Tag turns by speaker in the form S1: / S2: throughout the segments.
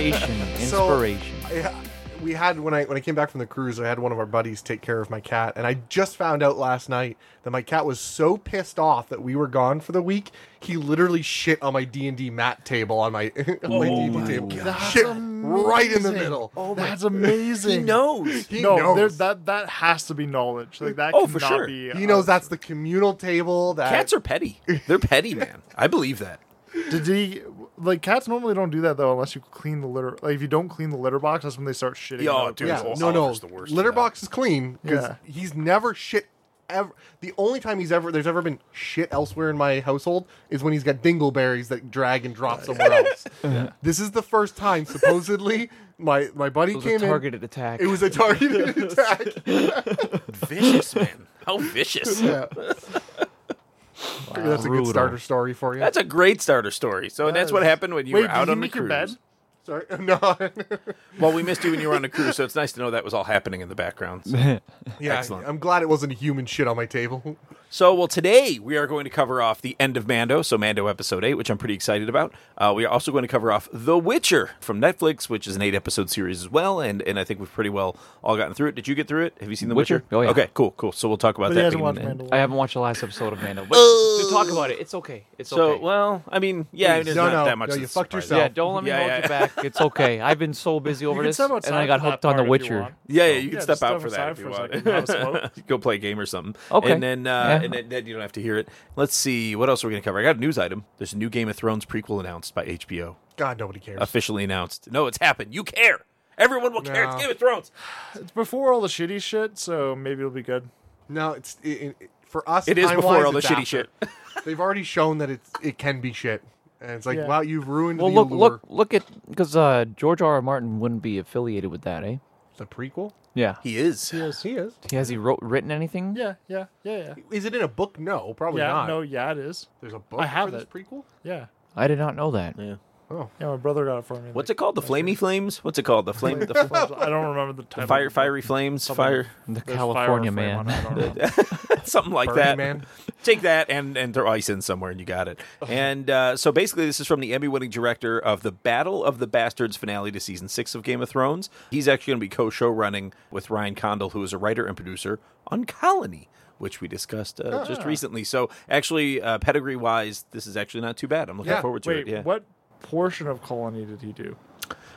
S1: inspiration.
S2: I, we had when I when I came back from the cruise, I had one of our buddies take care of my cat, and I just found out last night that my cat was so pissed off that we were gone for the week. He literally shit on my D and D mat table on my, on my D and D table, shit right in the middle.
S3: Oh, that's amazing.
S4: He knows.
S2: He
S3: no,
S2: knows.
S3: there's- that that has to be knowledge. Like that.
S4: Oh, for
S3: cannot
S4: sure.
S3: Be, uh,
S2: he knows that's the communal table. That
S4: Cats are petty. They're petty, man. I believe that.
S3: Did he? Like cats normally don't do that though, unless you clean the litter. Like if you don't clean the litter box, that's when they start shitting.
S4: Yo,
S3: on the
S4: dude,
S3: place.
S2: yeah,
S5: Well,
S2: no, no.
S5: Oliver's the worst
S2: Litter
S5: for that.
S2: box is clean because
S3: Yeah.
S2: he's never shit. Ever the only time he's ever there's ever been shit elsewhere in my household is when he's got dingleberries that drag and drop somewhere else. This is the first time supposedly my my buddy
S1: It was a
S2: came in.
S1: targeted attack.
S2: It was a targeted attack.
S4: Vicious, man. How vicious.
S2: Yeah. That's a good
S1: Brutal.
S2: starter story for you.
S4: That's a great starter story. So that's what happened when you
S3: Wait,
S4: were
S3: did
S4: out
S3: he
S4: on the
S3: make
S4: cruise.
S3: your bed?
S2: Sorry. No.
S4: Well, we missed you when you were on the cruise, so it's nice to know that was all happening in the background. So-
S2: yeah,
S4: Excellent.
S2: I'm glad it wasn't human shit on my table.
S4: So, well, today we are going to cover off the end of Mando, so Mando episode eight, which I'm pretty excited about. Uh, we are also going to cover off The Witcher from Netflix, which is an eight episode series as well, and and I think we've pretty well all gotten through it. Did you get through it? Have you seen The Witcher?
S1: Witcher? Oh, yeah.
S4: Okay, cool, cool. So we'll talk about
S3: But he
S4: that.
S3: hasn't
S4: beginning
S3: watched
S4: to end.
S3: Mandalorian.
S1: I haven't watched the last episode of Mando, but
S3: Oh.
S1: to talk about it, it's okay. It's
S4: So,
S1: okay.
S4: well, I mean, yeah, I mean,
S2: Please.
S4: there's
S2: No,
S4: not
S2: no,
S4: that much.
S2: no,
S4: that's
S2: you fucked
S4: surprising.
S2: yourself.
S1: yeah, don't let me
S4: Yeah,
S1: hold
S4: yeah,
S1: you
S4: yeah.
S1: back. It's okay. I've been so busy over
S3: You can
S1: this,
S3: step
S1: and
S3: outside
S1: I got
S3: for that
S1: hooked on The
S3: part if you
S1: Witcher.
S3: want.
S4: Yeah, yeah, you can
S3: Yeah,
S4: step
S3: just
S4: out
S3: step
S4: for that
S3: aside
S4: if you
S3: for a
S4: want.
S3: second, have a smoke.
S4: Go play a game or something.
S1: Okay.
S4: And then, uh,
S1: Yeah.
S4: and then, then you don't have to hear it. Let's see what else are we going to cover. I got a news item. There's a new Game of Thrones prequel announced by HBO.
S2: God, nobody cares.
S4: Officially announced. No, it's happened. You care. Everyone will care. It's
S2: No.
S4: Game of Thrones.
S3: It's before all the shitty shit, so maybe it'll be good.
S2: No, it's it, it, for us.
S4: It is before
S2: time-wise,
S4: all the
S2: it's
S4: shitty
S2: after.
S4: shit.
S2: They've already shown that it's it can be shit, and it's like,
S3: Yeah.
S2: wow, you've ruined
S1: Well,
S2: the
S1: look,
S2: allure.
S1: look, look at because uh, George R. R. Martin wouldn't be affiliated with that, eh?
S2: The prequel.
S1: Yeah.
S4: He is.
S2: Yes, he is.
S1: Has he wrote, written anything?
S3: Yeah, yeah, yeah, yeah.
S2: Is it in a book? No, probably
S3: yeah,
S2: not.
S3: no, yeah, it is.
S2: There's a book
S3: I have
S2: for this
S3: it.
S2: prequel.
S3: Yeah,
S1: I did not know that.
S3: yeah. My brother got it for me.
S4: What's it called? The Flamey Flames? What's it called? The flame. The fl-
S3: I don't remember the title.
S4: fire. Fiery Flames.
S3: Something.
S4: Fire.
S1: The
S3: There's fire or
S1: California
S3: flame on it,
S1: man.
S3: I don't know.
S4: something like
S2: Burning
S4: that.
S2: Man.
S4: Take that and and throw ice in somewhere, and you got it. And uh, so basically, this is from the Emmy-winning director of the Battle of the Bastards finale to season six of Game of Thrones. He's actually going to be co-show running with Ryan Condal, who is a writer and producer on Colony. Which we discussed uh,
S2: Ah.
S4: just recently. So, actually, uh, pedigree wise, this is actually not too bad. I'm looking
S2: Yeah.
S4: forward to
S3: Wait,
S4: it. Yeah.
S3: what portion of Colony did he do?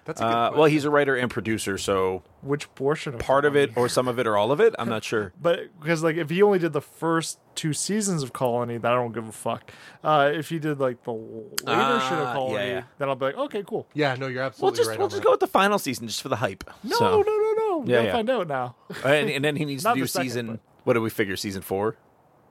S2: That's a good
S4: Uh, well, he's a writer and producer, so
S3: Which portion of
S4: part of
S3: Colony?
S4: it or some of it or all of it, I'm not sure.
S3: But because like if he only did the first two seasons of Colony, then I don't give a fuck. Uh, if he did like the later shit
S4: Ah,
S3: of Colony,
S4: yeah, yeah.
S3: then I'll be like, okay, cool.
S2: yeah, no, you're
S4: We'll
S2: absolutely
S4: just
S2: right.
S4: we'll
S2: on
S4: just
S2: that.
S4: go with the final season just for the hype.
S3: No,
S4: So-
S3: no, no, no. We
S4: Yeah,
S3: gotta
S4: yeah.
S3: find out now.
S4: and, and then he needs to
S3: Not
S4: do
S3: the second,
S4: season.
S3: but-
S4: What do we figure? Season four.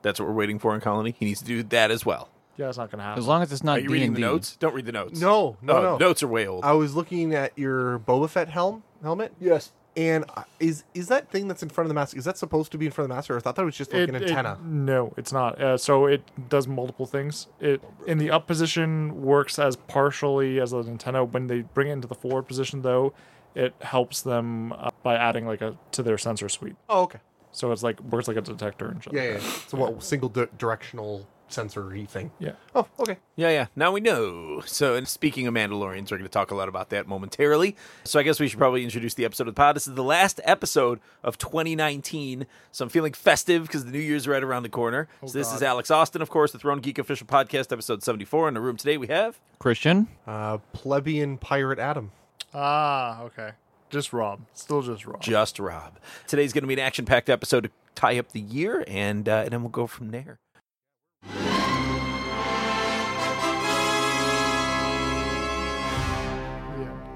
S4: That's what we're waiting for in Colony. He needs to do that as well.
S3: Yeah, it's not gonna happen.
S1: As long as it's not
S4: Are you reading the
S1: D&D.
S4: notes? Don't read the notes.
S2: No, no,
S4: Oh,
S2: no.
S4: Notes are way old.
S2: I was looking at your Boba Fett helm helmet. Yes. And I- is is that thing that's in front of the mask? Is that supposed to be in front of the mask, or I thought that was just like an antenna?
S3: no, it's not. Uh, so it does multiple things. It in the up position works as partially as an antenna. When they bring it into the forward position, though, it helps them uh, by adding like a to their sensor suite.
S2: oh, okay.
S3: So it's like works like a detector and shit.
S2: Yeah, yeah. yeah. So what single di- directional sensory thing?
S3: yeah.
S2: Oh, okay.
S4: Yeah, yeah. Now we know. So, and speaking of Mandalorians, we're going to talk a lot about that momentarily. So, I guess we should probably introduce the episode of the pod. This is the last episode of 2019. So, I'm feeling festive because the New Year's right around the corner.
S3: Oh,
S4: so, this is Alex Austin, of course, the Throne Geek Official Podcast, episode 74. In the room today, we have.
S1: Christian?
S2: Uh, plebeian pirate Adam.
S3: Ah, okay. Just Rob. Still just Rob.
S4: just Rob. Today's going to be an action packed episode to tie up the year, and, uh, and then we'll go from there.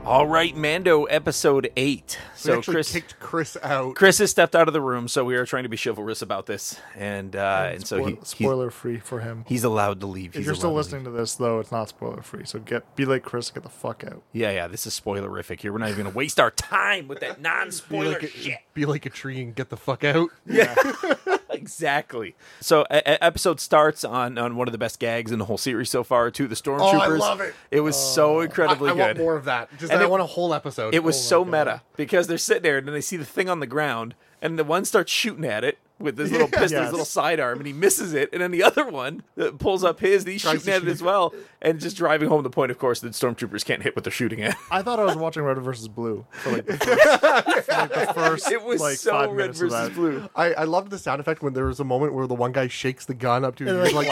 S4: All right, Mando, episode eight.
S2: So
S4: So
S2: actually
S4: Chris,
S2: kicked Chris out.
S4: Chris has stepped out of the room, so we are trying to be chivalrous about this, and uh, and so
S3: Spoil-
S4: he, he's-
S3: spoiler free for him.
S4: he's allowed to leave.
S3: if
S4: He's
S3: you're still
S4: allowed to leave.
S3: listening to this, though, it's not spoiler free. So get be like Chris, get the fuck out.
S4: yeah, yeah, this is spoilerific here. We're not even going to waste our time with that
S2: Be
S4: non-spoiler
S2: like, a,
S4: shit.
S2: be like a tree and get the fuck out.
S4: Exactly. So, e- e- episode starts on on one of the best gags in the whole series so far. To the stormtroopers.
S2: Oh, I love it. Oh,
S4: It was so
S2: I, I
S4: incredibly good.
S2: want more of that. Just
S4: And
S2: I
S4: it-
S2: want a whole episode.
S4: It was
S2: Oh my
S4: so
S2: God.
S4: meta because they're sitting there and then they see the thing on the ground, and the one starts shooting at it, with his little pistol, his
S3: Yes.
S4: little sidearm, and he misses it. And then the other one uh, pulls up his, and he's
S2: Tries to
S4: shooting at it
S2: shoot.
S4: as well, and just driving home the point, of course, that stormtroopers can't hit what they're shooting at.
S3: I thought I was watching Red versus Blue for like the first, for, like, the first
S4: It was
S3: like
S4: so
S3: five
S4: red
S3: minutes of
S4: versus
S3: that.
S4: blue.
S2: I, I love the sound effect when there was a moment where the one guy shakes the gun up to his ear, like,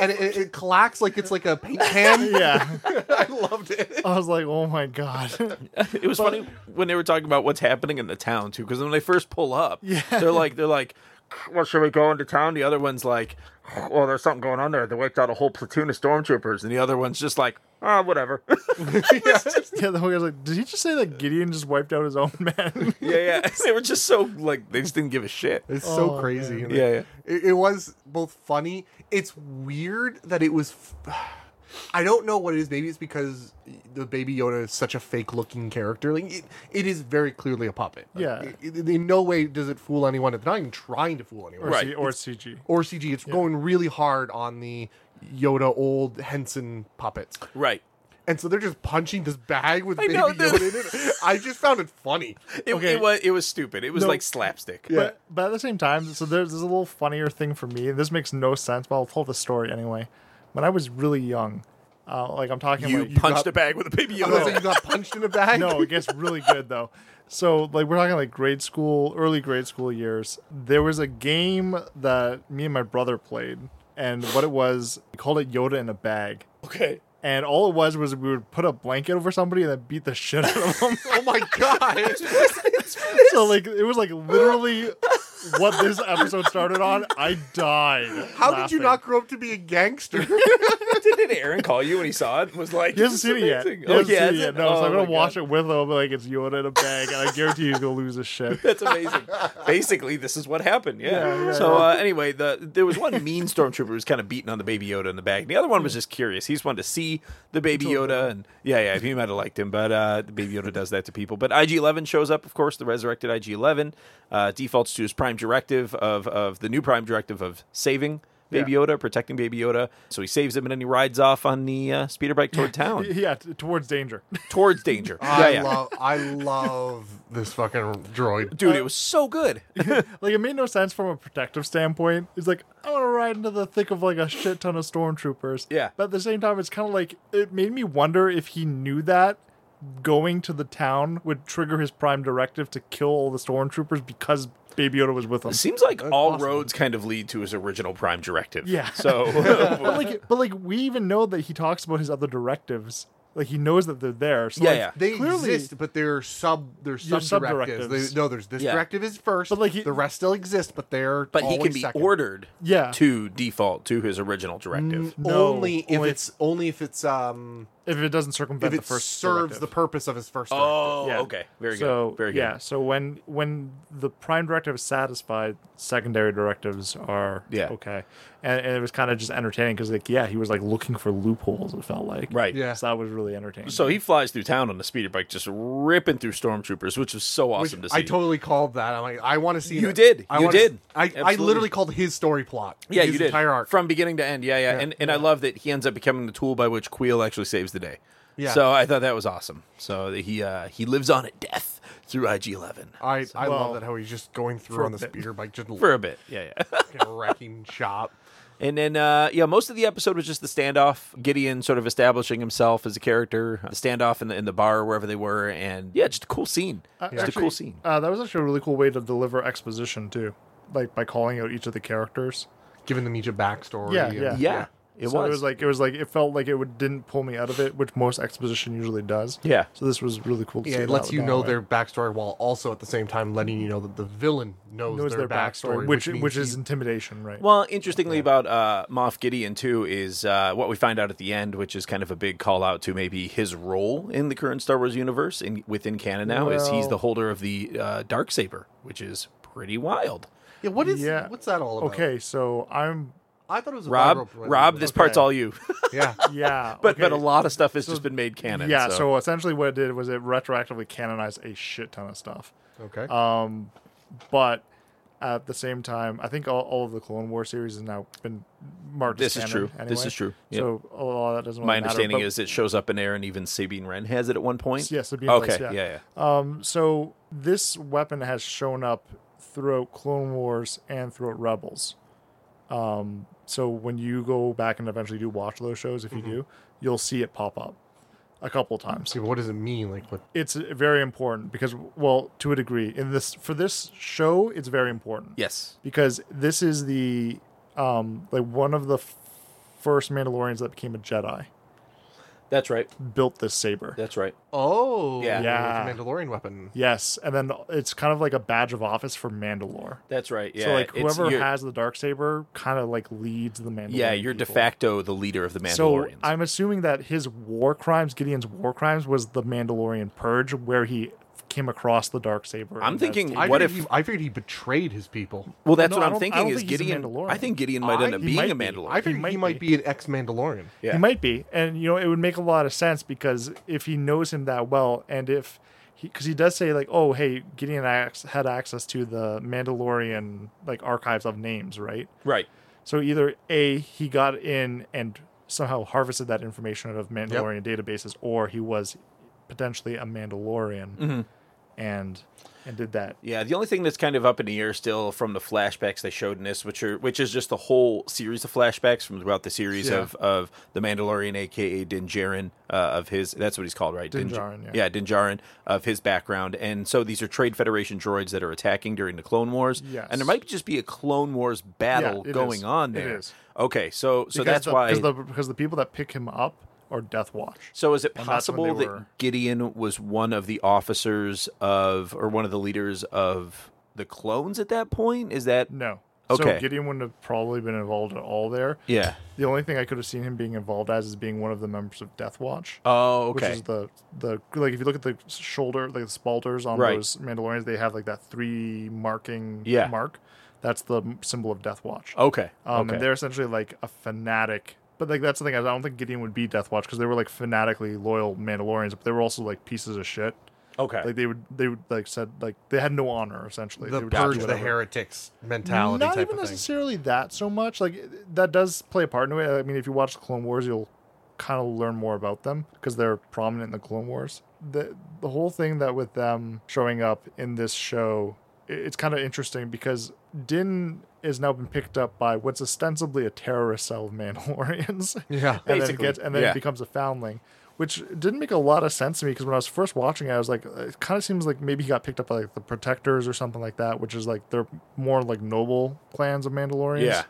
S2: and it, it, it clacks like it's like a paint can.
S3: Yeah,
S2: I loved it.
S3: I was like, oh my god.
S4: It was funny when they were talking about what's happening in the town too, because when they first pull up, they're like, they're like, "Well, should we go into town?" The other one's like, "Well, there's something going on there. They wiped out a whole platoon of stormtroopers," and the other one's just like, "Ah, whatever."
S3: Yeah, the whole guy's like, did he just say that Gideon just wiped out his own man?
S4: yeah, yeah. they were just so like they just didn't give a shit.
S2: It's so
S3: Oh,
S2: crazy.
S3: man.
S2: And
S4: Yeah,
S2: it- It, it was both funny. It's weird that it was. F- I don't know what it is. Maybe it's because the Baby Yoda is such a fake-looking character. Like it, it is very clearly a puppet. Like,
S3: Yeah.
S2: it- it- in no way does it fool anyone. It's not even trying to fool anyone.
S3: Or,
S4: Right.
S3: C- or CG.
S2: Or CG. It's going really hard on the Yoda old Henson puppets,
S4: Right.
S2: and so they're just punching this bag with
S4: I
S2: Baby
S4: know,
S2: Yoda in it. I just found it funny.
S4: It,
S3: Okay.
S4: it was it was stupid. It was
S3: No.
S4: like slapstick.
S2: Yeah.
S3: But, but at the same time, so there's, there's a little funnier thing for me. This makes no sense, but I'll tell the story anyway. When I was really young, uh, like I'm talking
S4: You
S3: like
S4: punched
S2: got-
S4: a bag with a baby
S2: I was
S4: Yoda.
S2: like, you got punched in a bag.
S3: no, it gets really good though. So like we're talking like grade school, early grade school years. There was a game that me and my brother played, and what it was, we called it Yoda in a bag.
S4: Okay.
S3: And all it was was we would put a blanket over somebody and then beat the shit out of them.
S2: Oh my god.
S3: so like it was like literally what this episode started on. I died.
S2: How did you not grow up to be a gangster?
S4: Didn't Aaron call you when he saw it? and Was like,
S3: He hasn't
S4: "This is
S3: seen it yet.
S4: amazing."
S3: He
S4: Oh
S3: hasn't
S4: yeah,
S3: seen it
S4: is
S3: yet.
S4: it?
S3: No, so
S4: Oh,
S3: I'm gonna
S4: my
S3: watch
S4: God.
S3: it with him. I'll be Like it's Yoda in a bag, and I guarantee he's gonna lose his shit.
S4: That's amazing. Basically, this is what happened. Yeah.
S3: Yeah, yeah,
S4: so uh, anyway, the there was one mean stormtrooper who was kind of beating on the baby Yoda in the bag. And the other one was just curious. He just wanted to see the baby Yoda, and yeah, yeah, he might have liked him, but uh, the baby Yoda does that to people. But IG Eleven shows up, of course, the resurrected IG Eleven uh, defaults to his prime directive of of the new prime directive of saving. Baby
S3: Yeah.
S4: Yoda, protecting Baby Yoda. So he saves him and then he rides off on the uh, speeder bike toward town,
S3: Yeah, t- towards danger.
S4: towards danger.
S2: I
S4: yeah, yeah.
S2: love I love this fucking droid.
S4: Dude, it was so good.
S3: like it made no sense from a protective standpoint. It's like I want to ride into the thick of like a shit ton of stormtroopers.
S4: Yeah.
S3: But at the same time, it's kind of like it made me wonder if he knew that going to the town would trigger his prime directive to kill all the stormtroopers because Baby Yoda was with him.
S4: It seems like all
S2: possible.
S4: roads kind of lead to his original prime directive.
S3: Yeah.
S4: So
S3: but like, but like we even know that he talks about his other directives. Like he knows that they're there. So
S4: Yeah,
S3: like,
S4: yeah.
S2: They
S3: clearly,
S2: exist, but they're sub they're
S3: They're
S2: sub directives.
S3: sub-directives.
S2: They, no, there's this
S4: Yeah.
S2: directive is first,
S3: But, like, he-
S2: the rest still exist, but they're
S4: but he can
S2: always
S4: be
S2: second.
S4: ordered
S3: Yeah.
S4: to default to his original directive.
S2: Mm,
S3: No,
S2: only if
S3: only-
S2: it's only if it's um
S3: if it doesn't circumvent
S2: if it
S3: the first
S2: serves
S3: directive.
S2: the purpose of his first.
S4: Oh,
S3: Yeah.
S4: okay. Very
S3: so
S4: good. Very good.
S3: yeah, so when when the prime directive is satisfied, secondary directives are
S4: Yeah.
S3: okay, and, and it was kind of just entertaining because like yeah, he was like looking for loopholes. It felt like
S4: Right.
S2: Yeah.
S3: so that was really entertaining.
S4: So he flies through town on the speeder bike, just ripping through stormtroopers, which is so awesome
S2: Which
S4: to see.
S2: I totally called that. I'm like, I want to see.
S4: You
S2: that.
S4: did.
S2: I
S4: You
S2: wanna-
S4: did.
S2: I, I
S4: Absolutely.
S2: literally called his story plot.
S4: yeah,
S2: his
S4: you did.
S2: Entire arc.
S4: From beginning to end. Yeah, yeah. And and I love that he ends up becoming the tool by which Queel actually saves the day.
S2: Yeah.
S4: So I thought that was awesome. So he uh, he lives on at death through IG Eleven
S2: I I
S3: well,
S2: love that how he's just going through on the speeder bike, just
S4: for a bit. Yeah, yeah.
S2: fucking wrecking shop.
S4: And then, uh, yeah, most of the episode was just the standoff. Gideon sort of establishing himself as a character, the standoff in the in the bar or wherever they were, and yeah, just a cool scene. just a
S3: actually,
S4: cool scene.
S3: uh, that was actually a really cool way to deliver exposition too, like by calling out each of the characters.
S2: giving them each a backstory.
S3: Yeah,
S2: and-
S4: Yeah,
S3: yeah.
S4: it,
S3: so
S4: was.
S3: it was like it was like it felt like it would, didn't pull me out of it, which most exposition usually does.
S4: Yeah.
S3: So this was really cool. To
S2: Yeah,
S3: see
S2: it lets
S3: that-
S2: you
S3: that
S2: know
S3: way.
S2: their backstory while also at the same time letting you know that the villain knows,
S3: knows
S2: their, backstory,
S3: which
S2: means
S3: which is
S2: he-
S3: intimidation, right?
S4: well, interestingly about uh, Moff Gideon too is uh, what we find out at the end, which is kind of a big call out to maybe his role in the current Star Wars universe in, within canon now is he's
S3: Well-
S4: the holder of the uh, dark saber, which is pretty wild.
S2: yeah. What is
S3: Yeah.
S2: what's that all about?
S3: okay, so I'm
S2: I thought it was a
S4: Rob,
S2: vibro-
S4: Rob, this part's
S3: Okay.
S4: all you.
S2: yeah.
S3: yeah,
S4: but but
S3: okay.
S4: a lot of stuff has just been made canon.
S3: Yeah,
S4: so.
S3: so. essentially what it did was it retroactively canonized a shit ton of stuff.
S2: Okay,
S3: Um, but at the same time, I think all, all of the Clone War series has now been marked. as
S4: This is
S3: canon
S4: true.
S3: Anyway.
S4: This is true. Yep.
S3: So a lot of that doesn't.
S4: My
S3: really matter,
S4: understanding
S3: but-
S4: is it shows up in air, and even Sabine Wren has it at one point.
S3: Yes, it'd be in
S4: Okay.
S3: place,
S4: yeah.
S3: yeah. Um, so this weapon has shown up throughout Clone Wars and throughout Rebels. Um, so when you go back and eventually do watch those shows, if
S4: Mm-hmm.
S3: you do, you'll see it pop up a couple times
S2: See, but what does it mean? Like, what?
S3: it's very important because well to a degree in this for this show it's very important
S4: Yes.
S3: because this is the um like one of the f- first mandalorians that became a jedi
S4: That's right.
S3: built this saber
S4: That's right.
S2: Oh,
S4: Yeah.
S3: Yeah.
S2: it's a Mandalorian weapon.
S3: yes and then it's kind of like a badge of office for mandalore
S4: That's right. Yeah.
S3: so like
S4: it's-
S3: whoever
S4: you're-
S3: has the dark saber kind of like leads the mandalorian
S4: Yeah, you're de
S3: people.
S4: facto the leader of the
S3: so
S4: Mandalorians.
S3: i'm assuming that his war crimes gideon's war crimes was the mandalorian purge where he came across the dark saber
S4: I'm thinking-
S2: I
S4: What
S2: figured
S4: if-
S2: he- I figured he betrayed his people?
S4: well, that's
S3: no,
S4: what
S3: I
S4: I'm
S3: don't- I
S4: thinking
S3: don't
S4: is
S3: think he's a
S4: Gideon.
S3: Mandalorian.
S4: I think Gideon might
S2: I-
S4: end up
S3: he
S4: being
S3: might
S4: a
S3: be.
S4: Mandalorian.
S2: I figured he might,
S3: might
S2: be. an ex-Mandalorian.
S4: Yeah.
S3: He might be, and you know it would make a lot of sense because if he knows him that well, and if because he, does say like, oh hey, Gideon ac- had access to the Mandalorian like archives of names, right?
S4: right.
S3: So either a he got in and somehow harvested that information out of Mandalorian databases, or he was potentially a Mandalorian
S4: Mm-hmm.
S3: and and did that.
S4: Yeah, the only thing that's kind of up in the air still from the flashbacks they showed in this, which are which is just the whole series of flashbacks from throughout the series
S2: Yeah.
S4: of of the Mandalorian, aka Din Djarin, uh, of his that's what he's called, right?
S3: Din
S4: Dj-
S3: Djarin, yeah.
S4: yeah, Din Djarin of his background, and so these are Trade Federation droids that are attacking during the Clone Wars,
S3: Yes.
S4: and there might just be a Clone Wars battle
S3: Yeah, it
S4: going
S3: is.
S4: on
S3: It
S4: there.
S3: is.
S4: Okay, so so
S3: Because
S4: that's
S3: the,
S4: why.
S3: because the, because the people that pick him up are Death Watch.
S4: So is it
S3: And that's when
S4: possible
S3: they
S4: that
S3: were-
S4: Gideon was one of the officers of, or one of the leaders of the clones at that point? Is that
S3: No.
S4: Okay.
S3: So Gideon wouldn't have probably been involved at all there.
S4: yeah?
S3: The only thing I could have seen him being involved as is being one of the members of Death Watch.
S4: Oh,
S3: Which
S4: okay.
S3: is the the like if you look at the shoulder like the spalders on
S4: Right.
S3: those Mandalorians they have like that three marking
S4: Yeah.
S3: mark that's the symbol of Death Watch.
S4: okay.
S3: Um,
S4: okay.
S3: and they're essentially like a fanatic, but like that's the thing I don't think Gideon would be Death Watch because they were like fanatically loyal Mandalorians, but they were also like pieces of shit.
S4: okay.
S3: Like they would they would like said like they had no honor essentially.
S2: The
S3: they would just do
S2: purge, the
S3: whatever.
S2: heretics mentality
S3: Not
S2: type
S3: even
S2: of thing.
S3: necessarily that so much. Like it- that does play a part in it. I mean, if you watch the Clone Wars, you'll kind of learn more about them because they're prominent in the Clone Wars. The the whole thing that with them showing up in this show, i- it's kind of interesting because Din is now been picked up by what's ostensibly a terrorist cell of Mandalorians.
S2: Yeah.
S3: and then
S4: Basically,
S3: gets and then
S4: yeah.
S3: becomes a foundling. Which didn't make a lot of sense to me because when I was first watching it, I was like, uh, it kind of seems like maybe he got picked up by like the protectors or something like that, which is like they're more like noble clans of Mandalorians.
S4: yeah,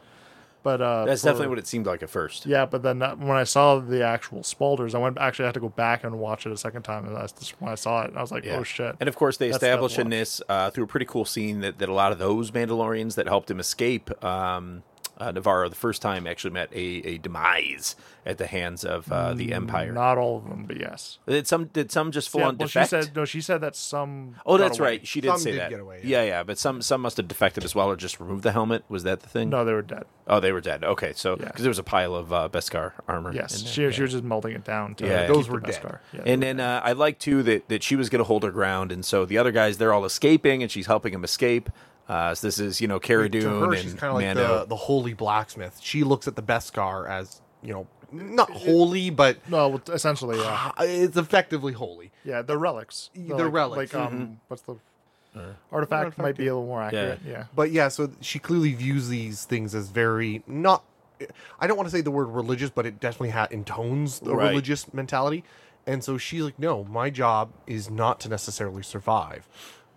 S3: but uh,
S4: that's
S3: for-
S4: definitely what it seemed like at first.
S3: Yeah, but then that, when I saw the actual Spalders, I went actually I had to go back and watch it a second time, and that's just when I saw it, and I was like,
S4: Yeah.
S3: oh shit.
S4: And of course, they
S3: That's
S4: establish in
S3: Death Watch.
S4: this uh, through a pretty cool scene that, that a lot of those Mandalorians that helped him escape um, uh, Navarro the first time actually met a, a demise at the hands of uh, the Empire.
S3: Mm, Not all of them, but yes.
S4: Did some did some just full
S3: Yeah,
S4: on
S3: well, she
S4: defect?
S3: said no. She said that some.
S4: Oh,
S3: got
S4: that's
S3: away.
S4: right. She did
S2: Some
S4: say
S2: did
S4: that.
S2: get away,
S4: yeah. yeah, but some some must have defected as well, or just removed the helmet. Was that the thing?
S3: No, they were dead.
S4: Oh, they were dead. Okay, so because
S3: Yeah.
S4: there was a pile of uh, Beskar armor.
S3: Yes,
S4: in there.
S3: she, she was just melting it down. To
S4: Yeah,
S3: keep
S2: those
S3: the
S2: were
S3: best
S2: dead.
S3: car. Yeah,
S4: And then uh, I like too that that she was going to hold her ground, and so the other guys they're all escaping, and she's helping them escape. Uh, so this is you know Cara
S2: to
S4: Dune
S2: her,
S4: and
S2: she's kind of like
S4: Mando.
S2: the, the holy blacksmith. She looks at the Beskar as you know, not holy, but
S3: no, well, essentially, yeah.
S2: uh, it's effectively holy.
S3: Yeah, they're relics.
S2: they're
S3: like,
S2: relics.
S3: Like, um, what's the artifact? Might be a little more accurate. Yeah.
S2: But yeah, so she clearly views these things as very not. I don't want to say the word religious, but it definitely ha- intones the
S4: Right.
S2: religious mentality. And so she's like, "No, my job is not to necessarily survive.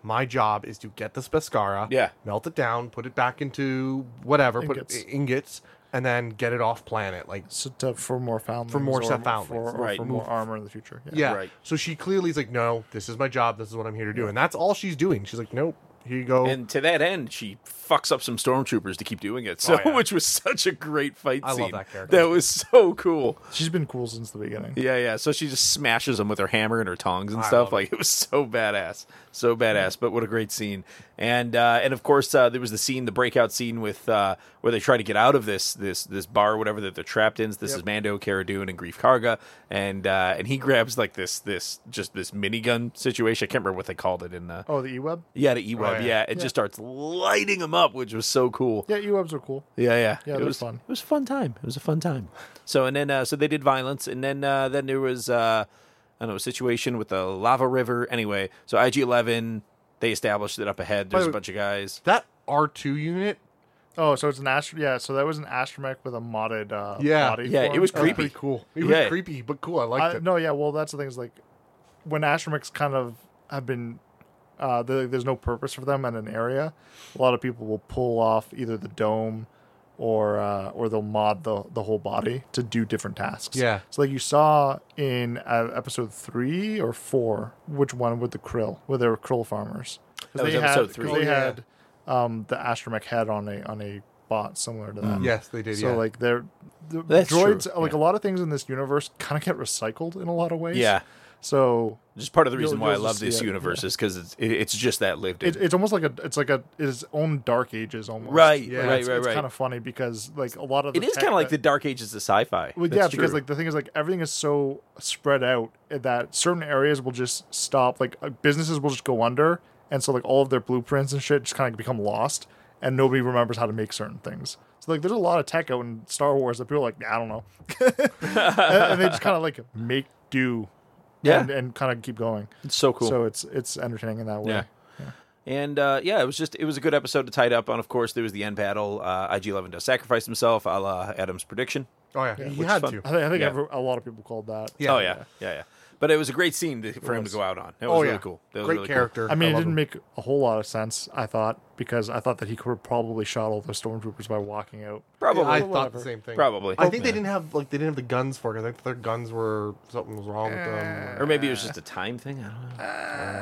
S2: My job is to get this Beskara,
S4: Yeah.
S2: melt it down, put it back into whatever,
S3: Ingots.
S2: put it, ingots, and then get it off planet. Like
S3: So to, for more foundlings.
S2: For more
S3: or
S2: set foundlings.
S3: For, or
S4: Right.
S3: for more armor in the future. Yeah.
S2: Yeah.
S4: Right.
S2: So she clearly is like, no, this is my job. This is what I'm here to do. And that's all she's doing. She's like, nope, here you go.
S4: And to that end, she fucks up some stormtroopers to keep doing it. So,
S2: Oh, yeah.
S4: which was such a great fight
S2: I love
S4: scene.
S2: that character.
S4: That was so cool.
S3: She's been cool since the beginning.
S4: Yeah, yeah. So she just smashes them with her hammer and her tongs and
S2: I
S4: stuff.
S2: love it.
S4: Like it was so badass, so badass. But what a great scene! And uh, and of course uh, there was the scene, the breakout scene with uh, where they try to get out of this this this bar, or whatever that they're trapped in. This is Mando, Cara Dune, and Grief Karga, and uh, and he grabs like this this just this minigun situation. I can't remember what they called it in the
S3: Oh, the E-Web?
S4: yeah the E web.
S2: Oh,
S4: yeah.
S2: yeah.
S4: it just starts lighting them up, which was so cool.
S3: Yeah, E-Webs are cool.
S4: Yeah, yeah,
S3: Yeah,
S4: It
S3: they're
S4: was
S3: fun.
S4: It was a fun time. It was a fun time. So and then uh, so they did violence, and then uh, then there was uh, I don't know a situation with the lava river. Anyway, so IG Eleven They established it up ahead.
S2: By the
S4: There's a
S2: way-
S4: bunch of guys.
S2: That R two unit,
S3: Oh, so it's an astro. Yeah, so that was an astromech with a modded uh,
S2: Yeah.
S3: body.
S4: Yeah, it
S3: form.
S4: was
S2: that was
S4: creepy.
S2: pretty cool. It
S4: Yeah.
S2: was creepy but cool. I
S3: I-
S2: liked it.
S3: no, yeah. Well, that's the thing is like when astromechs kind of have been. Uh, there- there's no purpose for them in an area. A lot of people will pull off either the dome, or uh, or they'll mod the the whole body to do different tasks.
S2: Yeah.
S3: So like you saw in uh, episode three or four, which one with the krill, where they were krill farmers. 'Cause
S4: That was
S3: they
S4: episode
S3: had,
S4: three.
S3: 'cause They
S2: Oh, yeah.
S3: had um, the astromech head on a on a bot similar to that.
S2: Yes, they did.
S3: So
S2: Mm. yeah.
S3: like they're the
S4: That's
S3: droids
S4: true,
S3: like
S4: yeah.
S3: a lot of things in this universe kind of get recycled in a lot of ways.
S4: Yeah.
S3: So
S4: Just part of the reason
S3: You'll-
S4: why I
S3: you'll
S4: love
S3: see
S4: this
S3: it,
S4: universe is because it's it, it's just that lived in.
S3: it, it's almost like a it's like a its own dark ages almost.
S4: right,
S2: Yeah,
S4: right,
S3: It's,
S4: right, right.
S3: kind of funny because like a lot of the
S4: it is
S3: tech
S4: kind of like
S3: that-
S4: the Dark Ages of sci-fi.
S3: Well,
S4: That's
S3: yeah, because
S4: true.
S3: like the thing is, like everything is so spread out that certain areas will just stop. Like uh, businesses will just go under, and so like all of their blueprints and shit just kind of become lost, and nobody remembers how to make certain things. So like, there's a lot of tech out in Star Wars that people are like, "Nah, I don't know, and, and they just kind of like make do,
S4: Yeah.
S3: and, and kind of keep going.
S4: it's so cool.
S3: So it's it's entertaining in that way.
S4: Yeah. And uh, yeah, it was just it was a good episode to tie it up on. Of course, there was the end battle. Uh, IG Eleven does sacrifice himself, a la Adam's prediction.
S2: oh yeah, you
S4: which
S2: had
S4: fun.
S2: to.
S3: I think, I think
S4: Yeah.
S3: every- a lot of people called that.
S2: Yeah.
S4: oh yeah, yeah, yeah. But it was a great scene to, for him to
S3: was.
S4: go out on. That was
S2: Oh
S4: really
S2: yeah,
S4: cool. That was
S2: great
S4: really cool.
S2: character.
S3: I mean, it
S2: love
S3: didn't
S2: him.
S3: make a whole lot of sense. I thought because I thought that he could have probably shot all those stormtroopers by walking out.
S4: Probably,
S2: I
S3: Well,
S2: thought the
S3: whatever.
S2: same thing.
S4: probably.
S2: I think they didn't have like they didn't have the guns for it. I think their guns were something was wrong with them.
S3: Eh.
S4: or maybe it was just a time thing. I don't know.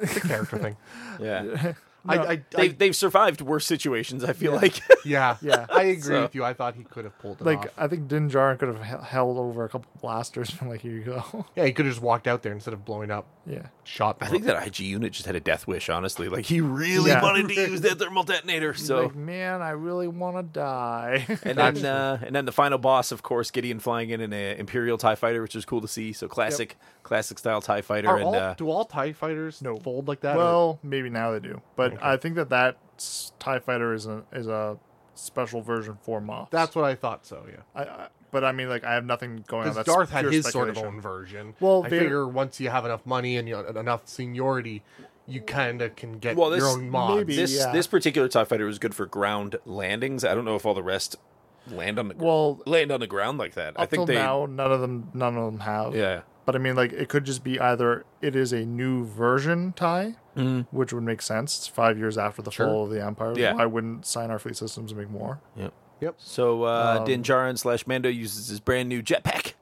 S2: It's a character thing.
S4: Yeah,
S2: I, I,
S4: they,
S2: I,
S4: they've survived worse situations. I feel like.
S2: yeah,
S3: Yeah.
S2: I agree
S4: So-
S2: with you. I thought he could have pulled it
S3: Like
S2: off.
S3: I think Din Djarin could have he- held over a couple blasters and like here you go.
S2: Yeah, he could have just walked out there instead of blowing up,
S3: yeah.
S2: shot. Them
S4: I think that IG unit just had a death wish. Honestly, like he really
S3: Yeah.
S4: wanted to use that thermal detonator. So.
S3: like man, I really want to die.
S4: and then, uh, and then the final boss, of course, Gideon flying in an uh, Imperial Tie Fighter, which was cool to see. So classic, classic style Tie Fighter,
S2: Are
S4: and
S2: all,
S4: uh,
S2: do all Tie fighters
S3: No.
S2: fold like that? or-
S3: well, maybe now they do, but I think that that s- Tie Fighter is a is a special version for Moth.
S2: that's what I thought. So yeah,
S3: I, I. But I mean, like I have nothing going on.
S2: because
S3: That's
S2: Darth had
S3: pure
S2: his sort of
S3: speculation.
S2: own version.
S3: Well,
S2: I
S3: they-
S2: figure once you have enough money and you, enough seniority, you kind of can get
S4: Well,
S2: your
S4: this-
S2: own mods.
S3: maybe-
S4: this
S3: yeah.
S4: this particular Tie Fighter was good for ground landings. I don't know if all the rest land on the well,
S3: Well,
S4: land on the ground like that.
S3: up
S4: I think
S3: till
S4: they,
S3: now, none of them, none of them have.
S4: yeah,
S3: But I mean, like, it could just be either it is a new version tie,
S2: Mm-hmm.
S3: which would make sense. It's five years after the fall of the Empire.
S4: Yeah.
S3: Why wouldn't sign our fleet systems and make more?
S2: Yep.
S4: So uh,
S3: Um,
S4: Din Djarin slash Mando uses his brand new jetpack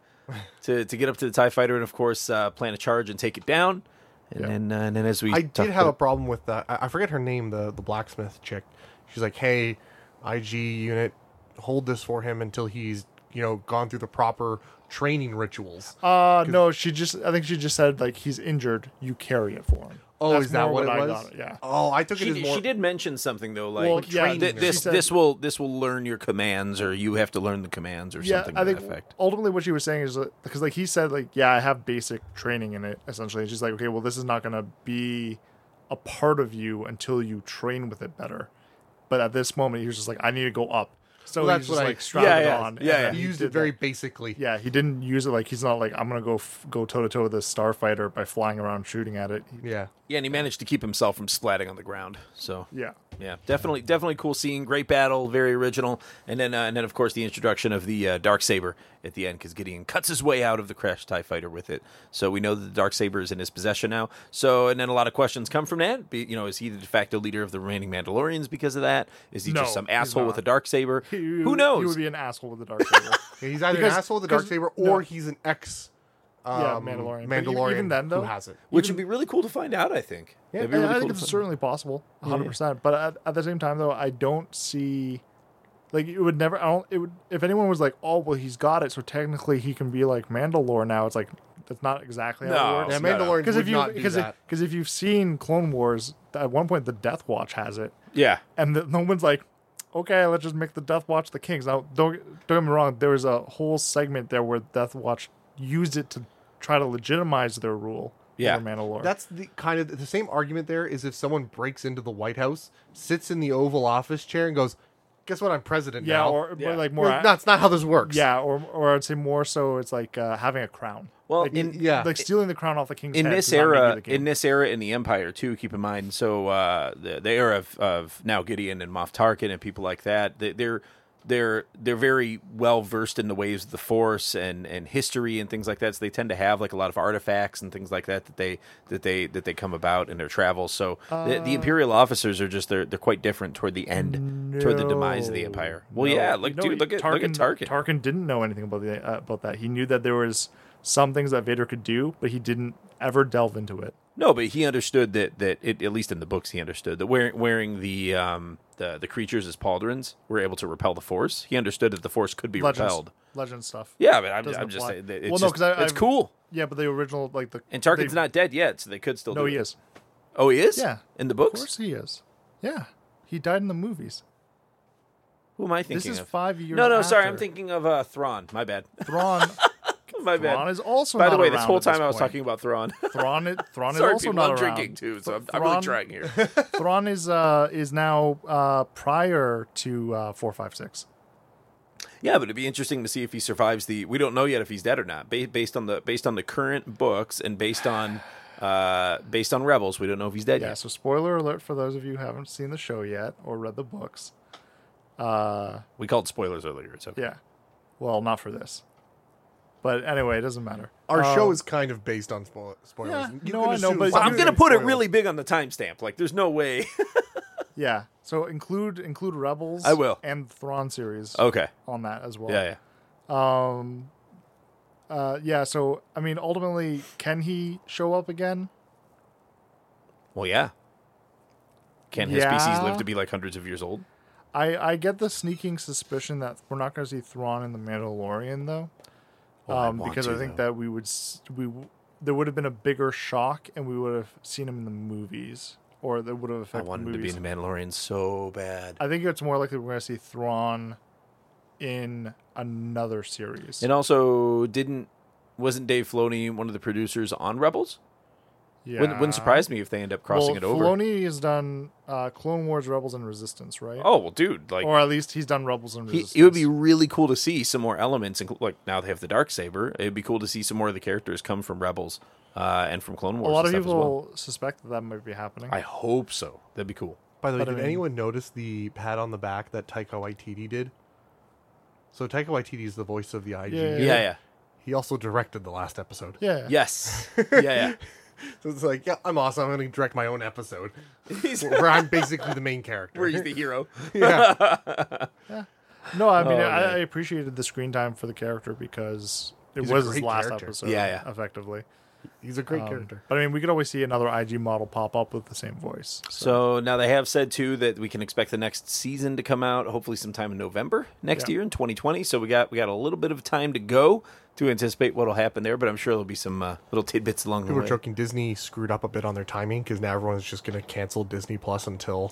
S4: to to get up to the Tie Fighter, and of course, uh, plan a charge and take it down. And
S3: Yeah.
S4: then, uh, and then as we
S2: I
S4: talked
S2: did have a
S4: about-
S2: problem with that. I, I forget her name, the the blacksmith chick. She's like, "Hey, IG unit, hold this for him until he's you know gone through the proper training rituals."
S3: Uh, no, she just, I think she just said, like, he's injured. You carry it for him.
S2: oh,
S3: That's
S2: is that
S3: more
S2: what it
S3: I
S2: was?
S3: got it, Yeah.
S2: Oh, I took
S4: she,
S2: it as
S4: did-
S2: more.
S4: she did mention something though, like
S3: Well, yeah,
S4: th-
S3: she
S4: this
S3: said-
S4: this will this will learn your commands, or you have to learn the commands, or
S3: Yeah,
S4: something
S3: I
S4: to
S3: think
S4: that effect.
S3: ultimately what she was saying is because like he said like yeah I have basic training in it essentially. And she's like okay well this is not gonna be a part of you until you train with it better. But at this moment he was just like I need to go up. So
S2: Well, that's
S3: he's just
S2: what I-
S3: like strapped
S4: Yeah,
S3: it
S4: yeah,
S3: on. and
S4: yeah,
S3: then
S4: yeah.
S2: He
S3: he
S2: used
S3: did
S2: it very
S3: that.
S2: basically.
S3: Yeah, he didn't use it like he's not like I'm gonna go f- go toe to toe with this starfighter by flying around shooting at it. He-
S2: Yeah.
S4: Yeah, and he managed to keep himself from splatting on the ground. So
S3: yeah,
S4: Yeah, definitely, definitely cool scene. Great battle, very original, and then, uh, and then, of course, the introduction of the uh, dark saber at the end because Gideon cuts his way out of the crashed Tie Fighter with it. So we know that the dark saber is in his possession now. So, and then a lot of questions come from that. Be, you know, is he the de facto leader of the remaining Mandalorians because of that? Is he
S3: No,
S4: just some
S3: he's
S4: asshole with
S3: not.
S4: a dark saber?
S3: You-
S4: Who knows?
S3: You would be an asshole with the dark saber.
S2: Yeah, he's either
S3: Because-
S2: an asshole with a dark
S3: because-
S2: saber,
S3: no.
S2: or he's an ex. Um,
S3: Yeah, Mandalorian. But even-
S2: Mandalorian.
S3: even then, though,
S2: who has it?
S4: Which would be really cool to find out. I think. Yeah,
S3: I, I think it's certainly possible, hundred percent. But at, at the same time, though, I don't see like it would never. I don't. It would if anyone was like, "Oh, well, he's got it, so technically he can be like Mandalore now." It's like that's not exactly how
S4: No.
S3: it
S2: Yeah,
S4: No,
S3: works.
S4: no.
S2: Mandalorian
S3: Because if
S2: would
S3: you
S2: not do
S3: because
S2: that.
S3: because if you've seen Clone Wars, at one point the Death Watch has it,
S4: yeah.
S3: and the, no one's like, "Okay, let's just make the Death Watch the kings." Now, don't don't get me wrong. There was a whole segment there where Death Watch used it to try to legitimize their rule.
S4: Yeah.
S3: over Mandalore.
S2: That's the kind of the same argument there is if someone breaks into the White House, sits in the Oval Office chair, and goes, guess what? I'm president
S3: yeah,
S2: now.
S3: or but
S4: Yeah.
S3: like more.
S2: Like, that's not how this works.
S3: yeah, or or I'd say more so. It's like uh, having a crown.
S4: Well,
S3: like,
S4: in-
S2: yeah.
S3: like stealing the crown off the king's
S4: in
S3: head
S4: this
S3: does not make you
S4: era,
S3: the king.
S4: in this era in the Empire too. Keep in mind, so uh, the the era of, of now Gideon and Moff Tarkin and people like that, they, they're they're they're very well versed in the ways of the Force and and history and things like that. So they tend to have like a lot of artifacts and things like that that they that they that they come about in their travels. So the,
S3: Uh,
S4: the Imperial officers are just they're they're quite different toward the end, toward the demise of the
S3: No.
S4: Empire. Well,
S3: No.
S4: yeah, look,
S3: You know,
S4: dude, look at look at Tarkin.
S3: Tarkin didn't know anything about the, uh, about that. He knew that there was some things that Vader could do, but he didn't ever delve into it.
S4: No, but he understood that that it, at least in the books he understood that wearing wearing the um the, the creatures as pauldrons were able to repel the force. He understood that the force could be
S3: Legends,
S4: repelled.
S3: legend stuff.
S4: Yeah, but I'm,
S3: Doesn't
S4: I'm just
S3: apply.
S4: saying that it's,
S3: Well, no,
S4: just-
S3: 'cause I-
S4: it's
S3: I've-
S4: cool.
S3: Yeah, but the original like the
S4: And Tarkin's
S3: they-
S4: not dead yet, so they could still.
S3: No,
S4: do
S3: he
S4: it.
S3: is.
S4: Oh, he is.
S3: Yeah,
S4: in the
S3: Of
S4: books.
S3: course he is. Yeah, he died in the movies.
S4: Who am I thinking
S3: this is
S4: of?
S3: five years.
S4: no, no, sorry, I'm
S3: after.
S4: thinking of uh, Thrawn. My bad.
S3: Thrawn.
S4: My
S3: Thrawn
S4: bad.
S3: is also.
S4: By the
S3: not
S4: way, this
S3: around
S4: whole
S3: at
S4: time I was
S3: point.
S4: talking about Thrawn.
S3: Thrawn. i- Thrawn is
S4: sorry,
S3: also
S4: people,
S3: not
S4: I'm
S3: around.
S4: drinking too, so I'm,
S3: Th-
S4: I'm really
S3: Thrawn-
S4: trying here.
S3: Thrawn is uh is now uh prior to uh four five six.
S4: Yeah, but it'd be interesting to see if he survives the. We don't know yet if he's dead or not. Ba- based on the based on the current books and based on uh, based on Rebels, we don't know if he's dead
S3: Yeah, so spoiler alert for those of you who haven't seen the show yet or read the books. Uh,
S4: yet. We called spoilers earlier. So
S3: yeah. Well, not for this. But anyway, it doesn't matter.
S2: Our
S3: Um,
S2: show is kind of based on spoil- spoilers.
S3: Yeah,
S2: You can
S3: no, I know,
S2: assume
S3: but-
S4: But I'm
S2: something's
S4: gonna
S2: be
S4: put it
S2: spoiled.
S4: really big on the timestamp. Like, there's no way.
S3: Yeah. So include include Rebels.
S4: I will.
S3: And Thrawn series
S4: okay.
S3: on that as well.
S4: Yeah, yeah.
S3: Um, uh, yeah. So I mean, ultimately, can he show up again?
S4: Well, yeah. Can his
S3: Yeah.
S4: species live to be like hundreds of years old?
S3: I I get the sneaking suspicion that we're not going to see Thrawn in the Mandalorian though,
S4: Well, I
S3: um,
S4: Oh, want
S3: because
S4: to,
S3: I think
S4: though.
S3: that we would s- we w- there would have been a bigger shock and we would have seen him in the movies or that would have
S4: I
S3: affected
S4: want
S3: the
S4: him to be
S3: movies.
S4: in the Mandalorian so bad.
S3: I think it's more likely we're going to see Thrawn in another series.
S4: And also, didn't wasn't Dave Filoni one of the producers on Rebels?
S3: yeah.
S4: Wouldn't, wouldn't surprise me if they end up crossing
S3: well,
S4: it over.
S3: Filoni has done uh, Clone Wars, Rebels, and Resistance, right?
S4: Oh well, dude, like
S3: or at least he's done Rebels and
S4: He,
S3: Resistance.
S4: it would be really cool to see some more elements, inclu- like now they have the dark saber. It'd be cool to see some more of the characters come from Rebels uh, and from Clone
S3: a
S4: Wars.
S3: lot of
S4: and stuff
S3: people
S4: As well.
S3: suspect that that might be happening.
S4: I hope so. That'd be cool.
S2: By the way,
S3: But I
S2: did
S3: mean-
S2: anyone notice the pat on the back that Taika Waititi did? So Taika Waititi is the voice of the IG.
S3: Yeah.
S4: Yeah, yeah.
S2: He also directed the last episode.
S3: yeah,
S4: Yes. Yeah, yeah.
S2: So it's like, yeah, I'm awesome. I'm going to direct my own episode where where I'm basically the main character.
S4: Where he's the hero.
S2: yeah.
S3: No, I mean,
S4: Oh,
S3: I,
S4: man.
S3: I appreciated the screen time for the character because it
S2: He's a
S3: was his
S2: great
S3: last
S2: character.
S3: episode.
S4: Yeah, yeah.
S3: effectively.
S2: He's a great
S3: Um,
S2: character.
S3: But I mean, we could always see another IG model pop up with the same voice. So,
S4: So now they have said too that we can expect the next season to come out hopefully sometime in November next
S3: Yeah.
S4: year in 2020. So we got we got a little bit of time to go to anticipate what'll happen there, but I'm sure there'll be some uh, little tidbits along the
S2: People were
S4: way.
S2: joking Disney screwed up a bit on their timing because now everyone's just going to cancel Disney Plus until.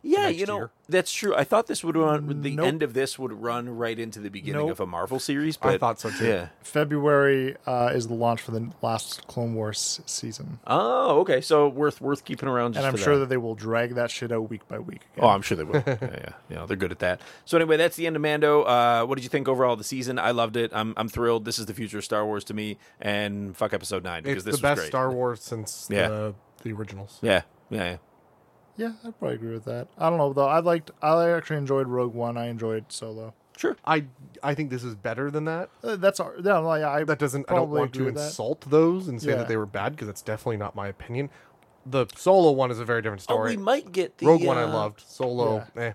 S4: Yeah,
S2: next
S4: you know
S2: year.
S4: that's true. I thought this would run. The
S3: Nope.
S4: end of this would run right into the beginning
S3: Nope.
S4: of a Marvel series.
S2: I
S4: But
S2: thought so, too.
S4: Yeah.
S3: February uh, is the launch for the last Clone Wars season,
S4: Oh, okay. So worth worth keeping around. Just
S3: and I'm
S4: for
S3: sure
S4: that.
S3: that they will drag that shit out week by week. Again.
S4: Oh, I'm sure they will. yeah, yeah, yeah, they're good at that. So anyway, that's the end of Mando. Uh, what did you think overall of the season? I loved it. I'm I'm thrilled. This is the future of Star Wars to me. And fuck Episode Nine because
S2: It's
S4: this
S2: the best
S4: was great.
S2: Star Wars since
S4: Yeah.
S2: the, the originals.
S4: yeah, yeah, yeah.
S3: yeah, I would probably agree with that. I don't know though. I liked. I actually enjoyed Rogue One. I enjoyed Solo.
S4: Sure.
S2: I I think this is better than that.
S3: Uh, that's our. Yeah, like, I
S2: That doesn't. I don't
S3: Probably
S2: want to
S3: agree with that.
S2: insult those and say
S3: Yeah.
S2: that they were bad because that's definitely not my opinion. The solo one is a very different
S4: Oh,
S2: story.
S4: we might get the
S2: Rogue one I Uh,
S4: uh,
S2: loved. Solo, eh.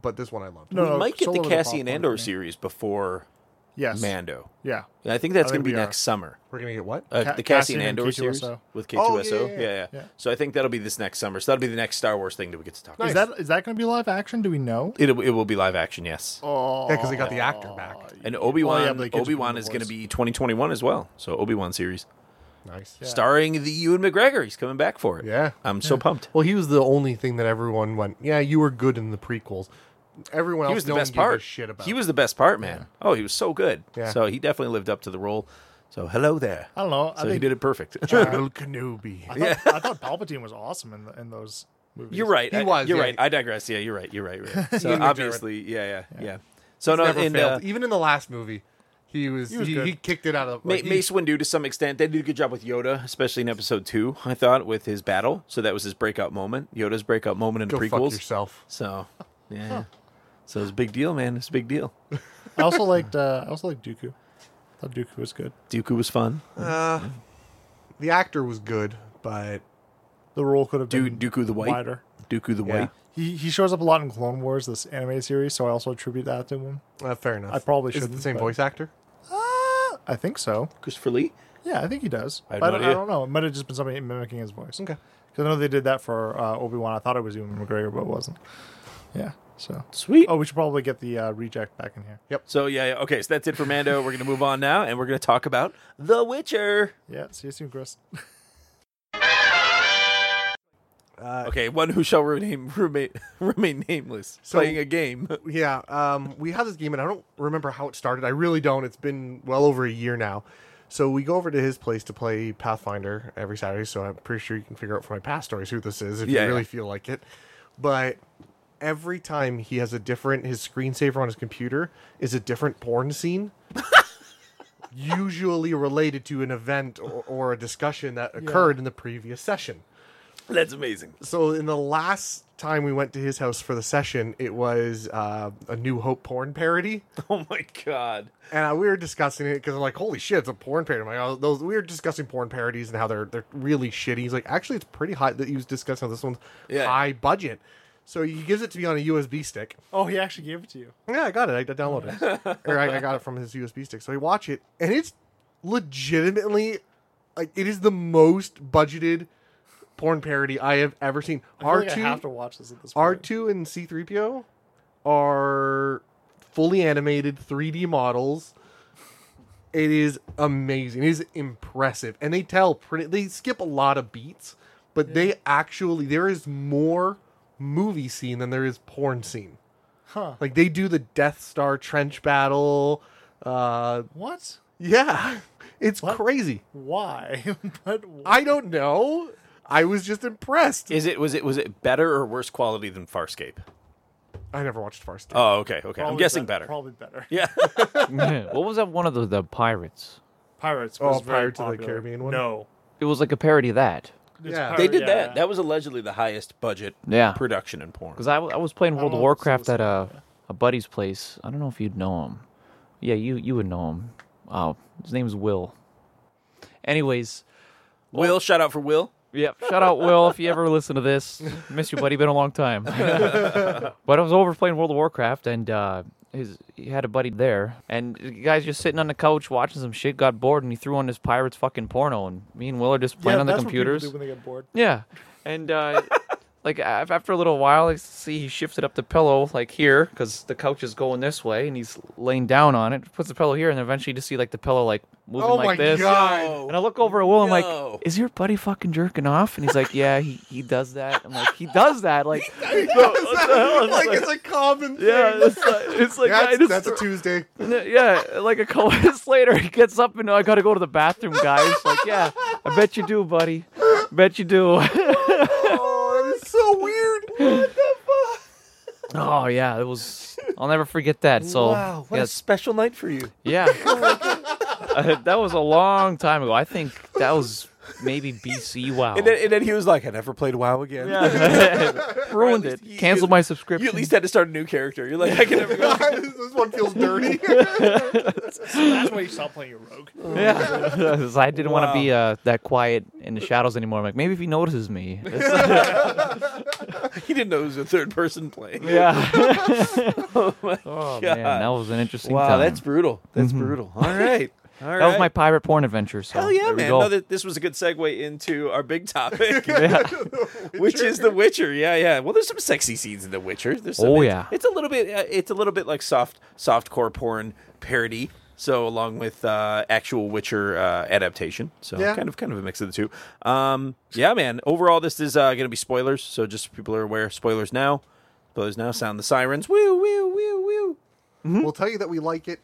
S2: But this one I loved.
S3: No,
S4: we might get
S3: Solo
S4: the
S3: was a
S4: Cassian
S3: popcorn for
S4: Andor
S3: me.
S4: series before
S3: yes,
S4: Mando.
S3: yeah.
S4: And I think that's
S3: I
S4: going
S3: think
S4: to be
S3: we are.
S4: next summer.
S2: We're gonna get what?
S4: Uh,
S3: Ca-
S4: the
S3: Cassian
S4: Cassian
S3: and
S4: Andor
S3: K2SO.
S4: series with K2SO.
S2: Oh, yeah,
S4: yeah
S2: yeah,
S4: yeah,
S2: yeah.
S3: Yeah.
S4: So I think that'll be this next summer. So that'll be the next Star Wars thing that we get to talk.
S2: Nice.
S3: Is that is that going to be live action? Do we know?
S4: It it will be live action, yes.
S3: Oh,
S2: Yeah, because they got the actor back.
S4: And Obi Wan
S3: yeah, but they could just
S4: Obi Wan
S3: put him in
S4: is
S3: the
S4: going to
S3: voice.
S4: be 2021 as well. So Obi Wan series
S2: Nice.
S3: Yeah.
S4: starring the Ewan McGregor. He's coming back for it.
S2: Yeah.
S4: I'm so pumped.
S2: Well, he was the only thing that everyone went. Yeah, you were good in the prequels. Everyone else,
S4: He was the
S2: no one
S4: best
S2: gave a
S4: part.
S2: Shit about.
S4: He was the best part, man. Oh, he was so good.
S2: Yeah.
S4: So he definitely lived up to the role. So hello there.
S3: I don't know. I
S4: So he
S3: think
S4: did it perfect.
S2: General Kenobi.
S3: I thought, I thought Palpatine was awesome in the, in those
S6: movies.
S4: You're right.
S2: He
S4: I-
S2: was,
S4: you're
S2: yeah.
S4: right. I digress. Yeah, you're right. You're right. You're right. So
S2: McDermott.
S4: obviously, yeah, yeah, yeah, So no,
S2: never
S4: and,
S2: failed.
S4: uh,
S2: Even in the last movie, he was, he,
S6: was
S2: he,
S6: good.
S2: kicked it out of
S4: Ma-
S2: like, he-
S4: Mace Windu to some extent. They did a good job with Yoda, especially in episode two. I thought with his battle, so that was his breakout moment. Yoda's breakout moment in
S2: Go
S4: the
S2: fuck
S4: prequels.
S2: yourself.
S4: So yeah, so it's a big deal, man. It's a big deal.
S6: I also liked. Uh, I also liked Dooku. I thought Dooku was good.
S4: Dooku was fun.
S2: Uh, the actor was good, but
S6: The role could have
S4: Du-
S6: been
S4: Dooku the White.
S6: wider.
S4: Dooku the
S2: Yeah.
S4: White.
S6: He he shows up a lot in Clone Wars, this anime series. So I also attribute that to him.
S2: uh, fair enough.
S6: I probably
S2: Is it the
S6: shouldn't,
S2: same
S6: but-
S2: voice actor.
S6: Uh, I think so.
S4: Christopher Lee.
S6: Yeah, I think he does.
S4: I had
S6: But I,
S4: no
S6: don't, I
S4: idea.
S6: don't know. It might have just been somebody mimicking his voice.
S2: Okay.
S6: Because I know they did that for uh, Obi Wan. I thought it was Ewan McGregor, but it wasn't. Yeah. So.
S4: Sweet.
S6: Oh, we should probably get the uh, reject back in here.
S4: So yeah, yeah, okay. So that's it for Mando. We're gonna move on now, and we're gonna talk about The Witcher.
S6: Yeah. See you soon, Chris.
S2: Uh,
S4: Okay, one who shall remain remain, remain nameless,
S2: So-
S4: playing a game.
S2: yeah, um, we have this game, and I don't remember how it started. I really don't. It's been well over a year now. So we go over to his place to play Pathfinder every Saturday. So I'm pretty sure you can figure out from my past stories who this is if
S4: Yeah,
S2: you really
S4: yeah.
S2: feel like it. But every time he has a different, his screensaver on his computer is a different porn scene. usually related to an event or, or a discussion that occurred in the previous session
S4: That's amazing.
S2: so in the last time we went to his house for the session, it was uh, a New Hope porn parody,
S4: Oh my god.
S2: and I, we were discussing it because I'm like, "Holy shit, it's a porn parody!" I'm like, oh, those we were discussing porn parodies and how they're they're really shitty. He's like, "Actually, it's pretty high." That he was discussing how this one's
S4: Yeah.
S2: high budget, so he gives it to me on a USB stick.
S6: Oh, he actually gave it to you.
S2: Yeah, I got it. I I downloaded it, or I, I got it from his USB stick. So I watch it, and it's legitimately like it is the most budgeted porn parody I have ever seen.
S6: I,
S2: R
S6: feel like I
S2: two
S6: have to watch this at this point.
S2: R2 and C3PO are fully animated 3D models. It is amazing. It is impressive. And they tell pretty they skip a lot of beats, but they actually there is more movie scene than there is porn scene.
S6: Huh.
S2: Like they do the Death Star trench battle. Uh
S6: What?
S2: yeah. It's
S6: What?
S2: crazy.
S6: Why? but why?
S2: I don't know. I was just impressed.
S4: Is it was it was it better or worse quality than Farscape?
S2: I never watched Farscape.
S4: Oh, okay, okay. I'm
S6: Probably
S4: guessing
S6: be-
S4: better.
S6: Probably better.
S4: Yeah.
S1: what was that one of the, the pirates?
S6: Pirates.
S2: Oh,
S6: Was very
S2: Pirates of the
S6: popular.
S2: Caribbean one?
S6: No.
S1: It was like a parody of that.
S6: It's
S2: Yeah.
S6: pirate-
S4: they did
S6: yeah.
S4: that. That was allegedly the highest budget
S1: Yeah.
S4: production in porn.
S1: Because I, w- I was playing World
S6: know
S1: of
S6: if
S1: Warcraft
S6: this was-
S1: at a, a buddy's place. I don't know if you'd know him. Yeah, you, you would know him. Oh, his name's Will. Anyways,
S4: Will, shout out for Will.
S1: Yep. Shout out Will if you ever listen to this. Miss you, buddy. Been a long time. but I was over playing World of Warcraft and uh, his he had a buddy there, and the guy's just sitting on the couch watching some shit. Got bored and he threw on this pirates fucking porno, and me and Will are just playing
S6: Yeah,
S1: on the
S6: that's what people
S1: computers.
S6: do when they get bored.
S1: Yeah, and uh, like af- after a little while, I see he shifted up the pillow like here because the couch is going this way, and he's laying down on it. Puts the pillow here, and eventually just see like the pillow like moving
S2: Oh
S1: like
S2: my
S1: this.
S2: god.
S4: Oh.
S1: And I look over at Will. I'm
S4: No.
S1: like, "Is your buddy fucking jerking off?" And he's like, "Yeah, he, he does that." I'm like, "He does that." Like,
S2: like it's a common thing.
S1: yeah, it's like, it's like I
S2: that's,
S1: just-
S2: that's a Tuesday.
S1: yeah, like a couple minutes later, he gets up and "Oh, I gotta go to the bathroom, guys. Like, yeah, I bet you do, buddy. Bet you do.
S2: Oh, that is so weird.
S1: oh yeah, it was. I'll never forget that. So yes,
S4: special night for you.
S1: yeah,
S4: Oh
S1: Uh, that was a long time ago. I think that was maybe BC. Wow,
S4: And then, and then he was like, I never played WoW again.
S1: yeah. ruined
S4: Or at
S1: it.
S4: least you-
S1: Canceled my subscription.
S4: You at least had to start a new character. You're like, I can never go.
S2: this one feels dirty.
S6: That's why you stopped playing your rogue.
S1: Yeah, 'Cause I didn't want
S4: Wow.
S1: to be uh, that quiet in the shadows anymore. I'm like, maybe if he notices me. It's-
S4: He didn't know it was a third person playing.
S1: yeah. oh, man, that was an interesting
S4: Wow,
S1: time.
S4: that's brutal. That's brutal. All right. All right.
S1: that was my pirate porn adventure. So
S4: Hell yeah,
S1: there we
S4: man.
S1: go.
S4: No, that, this was a good segue into our big topic,
S1: Yeah.
S4: which is The Witcher. Yeah, yeah. Well, there's some sexy scenes in The Witcher. There's some,
S1: Oh,
S4: it's-
S1: yeah.
S4: It's a little bit. Uh, it's a little bit like soft, soft core porn parody. So along with uh, actual Witcher uh, adaptation, so
S2: Yeah.
S4: kind of kind of a mix of the two. Um, yeah, man. Overall, this is uh, going to be spoilers. So just so people are aware. Spoilers now. Spoilers now. Sound the sirens. Woo, woo, woo, woo.
S2: we'll tell you that we like it.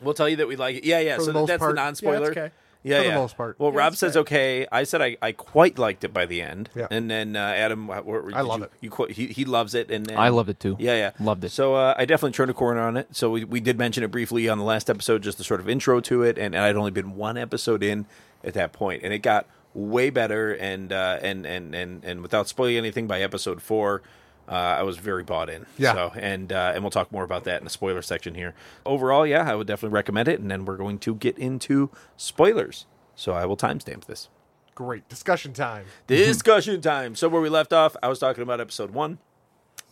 S4: We'll tell you that we like it. Yeah, yeah.
S2: For
S4: so
S2: the
S4: th-
S2: most
S4: that's
S2: part.
S4: the
S2: Yeah,
S4: non spoiler.
S6: okay.
S4: Yeah,
S2: for the
S4: yeah.
S2: most part.
S4: Well, Rob says okay. I said I, I quite liked it by the end.
S2: Yeah.
S4: And then uh, Adam, what, what,
S2: I
S4: did
S2: love
S4: you,
S2: it.
S4: You quote, he, he loves it, and then,
S1: I loved it too.
S4: Yeah, yeah,
S1: Loved it.
S4: So uh, I definitely turned a corner on it. So we, we did mention it briefly on the last episode, just the sort of intro to it, and, and I'd only been one episode in at that point, and it got way better. And uh, and and and and without spoiling anything, by episode four. Uh, I was very bought in,
S2: Yeah.
S4: So, and uh, and we'll talk more about that in the spoiler section here. Overall, yeah, I would definitely recommend it. And then we're going to get into spoilers. So I will timestamp this.
S2: Great discussion time.
S4: Discussion time. So where we left off, I was talking about episode one,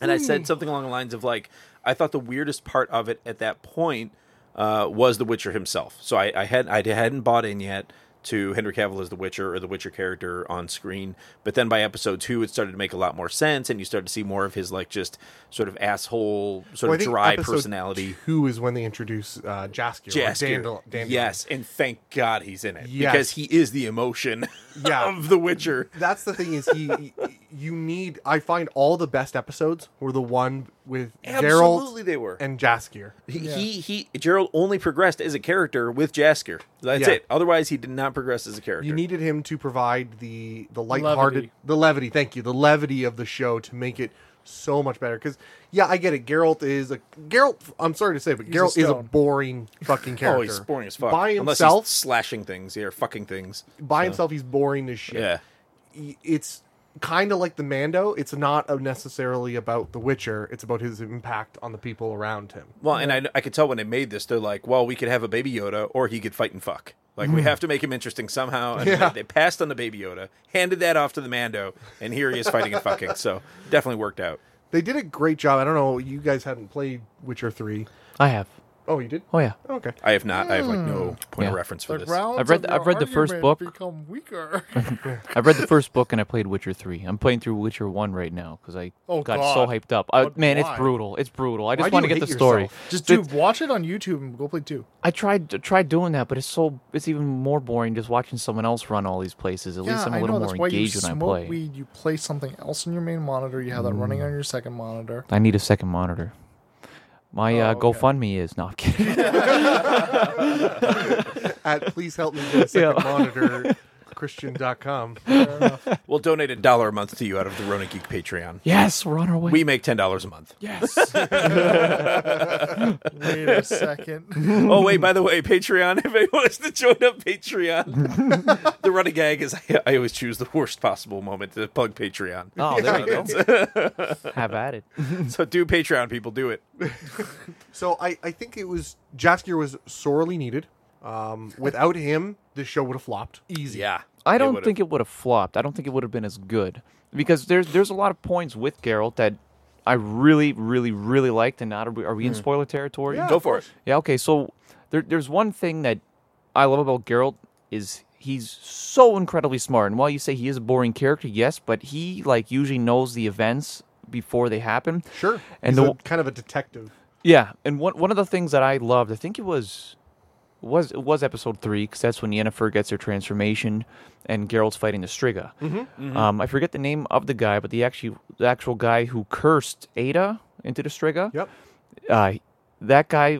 S4: and I
S2: Mm.
S4: said something along the lines of like, I thought the weirdest part of it at that point uh, was the Witcher himself. So I, I had I hadn't bought in yet to Henry Cavill as the Witcher or the Witcher character on screen, but then by episode two, it started to make a lot more sense, and you started to see more of his like just sort of asshole, sort
S2: Well, I
S4: of
S2: think
S4: dry
S2: episode
S4: personality.
S2: Two is when they introduce uh, Jaskier. or
S4: Jaskier.
S2: Dandel- Dandelion.
S4: Yes, and thank God he's in it
S2: Yes.
S4: because he is the emotion
S2: Yeah.
S4: of the Witcher.
S2: that's the thing is he, he- you need i find all the best episodes were the one with
S4: Absolutely
S2: gerald
S4: they were.
S2: and jaskier
S4: He, he he Gerald only progressed as a character with Jasker. That's
S2: Yeah.
S4: it. Otherwise, he did not progress as a character.
S2: you needed him to provide the the lighthearted
S6: Levity.
S2: the levity thank you the levity of the show to make it so much better because yeah i get it Geralt is a Geralt i'm sorry to say but
S6: a
S2: Geralt is a
S6: stone.
S2: boring fucking character
S4: oh, he's boring as fuck.
S2: by
S4: Unless
S2: himself
S4: he's slashing things yeah, or fucking things.
S2: by himself he's boring as shit
S4: Yeah.
S2: y- it's kind of like the Mando. It's not uh, necessarily about The Witcher. It's about his impact on the people around him.
S4: Well, and I, I could tell when they made this, they're like, well, we could have a baby Yoda, or he could fight and fuck. Like we have to make him interesting somehow. And
S2: Hmm. Yeah.
S4: they, they passed on the baby Yoda, handed that off to the Mando, and here he is fighting and fucking. So definitely worked out.
S2: They did a great job. I don't know. You guys hadn't played Witcher three.
S1: I have.
S2: Oh, you did.
S1: Oh yeah.
S2: Okay.
S4: I have not. I have like
S2: Hmm.
S4: no point of
S1: Yeah.
S4: reference for this.
S1: I've read the- I've read the first book.
S6: Become weaker.
S1: I read the first book and I played Witcher three. I'm playing through Witcher one right now because I
S6: Oh,
S1: got
S6: God.
S1: so hyped up. I,
S6: But
S1: man,
S6: why?
S1: it's brutal. It's brutal. I
S2: Why
S1: just
S2: do
S1: want to
S2: you
S1: get the
S2: hate
S1: story.
S2: yourself?
S6: Just do watch it on YouTube and go play two.
S1: I tried tried doing that, but it's so it's even more boring just watching someone else run all these places. At least I'm a little more engaged
S6: you
S1: when I
S6: smoke
S1: play.
S6: weed. You play something else on your main monitor. You have that running on your second monitor.
S1: I need a second monitor. My uh,
S6: Oh, okay.
S1: GoFundMe is not kidding.
S2: At please help me get a second monitor. Christian.com.
S1: Oh,
S4: We'll donate a dollar a month to you out of the Ronin Geek Patreon.
S1: yes, we're on our way.
S4: We make ten dollars a month.
S1: yes.
S6: Wait a second.
S4: Oh wait, by the way, Patreon. If anyone wants to join up Patreon, the running gag is I, I always choose the worst possible moment to plug Patreon.
S1: Oh, there we go. Have at it.
S4: So do Patreon, people, do it.
S2: So I, I think it was Jaskier was sorely needed. Um, without him, this show would have flopped easy.
S4: Yeah,
S1: I don't think it would have flopped. I don't think it would have been as good because there's there's a lot of points with Geralt that I really really really liked. And not are we, are we in spoiler territory?
S2: Hmm. Yeah.
S4: Go for it.
S1: Yeah, okay. So there, there's one thing that I love about Geralt is he's so incredibly smart. And while you say he is a boring character, yes, but he like usually knows the events before they happen.
S2: Sure. And
S1: And the-
S2: the, kind of a detective.
S1: Yeah, and one one of the things that I loved, I think it was was it was episode three because that's when Yennefer gets her transformation and Geralt's fighting the Striga. Um, I forget the name of the guy, but the actually the actual guy who cursed Ada into the Striga
S2: Yep.
S1: uh, that guy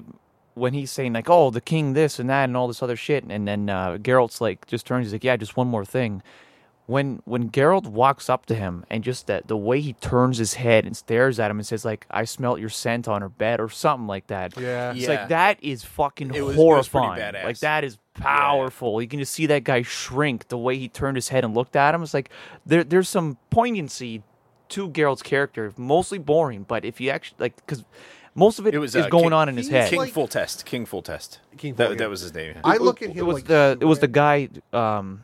S1: when he's saying like, "Oh, the king, this and that, and all this other shit," and then uh, Geralt's like, just turns, he's like, "Yeah, just one more thing." When when Geralt walks up to him and just that the way he turns his head and stares at him and says like, "I smelt your scent on her bed" or something like that.
S2: Yeah.
S1: it's
S4: Yeah.
S1: like that is fucking
S4: It was- it was pretty
S1: horrifying.
S4: badass.
S1: like that is powerful. You can just see that guy shrink the way he turned his head and looked at him. It's like there there's some poignancy to Geralt's character, mostly boring, but if you actually like because most of it
S4: It was
S1: is
S4: uh,
S1: going
S4: King-
S1: on in his head.
S4: King
S2: like-
S4: Full Test. King Full Test.
S2: King
S4: that,
S2: Full,
S4: that
S2: yeah.
S4: was his name.
S2: I look at him
S1: it was
S2: like
S1: the it was the guy um,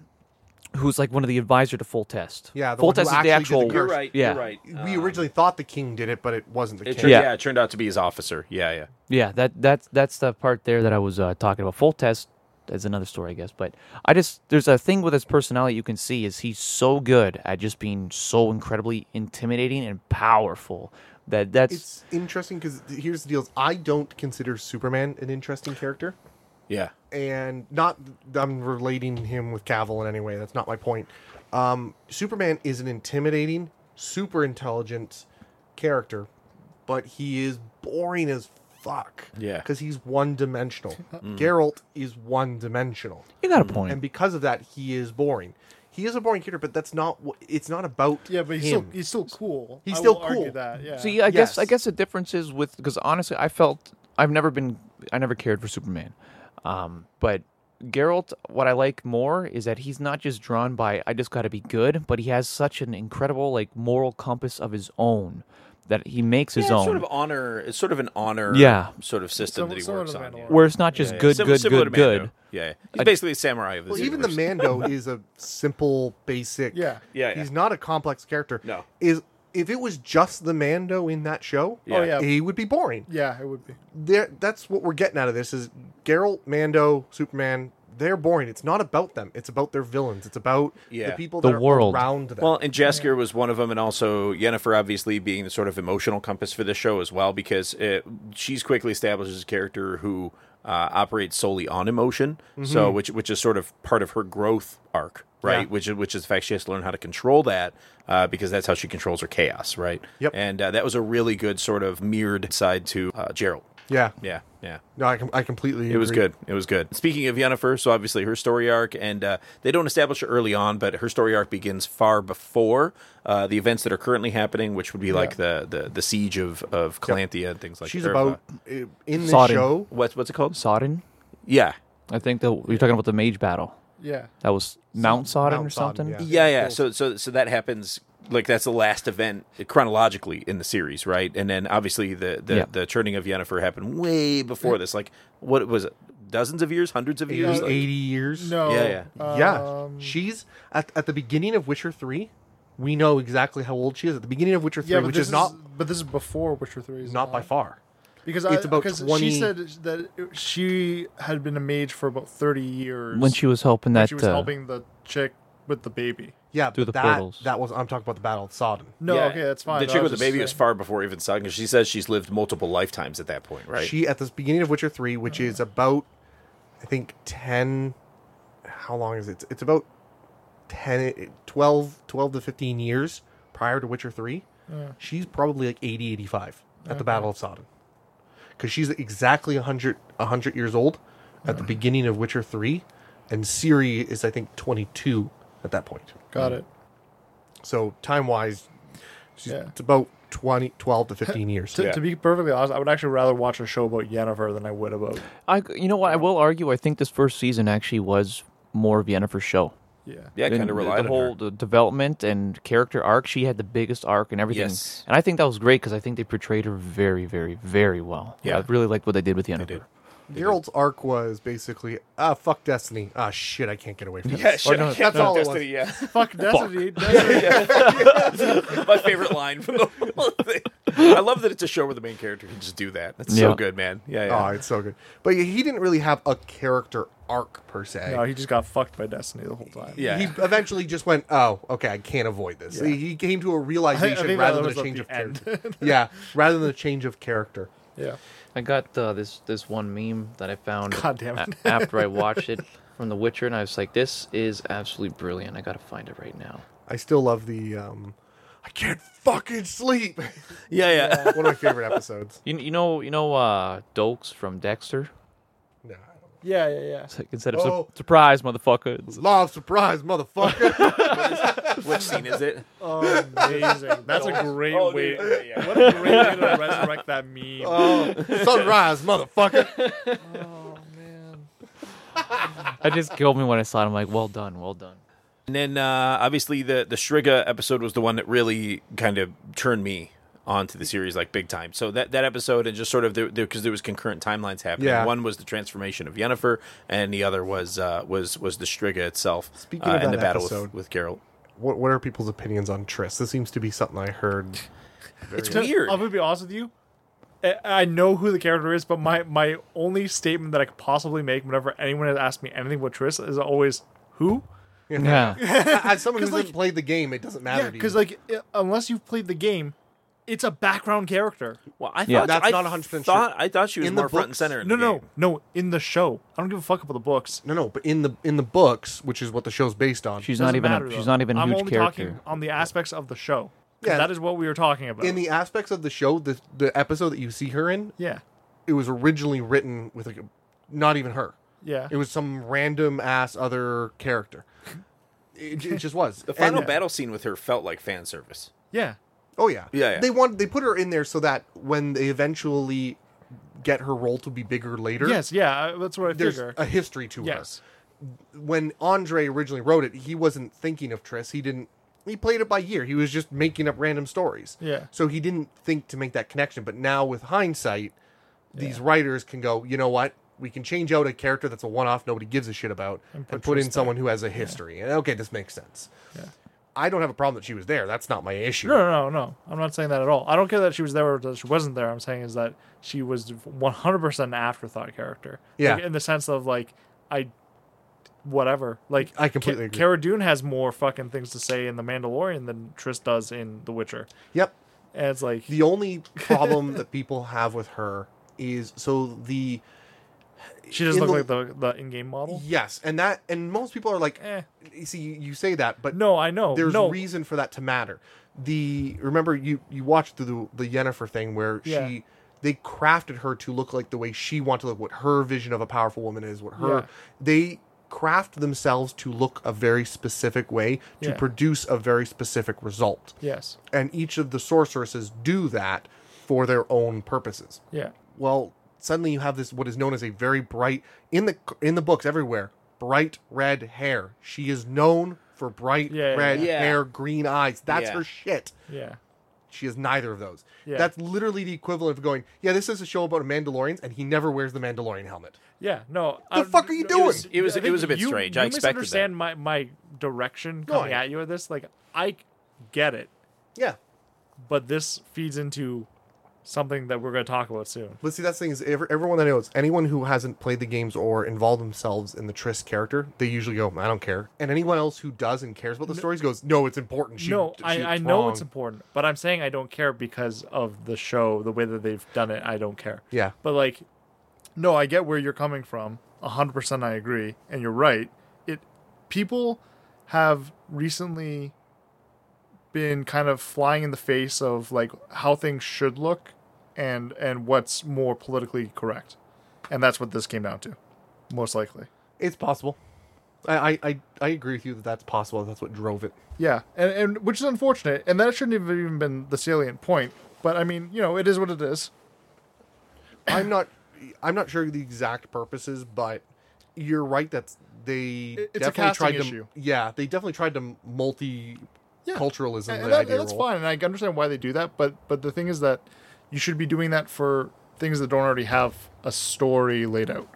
S1: who's like one of the advisor to Full Test.
S2: Yeah, the
S1: Full
S2: one who
S1: Test is the
S2: actually
S1: actual.
S2: did the curse.
S1: Yeah,
S2: we originally thought the king did it, but it wasn't the
S4: It
S2: king.
S4: turned, yeah.
S1: Uh, Yeah.
S4: it turned out to be his officer. Yeah, yeah.
S1: yeah. That that's that's the part there that I was uh, talking about. Full Test is another story, I guess. But I just there's a thing with his personality you can see is he's so good at just being so incredibly intimidating and powerful that that's
S2: It's interesting because here's the deal: is I don't consider Superman an interesting character,
S4: Yeah.
S2: and not I'm relating him with Cavill in any way. That's not my point. Um, Superman is an intimidating, super intelligent character, but he is boring as fuck.
S4: Yeah.
S2: Because he's one dimensional. Geralt is one dimensional.
S1: You got a point.
S2: And because of that, he is boring. He is a boring character, but that's not what it's not about.
S3: Yeah, but he's
S2: him.
S3: still he's still cool.
S2: He's
S3: I
S2: still
S3: will argue
S2: cool.
S3: That yeah.
S1: See, I guess I
S2: Yes.
S1: guess the difference is with because honestly, I felt I've never been I never cared for Superman, um, but Geralt, what I like more is that he's not just drawn by I just got to be good, but he has such an incredible like moral compass of his own that he makes his
S4: Yeah,
S1: own.
S4: it's sort of honor. It's sort of an honor.
S1: Yeah.
S4: Sort of system
S3: Some-
S4: that he
S3: similar
S4: works
S3: to
S4: on.
S3: Mandalorian.
S4: yeah.
S1: where it's not just
S4: Yeah, yeah.
S1: good,
S4: Similar-
S1: good,
S4: similar
S1: good,
S4: to Mando.
S1: good.
S4: Yeah, yeah. he's basically a samurai of this.
S2: Well, even the
S4: universe.
S2: Mando is a simple, basic.
S3: Yeah.
S4: Yeah, yeah.
S2: He's not a complex character.
S4: No.
S2: Is if it was just the Mando in that show,
S4: Yeah. Oh,
S3: yeah.
S2: he would be boring.
S3: yeah, it would be.
S2: There, that's what we're getting out of this: is Geralt, Mando, Superman. They're boring. It's not about them. It's about their villains. It's about
S4: Yeah.
S2: the people
S1: The
S2: that
S1: world.
S2: are around them.
S4: Well, and Jesker was one of them, and also Yennefer, obviously being the sort of emotional compass for this show as well, because uh she's quickly established as a character who uh, operates solely on emotion, so which which is sort of part of her growth arc, right? Which is which is the fact she has to learn how to control that uh, because that's how she controls her chaos, right?
S2: Yep.
S4: And uh, that was a really good sort of mirrored side to uh, Gerald.
S2: yeah.
S4: Yeah, yeah.
S2: No, I, com- I completely.
S4: It was good. It was good. Speaking of Yennefer, so obviously her story arc, and uh, they don't establish it early on, but her story arc begins far before uh, the events that are currently happening, which would be like the, the, the siege of of Calanthea and things like.
S2: She's
S4: or,
S2: about
S4: uh,
S2: uh, in this
S1: Sodden.
S2: show.
S4: what's what's it called?
S1: Sodden,
S4: Yeah,
S1: I think that you're talking about the mage battle.
S3: Yeah.
S1: That was Mount Sodden or
S2: Mount Sodden,
S1: something.
S2: yeah.
S4: yeah, yeah. So so so that happens. Like that's the last event chronologically in the series, right? And then obviously the the,
S1: Yeah.
S4: the churning of Yennefer happened way before this. Like what was it? Dozens of years, hundreds of years. Like-
S2: uh, Eighty years.
S3: No.
S4: Yeah, yeah.
S2: Yeah,
S3: um,
S2: she's at, at the beginning of Witcher three. We know exactly how old she is at the beginning of Witcher three,
S3: yeah, but
S2: which
S3: this
S2: is not
S3: But this is before Witcher Three. is
S2: not by
S3: it?
S2: far.
S3: Because
S2: It's
S3: I,
S2: about
S3: because
S2: 20
S3: She said that it- she had been a mage for about thirty years
S1: When she was helping
S3: when
S1: that,
S3: she was
S1: uh,
S3: helping the chick with the baby.
S2: Yeah,
S1: Through
S2: but that,
S1: the portals.
S2: That was I'm talking about the Battle of Sodom.
S3: No,
S4: Yeah,
S3: okay, that's fine.
S4: The
S3: I
S4: chick with the
S3: just
S4: baby was
S3: saying-
S4: far before even Sagan. 'cause She says she's lived multiple lifetimes at that point, right?
S2: She at the beginning of Witcher three, which is about I think ten. How long is it? It's about 10, 12, 12 to fifteen years prior to Witcher three. She's probably like 80, 85 at the Battle of Sodom, because she's exactly 100, 100 years old at the
S3: Mm.
S2: beginning of Witcher three, and Ciri is I think twenty two at that point.
S3: Got it.
S2: So time wise, she's
S3: Yeah.
S2: it's about 20, 12 to fifteen years.
S3: To,
S4: Yeah.
S3: to be perfectly honest, I would actually rather watch a show about Yennefer than I would about
S1: I, you know what? I will argue. I think this first season actually was more of Yennefer's show.
S3: yeah.
S4: yeah,
S1: And
S4: kind of
S1: the-
S4: relied
S1: the
S4: on
S1: whole
S4: her.
S1: The development and character arc. She had the biggest arc and everything.
S4: Yes.
S1: And I think that was great because I think they portrayed her very, very, very well.
S4: Yeah.
S1: I really liked what they did with Yennefer.
S4: did.
S2: Geralt's arc was basically, ah, fuck Destiny. Ah, shit, I can't get away from this.
S4: Yeah, shit,
S1: no,
S4: I can't
S2: Oh, that's all it was.
S4: Destiny, yeah.
S3: Fuck Destiny. Destiny.
S4: My favorite line from the whole thing. I love that it's a show where the main character can just do that. That's so
S1: Yeah.
S4: good, man. Yeah, yeah.
S2: Oh, it's so good. But he didn't really have a character arc per se.
S3: No, he just got fucked by Destiny the whole time.
S4: yeah.
S2: He eventually just went, oh, okay, I can't avoid this.
S3: Yeah.
S2: He came to a realization
S3: think that
S2: rather
S3: was
S2: than a
S3: at
S2: change
S3: the
S2: of character. yeah, rather than a change of character.
S3: Yeah.
S1: I got uh, this this one meme that I found
S3: God damn it.
S1: a- after I watched it from The Witcher, and I was like, "This is absolutely brilliant. I got to find it right now."
S2: I still love the, um, I can't fucking sleep.
S4: yeah, yeah.
S2: One of my favorite episodes.
S1: You, you know you know uh, Dokes from Dexter.
S2: No. I don't-
S3: Yeah, yeah, yeah.
S1: It's like, instead of su-
S2: Oh.
S1: surprise, motherfucker. It's-
S2: Law of surprise, motherfucker.
S4: Which scene is it?
S3: Amazing. That's a great
S4: Oh,
S3: way.
S4: dude, yeah, yeah.
S3: What a great way to resurrect that meme.
S2: oh, sunrise, motherfucker.
S1: I just killed me when I saw it. I'm like, "Well done, well done."
S4: And then uh, obviously the the Shriga episode was the one that really kind of turned me onto the series like big time. So that that episode and just sort of because there, 'cause there was concurrent timelines happening.
S2: Yeah.
S4: One was the transformation of Yennefer, and the other was uh, was was the Striga itself.
S2: Speaking
S4: uh,
S2: of
S4: and
S2: that
S4: the battle
S2: episode-
S4: with, with Geralt.
S2: what, what are people's opinions on Triss? This seems to be something I heard.
S4: It's
S3: To-
S4: weird.
S3: I'm gonna be honest with you. I- I know who the character is, but my my only statement that I could possibly make whenever anyone has asked me anything about Triss is always who.
S1: Yeah,
S2: As someone who
S3: 'Cause,
S2: hasn't
S3: like-
S2: played the game, it doesn't matter
S3: Yeah,
S2: to
S3: because
S2: you.
S3: like i- unless you've played the game, it's a background character.
S4: Well, I thought
S1: Yeah.
S2: That's
S4: I
S2: not 100% sure.
S4: thought I thought she was
S2: In the
S4: more front and
S2: books-
S4: center. In
S3: No,
S4: the
S3: no,
S4: game.
S3: no. In the show, I don't give a fuck about the books.
S2: no, no, but in the in the books, which is what the show's based on,
S1: she's not
S3: Doesn't
S1: even
S3: matter,
S1: a,
S3: though.
S1: she's not even a
S3: I'm
S1: huge
S3: only
S1: character.
S3: talking on the aspects of the show. 'Cause
S2: Yeah.
S3: that is what we were talking about.
S2: in the aspects of the show, the the episode that you see her in,
S3: yeah,
S2: it was originally written with like a, not even her.
S3: Yeah.
S2: It was some random ass other character. It, it just was.
S4: The final battle scene with her felt like fan service.
S3: Yeah.
S2: Oh yeah.
S4: Yeah, yeah.
S2: They want they put her in there so that when they eventually get her role to be bigger later,
S3: Yes. Yeah. I- That's what I
S2: there's
S3: figure.
S2: a history to
S3: Yes.
S2: her. When Andre originally wrote it, he wasn't thinking of Triss. He didn't he played it by year. He was just making up random stories.
S3: Yeah.
S2: So he didn't think to make that connection, but now with hindsight, these writers can go, "You know what? We can change out a character that's a one-off nobody gives a shit about and put, in someone who has a history." And okay, this makes sense. I don't have a problem that she was there. That's not my issue.
S3: No, no, no, no. I'm not saying that at all. I don't care that she was there or that she wasn't there. I'm saying is that she was 100% an afterthought character.
S2: Yeah.
S3: Like, in the sense of like, I, whatever. Like,
S2: I completely
S3: Ca-
S2: agree.
S3: Cara Dune has more fucking things to say in The Mandalorian than Triss does in The Witcher.
S2: Yep.
S3: And it's like,
S2: the only problem that people have with her is so the
S3: she doesn't
S2: in
S3: look like the, the in game model.
S2: yes and that and most people are like
S3: Eh.
S2: you see you- you say that but
S3: No, I know.
S2: there's
S3: Oh, no.
S2: reason for that to matter the remember you you watched the the Yennefer thing where
S3: Yeah.
S2: she they crafted her to look like the way she wanted to look what her vision of a powerful woman is what her
S3: Yeah.
S2: they craft themselves to look a very specific way to
S3: Yeah.
S2: produce a very specific result
S3: yes.
S2: and each of the sorceresses do that for their own purposes
S3: Yeah.
S2: well suddenly you have this what is known as a very bright in the in the books everywhere bright red hair she is known for bright
S3: Yeah, yeah,
S2: red
S4: yeah.
S2: hair green eyes that's
S4: Yeah.
S2: her shit
S3: Yeah.
S2: she is neither of those
S3: Yeah.
S2: that's literally the equivalent of going yeah this is a show about mandalorians and he never wears the mandalorian helmet
S3: Yeah. No.
S2: the fuck are you doing
S4: um, It was-
S3: I
S4: it
S3: think
S4: was a bit
S3: you-
S4: strange.
S3: You
S4: I expected that.
S3: misunderstand my my direction
S2: No, I-
S3: coming at you at this. Like, I get it.
S2: yeah
S3: but this feeds into something that we're going to talk about soon.
S2: but see that's the thing is every, everyone that knows anyone who hasn't played the games or involved themselves in the triss character they usually go i don't care and anyone else who does and cares about the stories goes no it's important she,
S3: no,
S2: she-
S3: I, I know
S2: wrong."
S3: it's important, but I'm saying I don't care because of the show, the way that they've done it. I don't care.
S2: yeah
S3: But like, no, I get where you're coming from. 100% I agree, and you're right. It people have recently been kind of flying in the face of like how things should look and and what's more politically correct. And that's what this came down to, most likely.
S2: It's possible. I, I- I, I agree with you that that's possible. That's what drove it.
S3: Yeah, and, and which is unfortunate, and that shouldn't have even been the salient point. But I mean, you know, it is what it is.
S2: I'm not I'm not sure the exact purposes, but you're right. That's they
S3: It- it's a
S2: definitely
S3: casting
S2: tried to
S3: issue.
S2: yeah they definitely tried to multiculturalism
S3: Yeah.
S2: culturalism
S3: And,
S2: the
S3: and that-
S2: idea
S3: and that's
S2: role.
S3: fine, and I understand why they do that. But but the thing is that you should be doing that for things that don't already have a story laid out,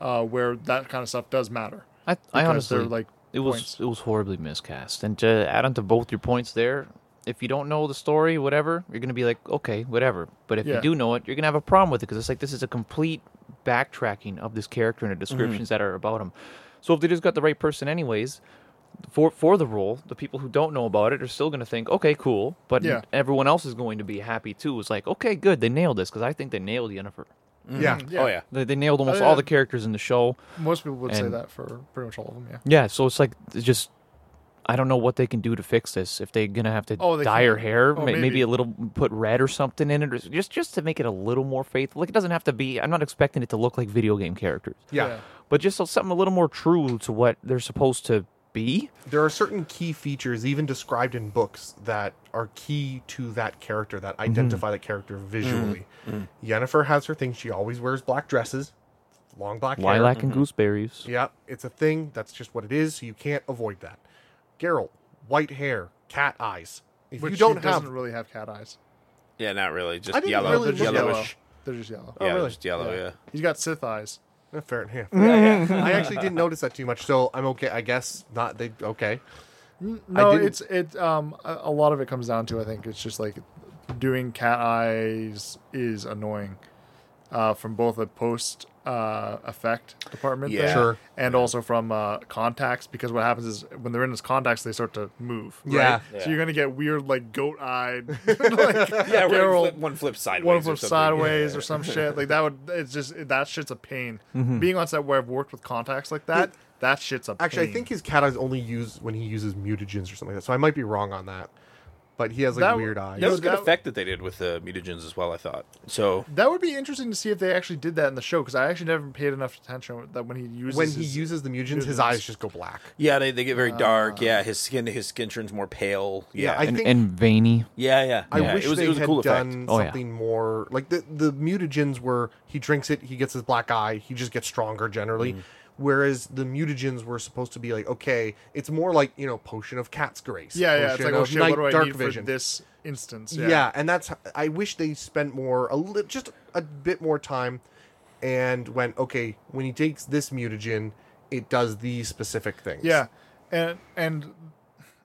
S3: uh, where that kind of stuff does matter.
S1: I, I
S3: Because
S1: honestly
S3: they're, like,
S1: it was
S3: points.
S1: it was horribly miscast. And to add on to both your points there, if you don't know the story, whatever, you're gonna be like, okay, whatever. But if
S3: Yeah.
S1: you do know it, you're gonna have a problem with it because it's like this is a complete backtracking of this character and the
S3: Mm-hmm.
S1: descriptions that are about him. So if they just got the right person, anyways, for for the role, the people who don't know about it are still going to think, okay, cool. But
S3: Yeah.
S1: everyone else is going to be happy too. It's like, okay, good, they nailed this because I think they nailed Yennefer.
S2: Mm-hmm. yeah
S3: Yeah.
S4: Oh yeah.
S1: They, they nailed almost
S3: Oh, yeah.
S1: all the characters in the show.
S3: Most people would say
S1: And-
S3: that for pretty much all of them. Yeah.
S1: Yeah, so it's like it's just I don't know what they can do to fix this. If they're gonna have to
S3: Oh, they
S1: dye
S3: can-
S1: her hair,
S3: oh,
S1: ma- maybe.
S3: maybe.
S1: a little put red or something in it, or s- just just to make it a little more faithful. Like it doesn't have to be. I'm not expecting it to look like video game characters,
S2: yeah
S3: Yeah.
S1: but just so- something a little more true to what they're supposed to be.
S2: there are certain key features even described in books that are key to that character that identify that character visually. Yennefer has her thing. She always wears black dresses, long black hair.
S1: Lilac and gooseberries.
S2: Yeah, it's a thing. That's just what it is. So you can't avoid that. Geralt, white hair, cat eyes. If
S3: Which
S2: you don't
S3: she
S2: have,
S3: doesn't really have cat eyes.
S4: Yeah, not really. Just
S2: I didn't
S4: yellow.
S2: really
S3: They're
S2: look-
S3: just yellow.
S4: yellowish.
S3: They're just yellow.
S4: yeah,
S2: Oh, really?
S4: just yellow, yeah.
S3: He's got Sith eyes.
S2: Eh, fair enough. I actually didn't notice that too much, so I'm okay. I guess not. They okay.
S3: No,
S2: didn't-
S3: it's it. Um, a, a lot of it comes down to I think it's just like doing cat eyes is annoying, uh, from both a post uh effect department,
S4: Yeah.
S3: thing
S2: Sure.
S3: and also from uh contacts because what happens is when they're in his contacts they start to move. right?
S2: Yeah.
S3: so you're gonna get weird like goat eyed, like
S4: Yeah, right,
S3: Geralt,
S4: flip- one flip sideways.
S3: one
S4: or
S3: of them
S4: something.
S3: sideways or some shit. Like that would it's just that shit's a pain.
S2: Mm-hmm.
S3: Being on set where I've worked with contacts like that, that shit's a
S2: Actually, I
S3: pain.
S2: think his cat eyes only use when he uses mutagens or something like that. So I might be wrong on that. but he has like
S3: That
S2: a
S3: w-
S2: weird eyes.
S4: That was a
S3: That
S4: good
S3: w-
S4: effect that they did with the mutagens as well. I thought so.
S3: That would be interesting to see if they actually did that in the show because I actually never paid enough attention that when he uses
S2: when he
S3: his-
S2: uses the mutagens, his
S3: mutagens.
S2: eyes just go black.
S4: Yeah, they, they get very dark. Yeah, his skin his skin turns more pale. Yeah,
S2: I think
S1: and veiny.
S4: yeah, yeah.
S2: I
S4: yeah.
S2: wish
S4: it was,
S2: they
S4: it was a
S2: had
S4: cool effect.
S2: done
S1: Oh, yeah.
S2: something more like the the mutagens were he drinks it, he gets his black eye, he just gets stronger generally.
S4: Mm.
S2: Whereas the mutagens were supposed to be like, okay, it's more like you know, potion of cat's grace.
S3: yeah, yeah,
S2: potion
S3: it's like oh
S2: of
S3: shit,
S2: night
S3: what do I
S2: dark
S3: need
S2: vision.
S3: for this instance?
S2: yeah. and that's I wish they spent more a li- just a bit more time and went okay when he takes this mutagen, it does these specific things.
S3: yeah, and and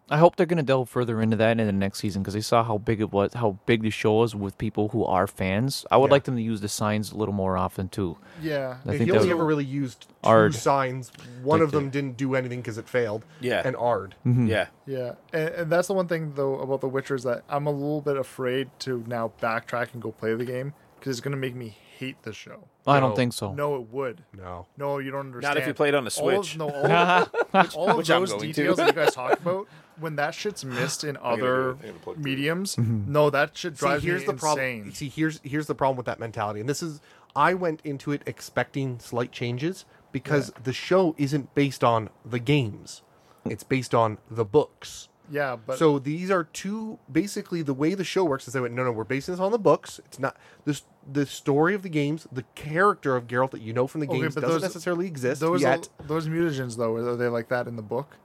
S1: I hope they're going to delve further into that in the next season because they saw how big it was, how big the show was with people who are fans. I would like them to use the signs a little more often too.
S3: yeah,
S1: I
S2: He
S1: think
S2: only
S1: that-
S2: ever really used two
S1: Ard.
S2: signs. One
S1: Like
S2: of them didn't do anything because it failed.
S4: Yeah.
S2: and Ard.
S4: Yeah,
S3: Yeah, and, and that's the one thing though about The Witcher is that I'm a little bit afraid to now backtrack and go play the game because it's going to make me hate the show.
S1: I don't
S2: No.
S1: think so.
S3: No, it would.
S2: Oh. No.
S3: No, you don't understand.
S4: if you play it on a
S3: All of-
S4: Switch.
S3: no, all of, like, all of
S4: Which I'm
S3: those
S4: going to.
S3: details that you guys talk about, when that shit's missed in
S4: gonna
S3: other
S4: do it. I'm gonna plug through.
S3: mediums, no, that shit
S2: Mhm. See,
S3: drives
S2: here's
S3: me
S2: the problem.
S3: insane.
S2: See, here's here's the problem with that mentality. And this is I went into it expecting slight changes because the show isn't based on the games. It's based on the books.
S3: Yeah, but
S2: so these are two basically the way the show works is they went no no we're basing this on the books it's not this the story of the games the character of Geralt that you know from the
S3: Okay,
S2: games
S3: but
S2: doesn't
S3: those-
S2: necessarily exist
S3: those
S2: yet
S3: those mutagens though, are they like that in the book?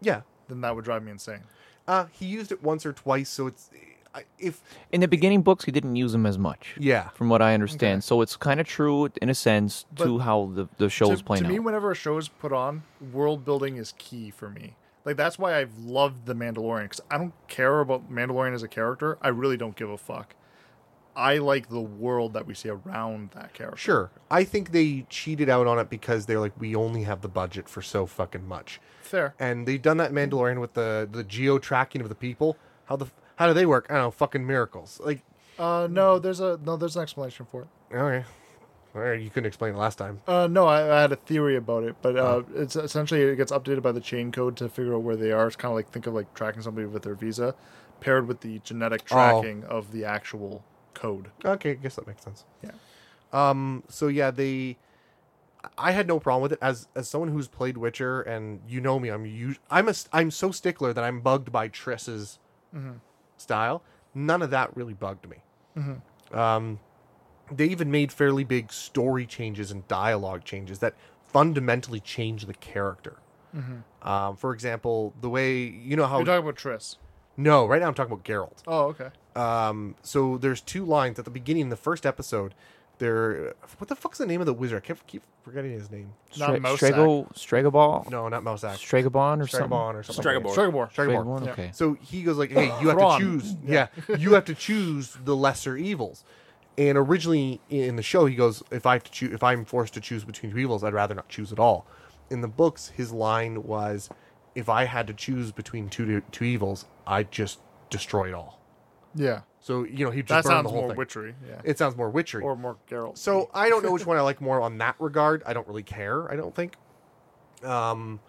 S2: yeah
S3: Then that would drive me insane.
S2: uh, he used it once or twice so it's I- if
S1: In the beginning books, he didn't use them as much.
S2: Yeah.
S1: from what I understand. So it's kind of true in a sense to
S3: But
S1: how the the show is
S3: to,
S1: playing
S3: to me
S1: out.
S3: whenever a show is put on world building is key for me like that's why i've loved the mandalorian because i don't care about mandalorian as a character i really don't give a fuck i like the world that we see around that character
S2: Sure. I think they cheated out on it because they're like, we only have the budget for so fucking much.
S3: fair
S2: And they've done that in Mandalorian with the the geo tracking of the people. How the f- how do they work? I don't know. Fucking miracles. Like,
S3: uh no there's a no there's an explanation for it
S2: okay, all right. You couldn't explain it last time.
S3: uh no i, I had a theory about it but uh
S2: Ah.
S3: it's essentially it gets updated by the chain code to figure out where they are it's kind of like think of like tracking somebody with their visa paired with the
S2: Oh.
S3: genetic tracking of the actual code
S2: Okay, I guess that makes sense.
S3: Yeah.
S2: Um. So yeah, they. I had no problem with it as as someone who's played Witcher, and you know me. I'm you. I'm a. st- I'm so stickler that I'm bugged by Triss's
S3: Mm-hmm.
S2: style. None of that really bugged me.
S3: Mm-hmm.
S2: Um, they even made fairly big story changes and dialogue changes that fundamentally change the character. Um, for example, the way you know how
S3: Mm-hmm. you're talking about triss
S2: no, right now I'm talking about Geralt.
S3: oh okay
S2: Um, so there's two lines at the beginning in the first episode. There, what the fuck's the name of the wizard? I kept keep forgetting his name.
S3: not Mosaik.
S1: Strago Stragoball,
S2: No, not Mousak.
S1: Stragobon or something.
S2: Stragobon or something. like
S4: Stragobor.
S3: Strigobor.
S2: that. Stragobor.
S1: Stragobon,
S3: Yeah.
S1: okay.
S2: So he goes like, "Hey, you have to
S3: Thrawn.
S2: choose. Yeah. you have to choose the lesser evils." And originally in the show, he goes, "If I have to choose, if I'm forced to choose between two evils, I'd rather not choose at all." In the books, his line was, "If I had to choose between two two evils, I'd just destroy it all."
S3: Yeah.
S2: So you know he just
S3: That
S2: burned
S3: sounds
S2: the whole
S3: more
S2: thing.
S3: witchery. Yeah.
S2: It sounds more witchery.
S3: or more Geralt.
S2: So I don't know which one I like more on that regard. I don't really care. I don't think. Um,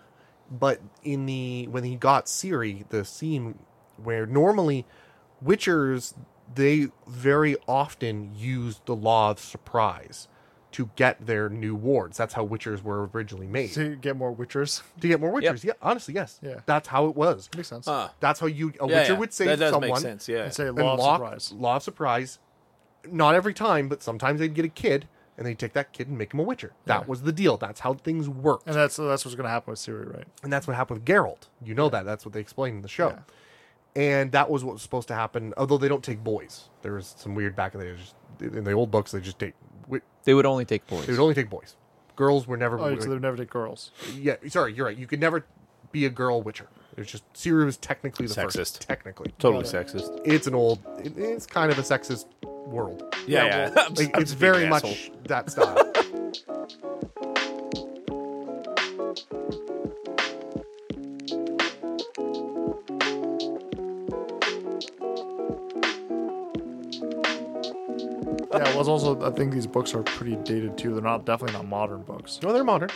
S2: but in the when he got Siri, the scene where normally Witchers they very often use the law of surprise to get their new wards. That's how Witchers were originally made
S3: to get more witchers.
S2: to get more
S4: Yep.
S2: Witchers. Yeah, honestly, yes.
S3: Yeah.
S2: that's how it was.
S3: Makes sense.
S4: Huh.
S2: That's how you a
S4: Yeah,
S2: Witcher
S4: yeah.
S2: would save
S4: that does
S2: someone
S4: make sense. Yeah,
S3: I'd say
S2: and
S3: law of
S2: law-
S3: surprise.
S2: Law of surprise. Not every time, but sometimes they'd get a kid and they'd take that kid and make him a Witcher. That was the deal. That's how things worked.
S3: And that's that's what's gonna happen with Siri, right?
S2: And that's what happened with Geralt. You know that. That's what they explained in the show. And that was what was supposed to happen, although they don't take boys. There was some weird back in the just, in the old books, they just take, wi-
S1: They would only take boys.
S2: they would only take boys. Girls were never,
S3: Oh, so they've never did girls.
S2: yeah, sorry, you're right. You could never be a girl Witcher. It was just, Ciri was technically the
S4: Sexist.
S2: first. Technically.
S4: totally sexist.
S2: It's an old, it- it's kind of a sexist world.
S4: Yeah, yeah. I'm just-
S2: Like,
S4: I'm
S2: it's
S4: just being
S2: very
S4: an
S2: much
S4: asshole.
S2: that style.
S3: yeah. Well, it's also I think these books are pretty dated too. They're not definitely not modern books.
S2: no, they're modern.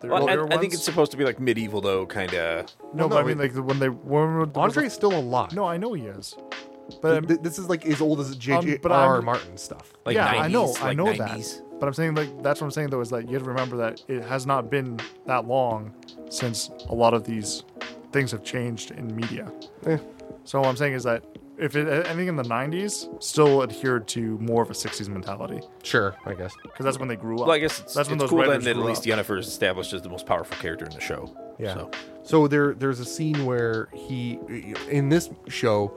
S3: Their
S4: Well,
S3: older
S4: I, I think
S3: ones?
S4: it's supposed to be like medieval though, kind of.
S3: no,
S2: Well,
S3: but
S2: no,
S3: I mean,
S2: it-
S3: like the, when they when was the-
S2: Andre's still alive.
S3: No, I know he is, but
S2: Th-
S3: I'm-
S2: th- this is like as old as
S3: Um,
S2: J.J.
S3: but
S2: R.
S3: I'm-
S2: Martin stuff.
S4: Like
S3: yeah,
S4: 90s,
S3: I know, I
S4: like
S3: know
S4: 90s.
S3: that. But I'm saying like that's what I'm saying though is that you have to remember that it has not been that long since a lot of these things have changed in media.
S2: Yeah.
S3: So what I'm saying is that if it, anything in the 90s still adhered to more of a 60s mentality
S2: Sure, I guess.
S3: because that's when they grew up.
S4: Well, I guess it's,
S3: that's when
S4: it's
S3: those
S4: cool then
S3: writers
S4: that at
S3: grew
S4: least
S3: up.
S4: Jennifer is established as the most powerful character in the show.
S2: Yeah.
S4: So.
S2: So there, there's a scene where he, in this show,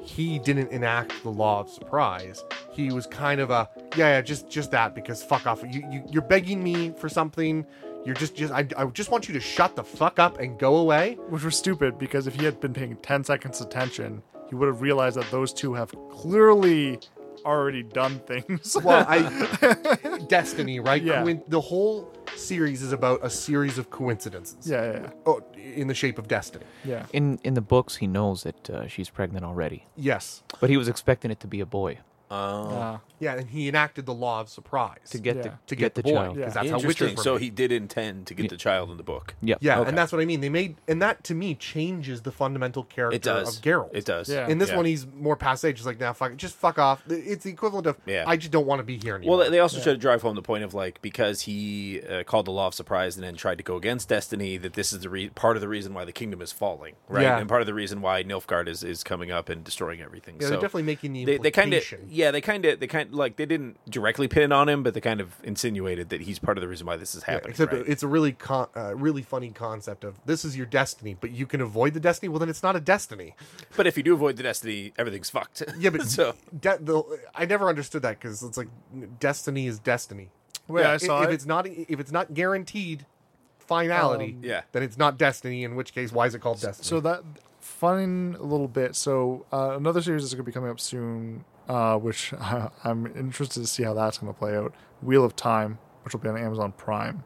S2: he didn't enact the law of surprise. He was kind of a yeah, yeah, just just that because fuck off. You, you you're begging me for something. You're just just I, I just want you to shut the fuck up and go away.
S3: which was stupid because if he had been paying 10 seconds attention, he would have realized that those two have clearly already done things.
S2: Well, I destiny, right?
S3: Yeah.
S2: Coin- the whole series is about a series of coincidences.
S3: yeah, yeah, yeah.
S2: Oh, in the shape of destiny.
S3: yeah.
S1: In in the books, he knows that uh, she's pregnant already,
S2: Yes.
S1: but he was expecting it to be a boy
S4: Um,
S3: Uh,
S2: Yeah, and he enacted the law of surprise
S1: to get the
S3: Yeah.
S2: to get, the,
S1: the
S2: boy
S1: child.
S3: Yeah.
S2: because that's how witches
S4: interesting.
S2: were
S4: So
S2: made.
S4: he did intend to get the child in the book.
S1: Yep.
S2: Yeah,
S4: Okay.
S2: and that's what I mean. They made and that to me changes the fundamental character
S4: It does.
S2: of Geralt.
S4: It does.
S3: Yeah.
S2: In this
S4: Yeah.
S2: one, he's more passe, just like now, fuck, it, just fuck off. It's the equivalent of
S4: Yeah.
S2: I just don't want to be here anymore.
S4: Well, they also tried to drive home the point of like because he uh, called the law of surprise and then tried to go against destiny that this is the re- part of the reason why the kingdom is falling, right?
S2: Yeah.
S4: And part of the reason why Nilfgaard is, is coming up and destroying everything.
S2: yeah,
S4: so
S2: they're definitely making the
S4: they, they kind of
S2: implication.
S4: yeah they kind of they kind like they didn't directly pin it on him, but they kind of insinuated that he's part of the reason why this is
S2: Yeah,
S4: happening.
S2: except
S4: right?
S2: it's a really con- uh, really funny concept of this is your destiny, but you can avoid the destiny. Well, then it's not a destiny.
S4: but if you do avoid the destiny, everything's fucked.
S2: Yeah, but
S4: so
S2: de- the, I never understood that because it's like destiny is destiny.
S3: Wait, I
S2: if,
S3: saw
S2: if
S3: it.
S2: it's not if it's not guaranteed finality,
S3: Um,
S4: Yeah.
S2: then it's not destiny. In which case, why is it called destiny?
S3: So that fun little bit. So uh, another series is going to be coming up soon, uh, which I'm interested to see how that's going to play out. Wheel of Time, which will be on Amazon Prime.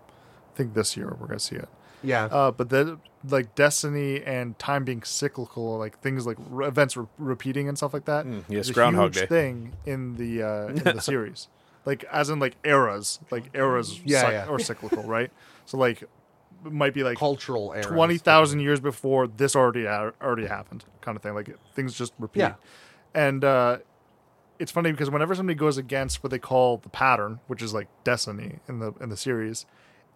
S3: I think this year we're going to see it.
S2: yeah,
S3: Uh, but then like destiny and time being cyclical, like things like re- events re- repeating and stuff like that.
S4: yes,
S3: is a
S4: Mm, Groundhog
S3: huge
S4: Day.
S3: thing in the uh, in the series, like as in like eras, like eras,
S2: Yeah,
S3: cyc-
S2: yeah.
S3: or cyclical, right? So like it might be like
S2: cultural era.
S3: twenty thousand years before this already ha- already happened, kind of thing. Like things just repeat.
S2: Yeah.
S3: And uh, it's funny because whenever somebody goes against what they call the pattern, which is like destiny in the in the series,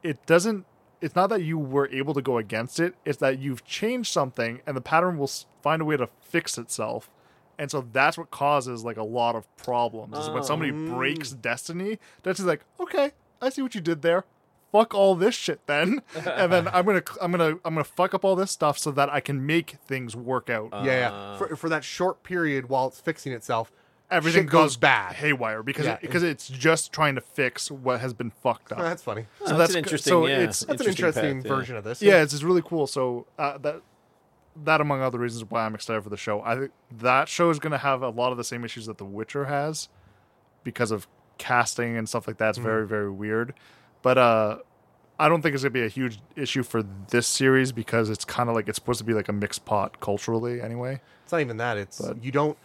S3: it doesn't. It's not that you were able to go against it; it's that you've changed something, and the pattern will s- find a way to fix itself. And so that's what causes like a lot of problems. Is when somebody breaks destiny, destiny's like, okay, I see what you did there. Fuck all this shit then, and then I'm gonna I'm gonna I'm gonna fuck up all this stuff so that I can make things work out.
S2: Yeah, yeah.
S4: Uh.
S2: For, for that short period while it's fixing itself,
S3: Everything
S2: shit goes
S3: goes
S2: bad.
S3: haywire because
S2: Yeah.
S3: because it's just trying to fix what has been fucked up.
S2: Oh, that's funny.
S4: Oh,
S3: that's
S4: an
S3: good.
S4: interesting.
S3: So
S4: yeah,
S3: it's-
S2: That's an interesting
S4: path, yeah.
S2: version of this.
S3: yeah, it's, it's really cool. So uh, that that among other reasons why I'm excited for the show. I think that show is going to have a lot of the same issues that The Witcher has because of casting and stuff like that. It's very very weird, but uh, I don't think it's going to be a huge issue for this series because it's kind of like it's supposed to be like a mixed pot culturally anyway.
S2: It's not even that. It's you don't.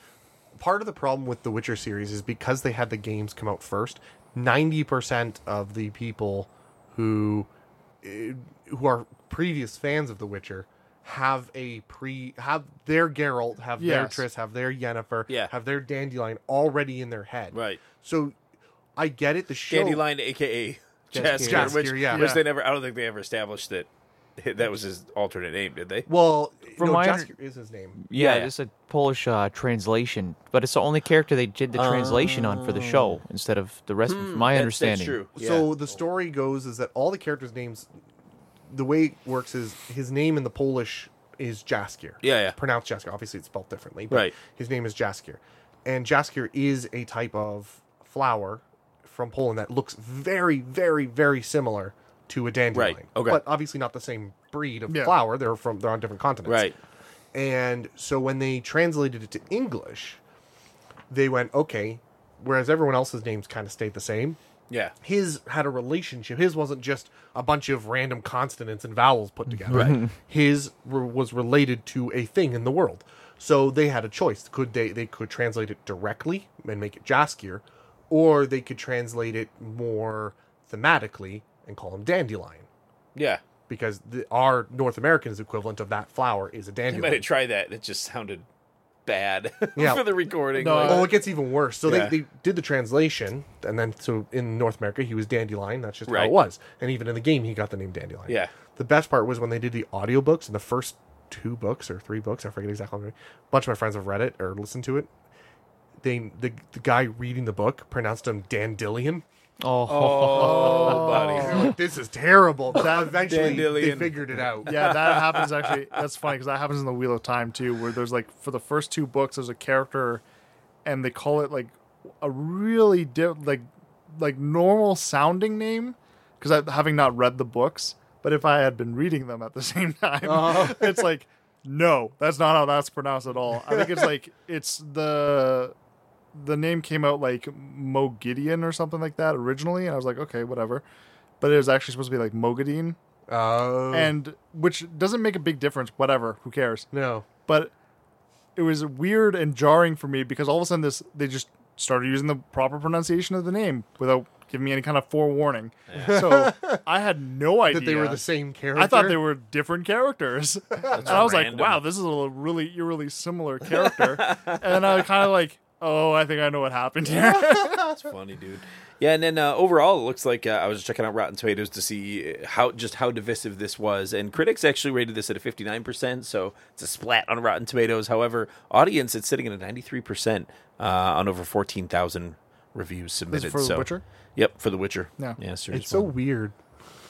S2: Part of the problem with the Witcher series is because they had the games come out first. Ninety percent of the people who eh, who are previous fans of the Witcher have a pre have their Geralt, have
S3: Yes.
S2: their Triss, have their Yennefer,
S4: Yeah.
S2: have their Dandelion already in their head.
S4: Right.
S2: So I get it. The show
S4: Dandelion, aka Jaskier,
S2: Jaskier,
S4: which,
S2: yeah.
S4: which
S3: Yeah.
S4: they never. I don't think they ever established that that was his alternate name, did they?
S2: Well,
S1: From
S2: no,
S1: my
S2: Jaskier
S1: under-
S2: is his name.
S1: Yeah,
S4: Yeah.
S1: it's a Polish uh, translation, but it's the only character they did the translation on for the show instead of the rest. of my
S4: That's- That's
S1: understanding.
S4: true. Yeah.
S2: So the story goes is that all the characters' names, the way it works is his name in the Polish is Jaskier.
S4: Yeah, yeah.
S2: It's pronounced Jaskier. Obviously, it's spelled differently. But
S4: Right.
S2: His name is Jaskier, and Jaskier is a type of flower from Poland that looks very, very, very similar to a dandelion.
S4: Right, okay.
S2: But obviously not the same breed of
S3: Yeah.
S2: flower. They're from they're on different continents.
S4: right.
S2: And so when they translated it to English, they went, okay, whereas everyone else's names kind of stayed the same,
S4: Yeah.
S2: his had a relationship. His wasn't just a bunch of random consonants and vowels put together.
S4: Right.
S2: His re- was related to a thing in the world. So they had a choice. Could they they could translate it directly and make it Jaskier, or they could translate it more thematically and call him Dandelion.
S4: Yeah.
S2: because the, our North American's equivalent of that flower is
S4: I
S2: a
S4: might
S2: dandelion.
S4: have tried that. It just sounded bad
S2: Yeah.
S4: for the recording.
S3: No, uh,
S4: like-
S2: Well, Oh, it gets even worse. So
S4: Yeah.
S2: they, they did the translation, and then so in North America he was Dandelion. That's just how
S4: Right.
S2: it was. And even in the game, he got the name Dandelion.
S4: Yeah.
S2: The best part was when they did the audiobooks and the first two books or three books, I forget exactly. how many. A bunch of my friends have read it or listened to it. They the, the guy reading the book pronounced him Dandelion.
S1: Oh,
S4: oh,
S2: They're
S4: buddy.
S2: like, this is terrible. That eventually
S4: Dandelion.
S2: they figured it out.
S3: Yeah, that happens actually. That's funny because that happens in the Wheel of Time too, where there's like for the first two books, there's a character, and they call it like a really diff- like like normal sounding name, because having not read the books, but if I had been reading them at the same time, it's like no, that's not how that's pronounced at all. I think it's like it's the the name came out like Mo Gideon or something like that originally, and I was like okay, whatever. But it was actually supposed to be like Mogadine,
S2: Oh
S3: and which doesn't make a big difference whatever who cares
S2: no.
S3: but it was weird and jarring for me because all of a sudden this they just started using the proper pronunciation of the name without giving me any kind of forewarning so i had no idea
S2: That they were the same character.
S3: I thought they were different characters. and I was
S4: random.
S3: like, wow, this is a really eerily similar character. and then I was kind of like, oh, I think I know what happened here.
S4: That's funny, dude. Yeah, and then uh, overall, it looks like uh, I was checking out Rotten Tomatoes to see how just how divisive this was, and critics actually rated this at a fifty nine percent, so it's a splat on Rotten Tomatoes. However, audience it's sitting at a ninety three percent uh, on over fourteen thousand reviews submitted.
S3: for The
S4: so-
S3: Witcher?
S4: Yep, for The Witcher.
S3: Yeah.
S4: yeah, series
S2: It's so
S4: one.
S2: weird.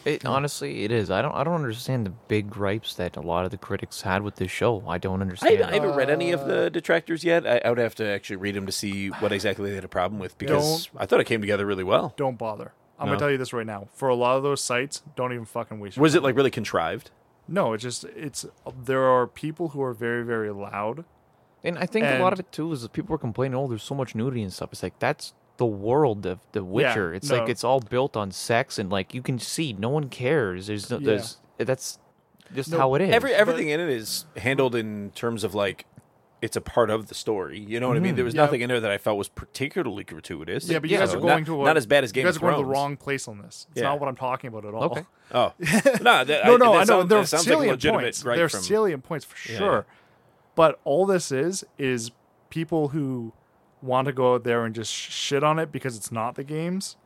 S1: It honestly, it is. I don't. I don't understand the big gripes that a lot of the critics had with this show. I
S4: I,
S1: don't understand.
S4: I haven't read any of
S3: uh,
S4: the detractors yet. I, I would have to actually read them to see what exactly they had a problem with because I thought it came together really well.
S3: don't bother. I'm
S4: No.
S3: going to tell you this right now. For a lot of those sites, don't even fucking waste your
S4: Was it like really contrived?
S3: No, it's just it's there are people who are very very loud.
S1: and I think a lot of
S3: and-
S1: it too is that people were complaining. Oh, there's so much nudity and stuff. It's like that's the world of The Witcher. it's
S3: no.
S1: like it's all built on sex and like you can see no one cares. There's no,
S3: Yeah.
S1: there's that's just how it is.
S4: Every everything in it is handled in terms of like it's a part of the story. You know what I mean? There was
S3: Hmm. Yeah.
S4: nothing in there that I felt was particularly gratuitous.
S3: Yeah, but you
S1: Yeah,
S3: guys
S1: so
S3: are going
S4: not,
S3: to a,
S4: not as bad as Game
S3: You guys
S4: of
S3: are going
S4: Thrones.
S3: to the wrong place on this. It's
S4: Yeah.
S3: not what I'm talking about at all.
S1: Okay.
S4: Oh no, that,
S3: No,
S4: I,
S3: no,
S4: that
S3: I know
S4: sound-
S3: there are
S4: that sounds like a
S3: salient
S4: legitimate
S3: points.
S4: gripe
S3: there are
S4: from-
S3: salient points for
S4: Yeah.
S3: sure. But all this is is people who want to go out there and just sh- shit on it because it's not the games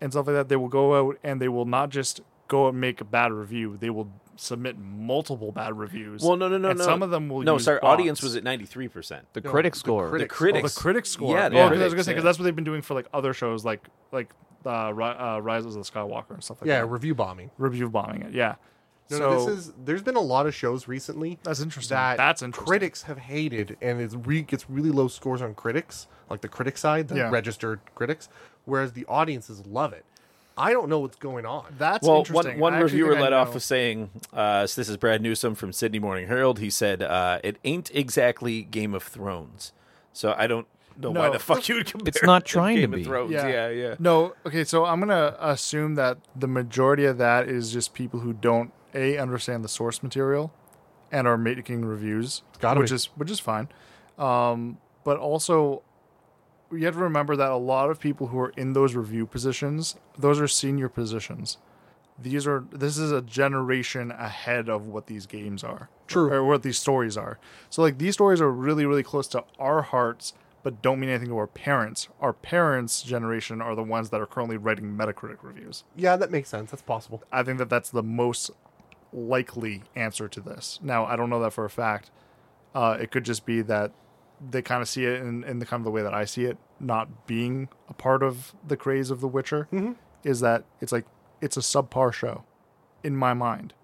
S3: and stuff like that. They will go out and they will not just go and make a bad review. They will submit multiple bad reviews.
S4: Well, no, no, no,
S3: and
S4: no.
S3: Some of them will.
S4: No,
S3: use
S4: sorry.
S3: bots.
S4: Audience was at ninety three percent.
S1: the critic score.
S4: The
S2: critics-
S3: Oh,
S4: critics,
S3: the critic score.
S4: Yeah,
S3: Yeah,
S4: the
S3: oh, 'cause I was gonna
S4: critics,
S3: say
S4: yeah.
S3: because that's what they've been doing for like other shows, like like uh, Ri- uh, Rise of the Skywalker and stuff like
S2: Yeah,
S3: that.
S2: review bombing.
S3: review bombing it. Yeah.
S2: No,
S3: so
S2: no, this is. There's been a lot of shows recently
S3: that's interesting.
S2: that
S3: that's interesting.
S2: critics have hated, and it's re- gets really low scores on critics, like the critic side, the
S3: Yeah.
S2: registered critics, whereas the audiences love it. I don't know what's going on.
S3: That's
S4: well,
S3: interesting.
S4: one, one
S3: I actually
S4: reviewer
S3: think I
S4: let
S3: know.
S4: off with saying, uh, so "This is Brad Newsom from Sydney Morning Herald." He said, uh, "It ain't exactly Game of Thrones," so I don't know why
S3: No.
S4: the fuck you would compare.
S1: It's not
S4: it
S1: trying to
S4: Game
S1: be.
S4: Of Thrones.
S3: Yeah.
S4: yeah, yeah.
S3: No, okay, so I'm gonna assume that the majority of that is just people who don't a understand the source material and are making reviews,
S2: gotta
S3: which
S2: be.
S3: is which is fine. Um, but also, you have to remember that a lot of people who are in those review positions, those are senior positions. These are this is a generation ahead of what these games are,
S2: True.
S3: or what these stories are. So like these stories are really really close to our hearts, but don't mean anything to our parents. Our parents' generation are the ones that are currently writing Metacritic reviews.
S2: Yeah, that makes sense. That's possible.
S3: I think that that's the most likely answer to this. Now, I don't know that for a fact. Uh, it could just be that they kind of see it in, in the kind of the way that I see it, not being a part of the craze of The Witcher, is that it's like it's a subpar show in my mind.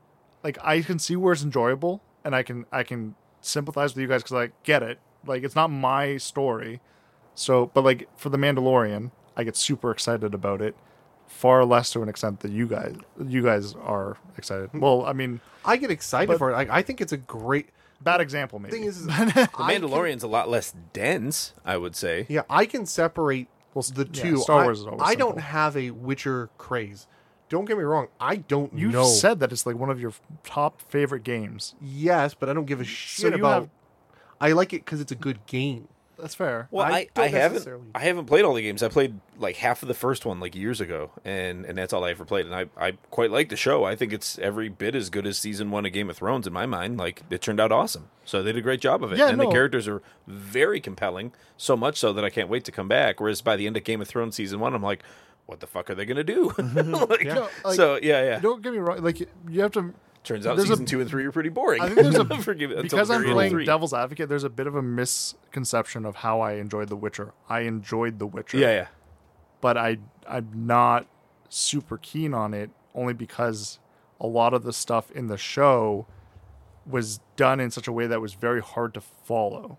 S3: Like I can see where it's enjoyable, and I can I can sympathize with you guys because I get it. Like it's not my story, so but like for The Mandalorian, I get super excited about it far less to an extent that you guys you guys are excited. Well, I mean,
S2: I get excited
S3: But-
S2: for it. Like, I think it's a great
S3: bad example maybe.
S2: thing. Is, is
S4: The Mandalorian's a lot less dense, I would say.
S2: Yeah, I can separate the
S3: yeah,
S2: two.
S3: Star
S2: I-
S3: Wars is always
S2: I don't
S3: simple.
S2: have a Witcher craze. Don't get me wrong. I don't
S3: You've
S2: know.
S3: said that it's like one of your top favorite games.
S2: yes, but I don't give a shit
S3: you
S2: about.
S3: have-
S2: I like it because it's a good game.
S3: That's fair.
S4: Well,
S2: I
S4: I, I,
S2: don't
S4: haven't
S2: necessarily-
S4: I haven't played all the games. I played like half of the first one like years ago, and and that's all I ever played. And I I quite like the show. I think it's every bit as good as season one of Game of Thrones in my mind. Like it turned out awesome. So they did a great job of it,
S3: Yeah,
S4: and
S3: no.
S4: the characters are very compelling. So much so that I can't wait to come back. Whereas by the end of Game of Thrones season one, I'm like, what the fuck are they gonna do? Like,
S3: No, Mm-hmm. like,
S4: so yeah, yeah.
S3: Don't get me wrong. Like you have to.
S4: Turns out
S3: there's a-
S4: season two and three are pretty boring.
S3: I think there's a
S4: Forgive- until
S3: because
S4: the
S3: I'm
S4: very end of
S3: playing
S4: three.
S3: devil's advocate. There's a bit of a misconception of how I enjoyed The Witcher. I enjoyed The Witcher.
S4: Yeah, yeah.
S3: but I I'm not super keen on it only because a lot of the stuff in the show was done in such a way that was very hard to follow.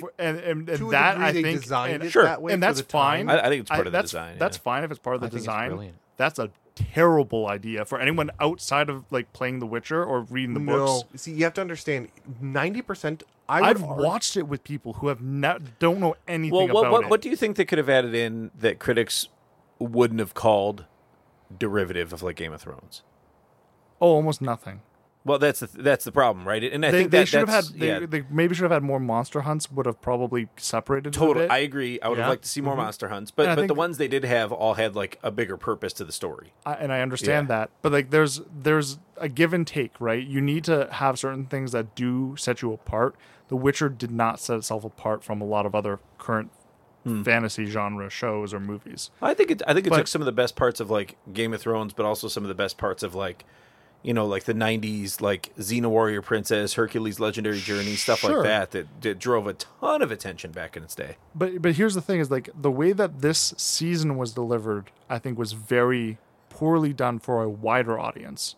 S3: For- and and, and
S2: to a
S3: that
S2: degree,
S3: I
S2: they
S3: think
S2: designed
S3: and,
S2: it Sure. that way
S3: and
S2: for
S3: that's
S2: the time.
S3: fine.
S4: I- I think it's part of the
S3: that's,
S4: design,
S3: That's
S4: yeah.
S3: fine if it's part of the
S1: I think it's
S3: design.
S1: brilliant.
S3: That's a terrible idea for anyone outside of like playing The Witcher or reading the
S2: No,
S3: books.
S2: see, you have to understand. Ninety percent. I would
S3: I've
S2: argue-
S3: watched it with people who have not don't know anything
S4: Well, what,
S3: about
S4: what,
S3: it.
S4: what do you think they could have added in that critics wouldn't have called derivative of like Game of Thrones?
S3: oh, almost nothing.
S4: Well, that's the, that's the problem, right? And I
S3: they,
S4: think
S3: they
S4: that,
S3: should have had.
S4: that's-
S3: They,
S4: yeah,
S3: they maybe should have had more monster hunts. Would have probably separated.
S4: total.
S3: It a bit.
S4: I agree. I would
S3: Yeah. Mm-hmm.
S4: have liked to see more monster hunts, but
S3: And I
S4: but the
S3: think-
S4: ones they did have all had like a bigger purpose to the story.
S3: I- and I understand
S4: Yeah.
S3: that, but like, there's there's a give and take, right? You need to have certain things that do set you apart. The Witcher did not set itself apart from a lot of other current
S4: Hmm.
S3: fantasy genre shows or movies.
S4: I think it. I think it
S3: But-
S4: took some of the best parts of like Game of Thrones, but also some of the best parts of like, you know, like the '90s, like Xena Warrior Princess, Hercules Legendary Journey, stuff
S3: Sure.
S4: like that, that that drove a ton of attention back in its day.
S3: But but here's the thing: is like the way that this season was delivered, I think was very poorly done for a wider audience.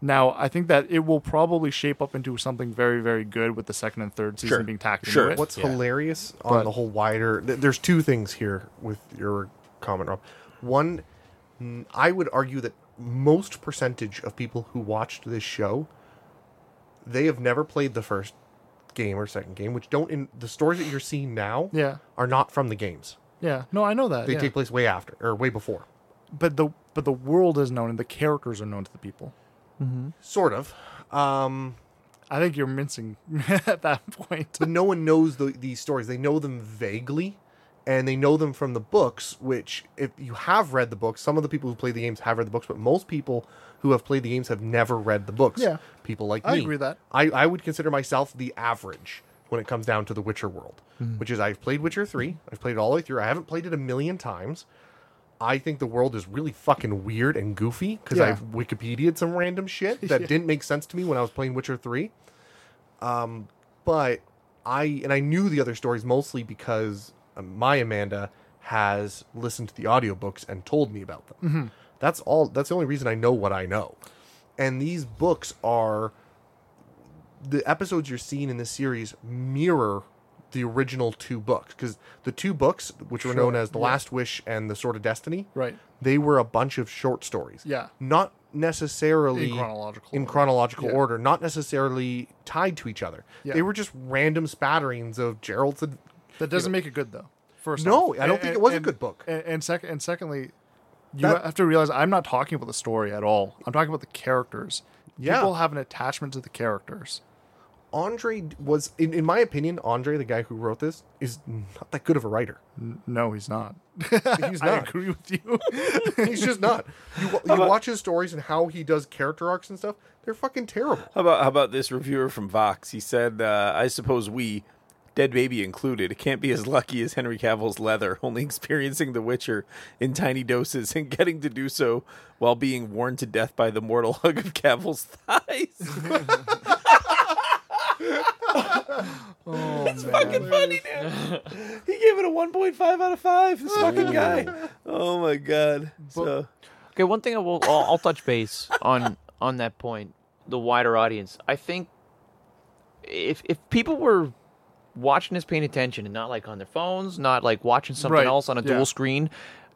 S3: Now, I think that it will probably shape up into something very, very good with the second and third season
S4: Sure.
S3: being tacked
S4: Sure.
S3: into it.
S2: What's
S4: Yeah.
S2: hilarious on
S3: But-
S2: the whole wider? Th- there's two things here with your comment, Rob. One, mm, I would argue that most percentage of people who watched this show, they have never played the first game or second game, which don't in the stories that you're seeing now
S3: Yeah,
S2: are not from the games.
S3: yeah. No, I know that.
S2: They
S3: yeah.
S2: take place way after or way before.
S3: but the but the world is known and the characters are known to the people.
S2: Sort of. Um,
S3: I think you're mincing at that point.
S2: but no one knows the, these stories. They know them vaguely, and they know them from the books. Which, if you have read the books, some of the people who play the games have read the books, but most people who have played the games have never read the books.
S3: Yeah.
S2: people like
S3: I
S2: me.
S3: agree with that.
S2: I, I would consider myself the average when it comes down to the Witcher world,
S3: Hmm.
S2: which is I've played Witcher three. I've played it all the way through. I haven't played it a million times. I think the world is really fucking weird and goofy because
S3: Yeah.
S2: I've Wikipedia'd some random shit that didn't make sense to me when I was playing Witcher 3 but I and I knew the other stories mostly because uh, my Amanda has listened to the audiobooks and told me about them. That's all that's the only reason I know what I know. And these books are the episodes you're seeing in this series mirror the original two books because the two books which were known as The Last Wish and The Sword of Destiny,
S3: Right.
S2: They were a bunch of short stories.
S3: Yeah.
S2: Not necessarily
S3: In chronological
S2: in
S3: order.
S2: chronological
S3: Yeah.
S2: order, not necessarily tied to each other.
S3: Yeah.
S2: They were just random spatterings of Gerald's. Ad-
S3: That doesn't make it good though. First,
S2: No,
S3: off.
S2: I don't
S3: And-
S2: think it was a
S3: and-
S2: good book.
S3: And, and second, and secondly, you
S2: That-
S3: have to realize I'm not talking about the story at all. I'm talking about the characters.
S2: Yeah.
S3: People have an attachment to the characters.
S2: Andre was, in, in my opinion, Andre, the guy who wrote this, is not that good of a writer.
S3: No, he's not.
S2: He's
S3: I
S2: not.
S3: agree with you.
S2: He's just not. You, wa- you watch his stories and how he does character arcs and stuff. They're fucking terrible.
S4: How about how about this reviewer from Vox? He said, uh, "I suppose we, dead baby included, can't be as lucky as Henry Cavill's leather, only experiencing The Witcher in tiny doses and getting to do so while being worn to death by the mortal hug of Cavill's thighs."
S3: oh, man.
S4: fucking funny, dude. He gave it a one point five out of five. This fucking guy. Oh my god. So
S1: Okay, one thing I will I'll, I'll touch base on on that point, the wider audience. I think if if people were watching this paying attention and not like on their phones, not like watching something
S3: Right,
S1: else on a
S3: yeah.
S1: dual screen,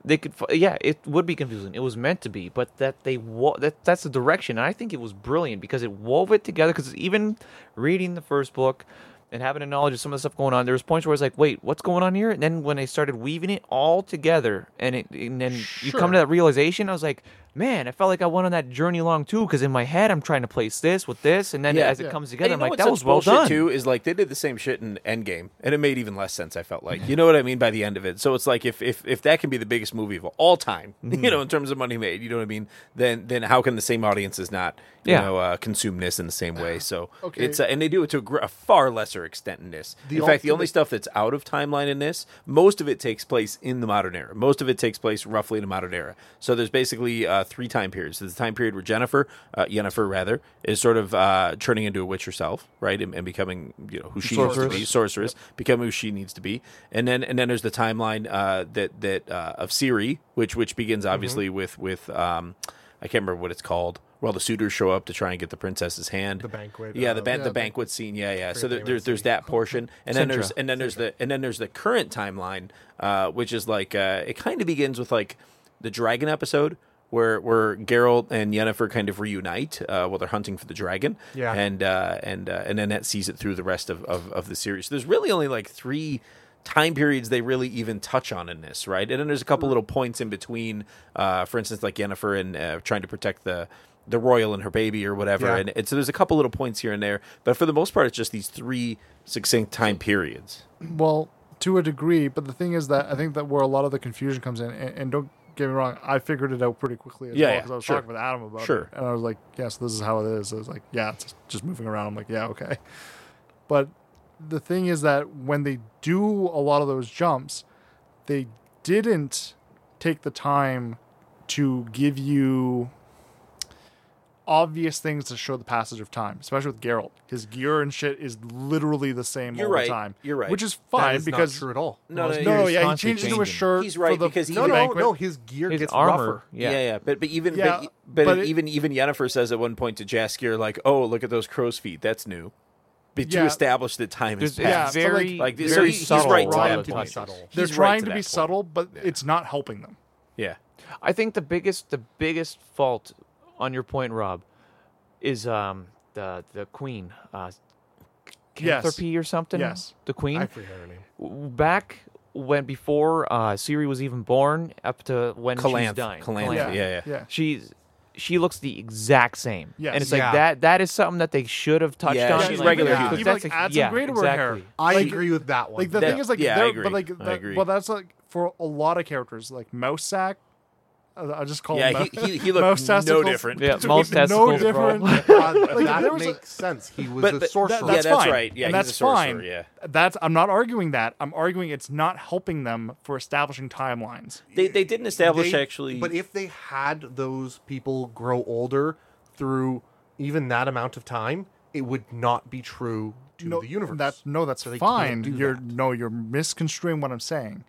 S1: they could fi- yeah, it would be confusing. It was meant to be, but that they wo- that that's the direction. And I think it was brilliant because it wove it together cuz even reading the first book and having a knowledge of some of the stuff going on, there was points where I was like, "Wait, what's going on here?" And then when I started weaving it all together, and it, and then you come to that realization, I was like, "Man, I felt like I went on that journey along too." Because in my head, I'm trying to place this with this, and then
S4: Yeah.
S1: as it
S4: Yeah.
S1: comes
S4: And
S1: together,
S4: you
S1: I'm
S4: know
S1: like,
S4: what's
S1: "That
S4: such
S1: was well
S4: bullshit,
S1: done."
S4: Too is like they did the same shit in Endgame, and it made even less sense. I felt like you know what I mean by the end of it. So it's like if if, if that can be the biggest movie of all time,
S1: Mm-hmm.
S4: you know, in terms of money made, you know what I mean? Then then how can the same audiences not you
S1: Yeah.
S4: know uh, consume this in the same way? So
S3: Okay.
S4: it's uh, and they do it to a, gr- a far lesser extent in this. in fact, the only stuff that's out of timeline in this, most of it takes place in the modern era. Most of it takes place roughly in the modern era. So there's basically uh, three time periods. There's the time period where Jennifer, uh, Yennefer rather, is sort of uh, turning into a witch herself, right, and, and becoming you know who she needs to be, sorceress, becoming who she needs to be. And then and then there's the timeline uh, that that uh, of Siri, which which begins obviously with with um, I can't remember what it's called. Well, the suitors show up to try and get the princess's hand. The
S2: banquet,
S4: Yeah, the,
S2: uh,
S4: ban- the banquet scene. Yeah, yeah. So there,
S2: banquet
S4: there's there's that portion, and then there's and then there's the and then there's the current timeline, uh, which is like uh, it kind of begins with like the dragon episode. Where, where Geralt and Yennefer kind of reunite uh, while they're hunting for the dragon,
S2: Yeah.
S4: and uh, and uh, and then that sees it through the rest of, of, of the series. There's really only like three time periods they really even touch on in this, right? And then there's a couple little points in between. Uh, for instance, like Yennefer and uh, trying to protect the the royal and her baby or whatever.
S2: Yeah.
S4: And, and so there's a couple little points here and there, but for the most part, it's just these three succinct time periods.
S3: Well, to a degree, but the thing is that I think that where a lot of the confusion comes in, and, and don't get me wrong, I figured it out pretty quickly as
S4: Yeah,
S3: well
S4: yeah,
S3: because I was
S4: sure.
S3: talking with Adam about
S4: Sure.
S3: it, and I was like, "Yes, this is how it is." I was like, "Yeah, it's just moving around." I'm like, "Yeah, okay," but the thing is that when they do a lot of those jumps, they didn't take the time to give you obvious things to show the passage of time, especially with Geralt. His gear and shit is literally the same
S4: You're
S3: all
S4: right.
S3: the time.
S4: You're right.
S3: Which is
S2: That
S3: fine
S2: is
S3: because
S2: not true at all.
S4: No, no,
S3: no,
S1: You're
S3: yeah, he
S1: constantly
S3: changed into a
S1: changing.
S3: shirt.
S4: He's right,
S3: for the,
S4: because he-
S3: for
S2: No,
S4: The
S2: no,
S3: banquet.
S2: no. His gear
S1: His
S2: gets
S1: armor,
S2: rougher.
S1: yeah.
S4: yeah, yeah. But but even
S3: Yeah,
S4: but, but
S3: but it-
S4: even even Yennefer says at one point to Jaskier, like, "Oh, look at those crow's feet. That's new." But to
S3: Yeah.
S4: establish that time
S1: There's
S4: has
S1: it's
S3: Yeah,
S4: passed.
S3: so
S1: very,
S4: like,
S1: very
S4: so he- he's
S1: subtle.
S4: right
S1: a
S4: to
S1: lot
S4: that
S1: of the
S4: point.
S1: touches.
S3: They're
S4: He's right
S3: trying
S4: to
S3: to,
S4: that
S3: be
S4: point.
S3: subtle, but it's not helping them.
S4: yeah.
S1: I think the biggest the biggest fault on your point, Rob, is um the the queen, uh,
S3: Yes.
S1: Cantherpy or something.
S3: Yes.
S1: the queen.
S2: I forget her name.
S1: W- Back when before uh, Siri was even born, up to when she's
S4: Calanth.
S1: dying.
S4: Calanth, Yeah, yeah.
S3: yeah.
S1: she's she looks the exact same.
S3: Yes.
S1: and it's
S2: Yeah.
S1: like that. That is something that they should have touched
S4: Yeah,
S1: on.
S4: she's
S1: like,
S4: regular
S1: because
S4: human.
S3: Even,
S1: that's
S3: like,
S1: a-
S3: add some
S1: yeah,
S3: gray to her
S1: exactly.
S3: hair.
S2: I
S3: Like-
S2: agree with that one.
S3: Like the
S4: Yeah.
S3: thing is, like,
S4: Yeah, I
S3: they're-
S4: agree.
S3: but like,
S4: I
S3: that-
S4: agree.
S3: well, that's like for a lot of characters, like Mouse Sack. I I just call him.
S4: Yeah,
S3: Mouse-
S4: he- he- he looked
S3: Mouse
S4: no
S3: testicles.
S4: different.
S1: Yeah,
S3: It's
S1: mouse
S3: No
S1: testicles, bro.
S3: different.
S2: Uh,
S3: Like, there
S2: that
S3: was a-
S2: makes sense. He was
S4: But-
S2: a
S4: but that-
S2: sorcerer.
S4: yeah,
S3: that's
S4: that's
S3: fine.
S4: right. Yeah,
S3: and
S4: he's
S3: that's
S4: a sorcerer,
S3: fine.
S4: yeah.
S3: that's. I'm not arguing that. I'm arguing it's not helping them for establishing timelines.
S4: They they didn't establish
S2: They-
S4: actually.
S2: But if they had those people grow older through even that amount of time, it would not be true to the universe.
S3: That, no, that's
S2: they
S3: fine.
S2: can't do
S3: You're
S2: that.
S3: no, you're misconstruing what I'm saying.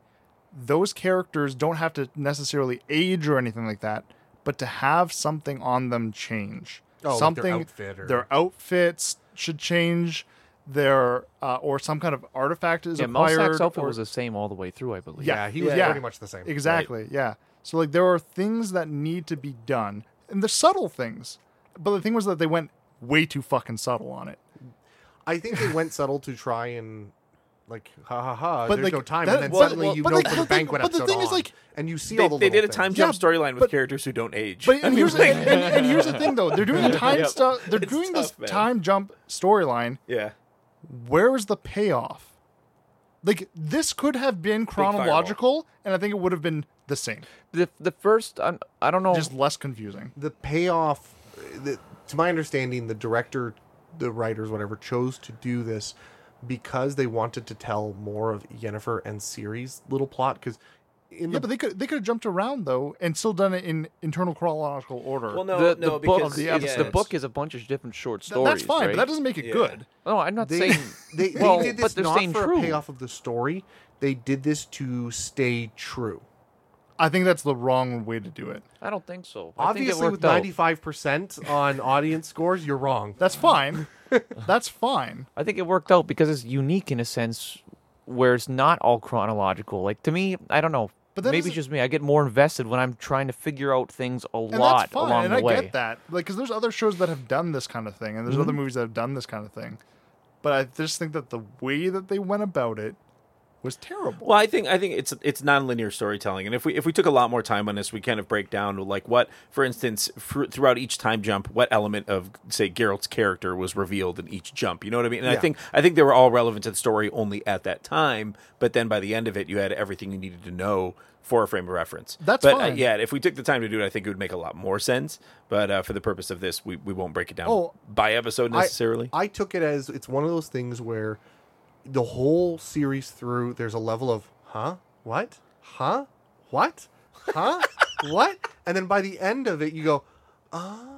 S3: Those characters don't have to necessarily age or anything like that, but to have something on them change,
S2: Oh, like their
S3: something
S2: outfit or-
S3: their outfits should change, their uh, or some kind of artifact is
S1: Yeah,
S3: acquired.
S1: Mossack's outfit
S3: or-
S1: was the same all the way through, I believe.
S2: Yeah, he was pretty much the same.
S3: Exactly. Yeah. So like there are things that need to be done, and they're subtle things. But the thing was that they went way too fucking subtle on it.
S2: I think they went subtle to try and like ha ha ha.
S3: But,
S2: there's
S3: like,
S2: no time,
S3: that-
S2: and then
S3: well,
S2: suddenly
S3: well,
S2: you
S3: but,
S2: know
S3: like,
S2: for
S3: the
S2: the
S3: thing-
S2: banquet
S3: but the
S2: episode
S3: thing is,
S2: on,
S3: like,
S2: and you see
S4: they,
S2: all the
S4: they
S2: little
S4: did a time
S2: things.
S4: jump
S3: Yeah,
S4: storyline with
S3: but-
S4: characters who don't age.
S3: But and here's,
S4: like-
S3: and, and, and here's the thing, though. They're doing a time stuff. They're
S4: It's
S3: doing
S4: tough, man.
S3: this time jump storyline.
S4: yeah,
S3: Where is the payoff? Like this could have been
S4: fireball.
S3: chronological, and I think it would have been the same,
S1: The the first I, I don't know.
S3: just less confusing.
S2: the payoff the, to my understanding the director the writers whatever chose to do this because they wanted to tell more of Yennefer and Ciri's little plot because in
S3: Yeah,
S2: the
S3: but they could they could have jumped around though and still done it in internal chronological order.
S4: Well, no,
S1: the,
S4: no,
S1: the
S4: because
S1: book,
S3: the
S1: it's-
S3: episodes.
S1: the book is a bunch of different short
S3: Th-
S1: stories.
S3: that's fine,
S1: right?
S3: but that doesn't make it good.
S1: No, I'm not
S2: they,
S1: saying.
S2: they, they
S1: well,
S2: did
S1: but
S2: this
S1: they're
S2: not
S1: staying
S2: for
S1: true.
S2: a payoff of the story they did this to stay true
S3: I think that's the wrong way to do it.
S1: I don't think so. I
S2: obviously
S1: think it
S2: with
S1: worked out.
S2: 95% on audience scores you're wrong
S3: That's fine. that's fine.
S1: I think it worked out because it's unique in a sense where it's not all chronological. Like to me, I don't know.
S3: But
S1: But
S3: that
S1: maybe
S3: doesn't-
S1: just me. I get more invested when I'm trying to figure out things a
S3: And
S1: lot
S3: that's fine,
S1: along
S3: and
S1: the
S3: I
S1: way. Mm-hmm.
S3: get that. Like, because there's other shows that have done this kind of thing, and there's other movies that have done this kind of thing. But I just think that the way that they went about it was terrible.
S4: Well, I think I think it's it's nonlinear storytelling, and if we if we took a lot more time on this, we kind of break down like what, for instance, fr- throughout each time jump, what element of say Geralt's character was revealed in each jump. You know what I mean? And I
S2: Yeah.
S4: think I think they were all relevant to the story only at that time, but then by the end of it, you had everything you needed to know for a frame of reference.
S3: That's
S4: but, uh,
S3: fine.
S4: yeah, if we took the time to do it, I think it would make a lot more sense. But uh, for the purpose of this, we, we won't break it down
S2: Oh,
S4: by episode
S2: I-
S4: necessarily.
S2: I, took it as it's one of those things where the whole series through, there's a level of, huh? What? Huh? What? Huh? what? And then by the end of it, you go, oh.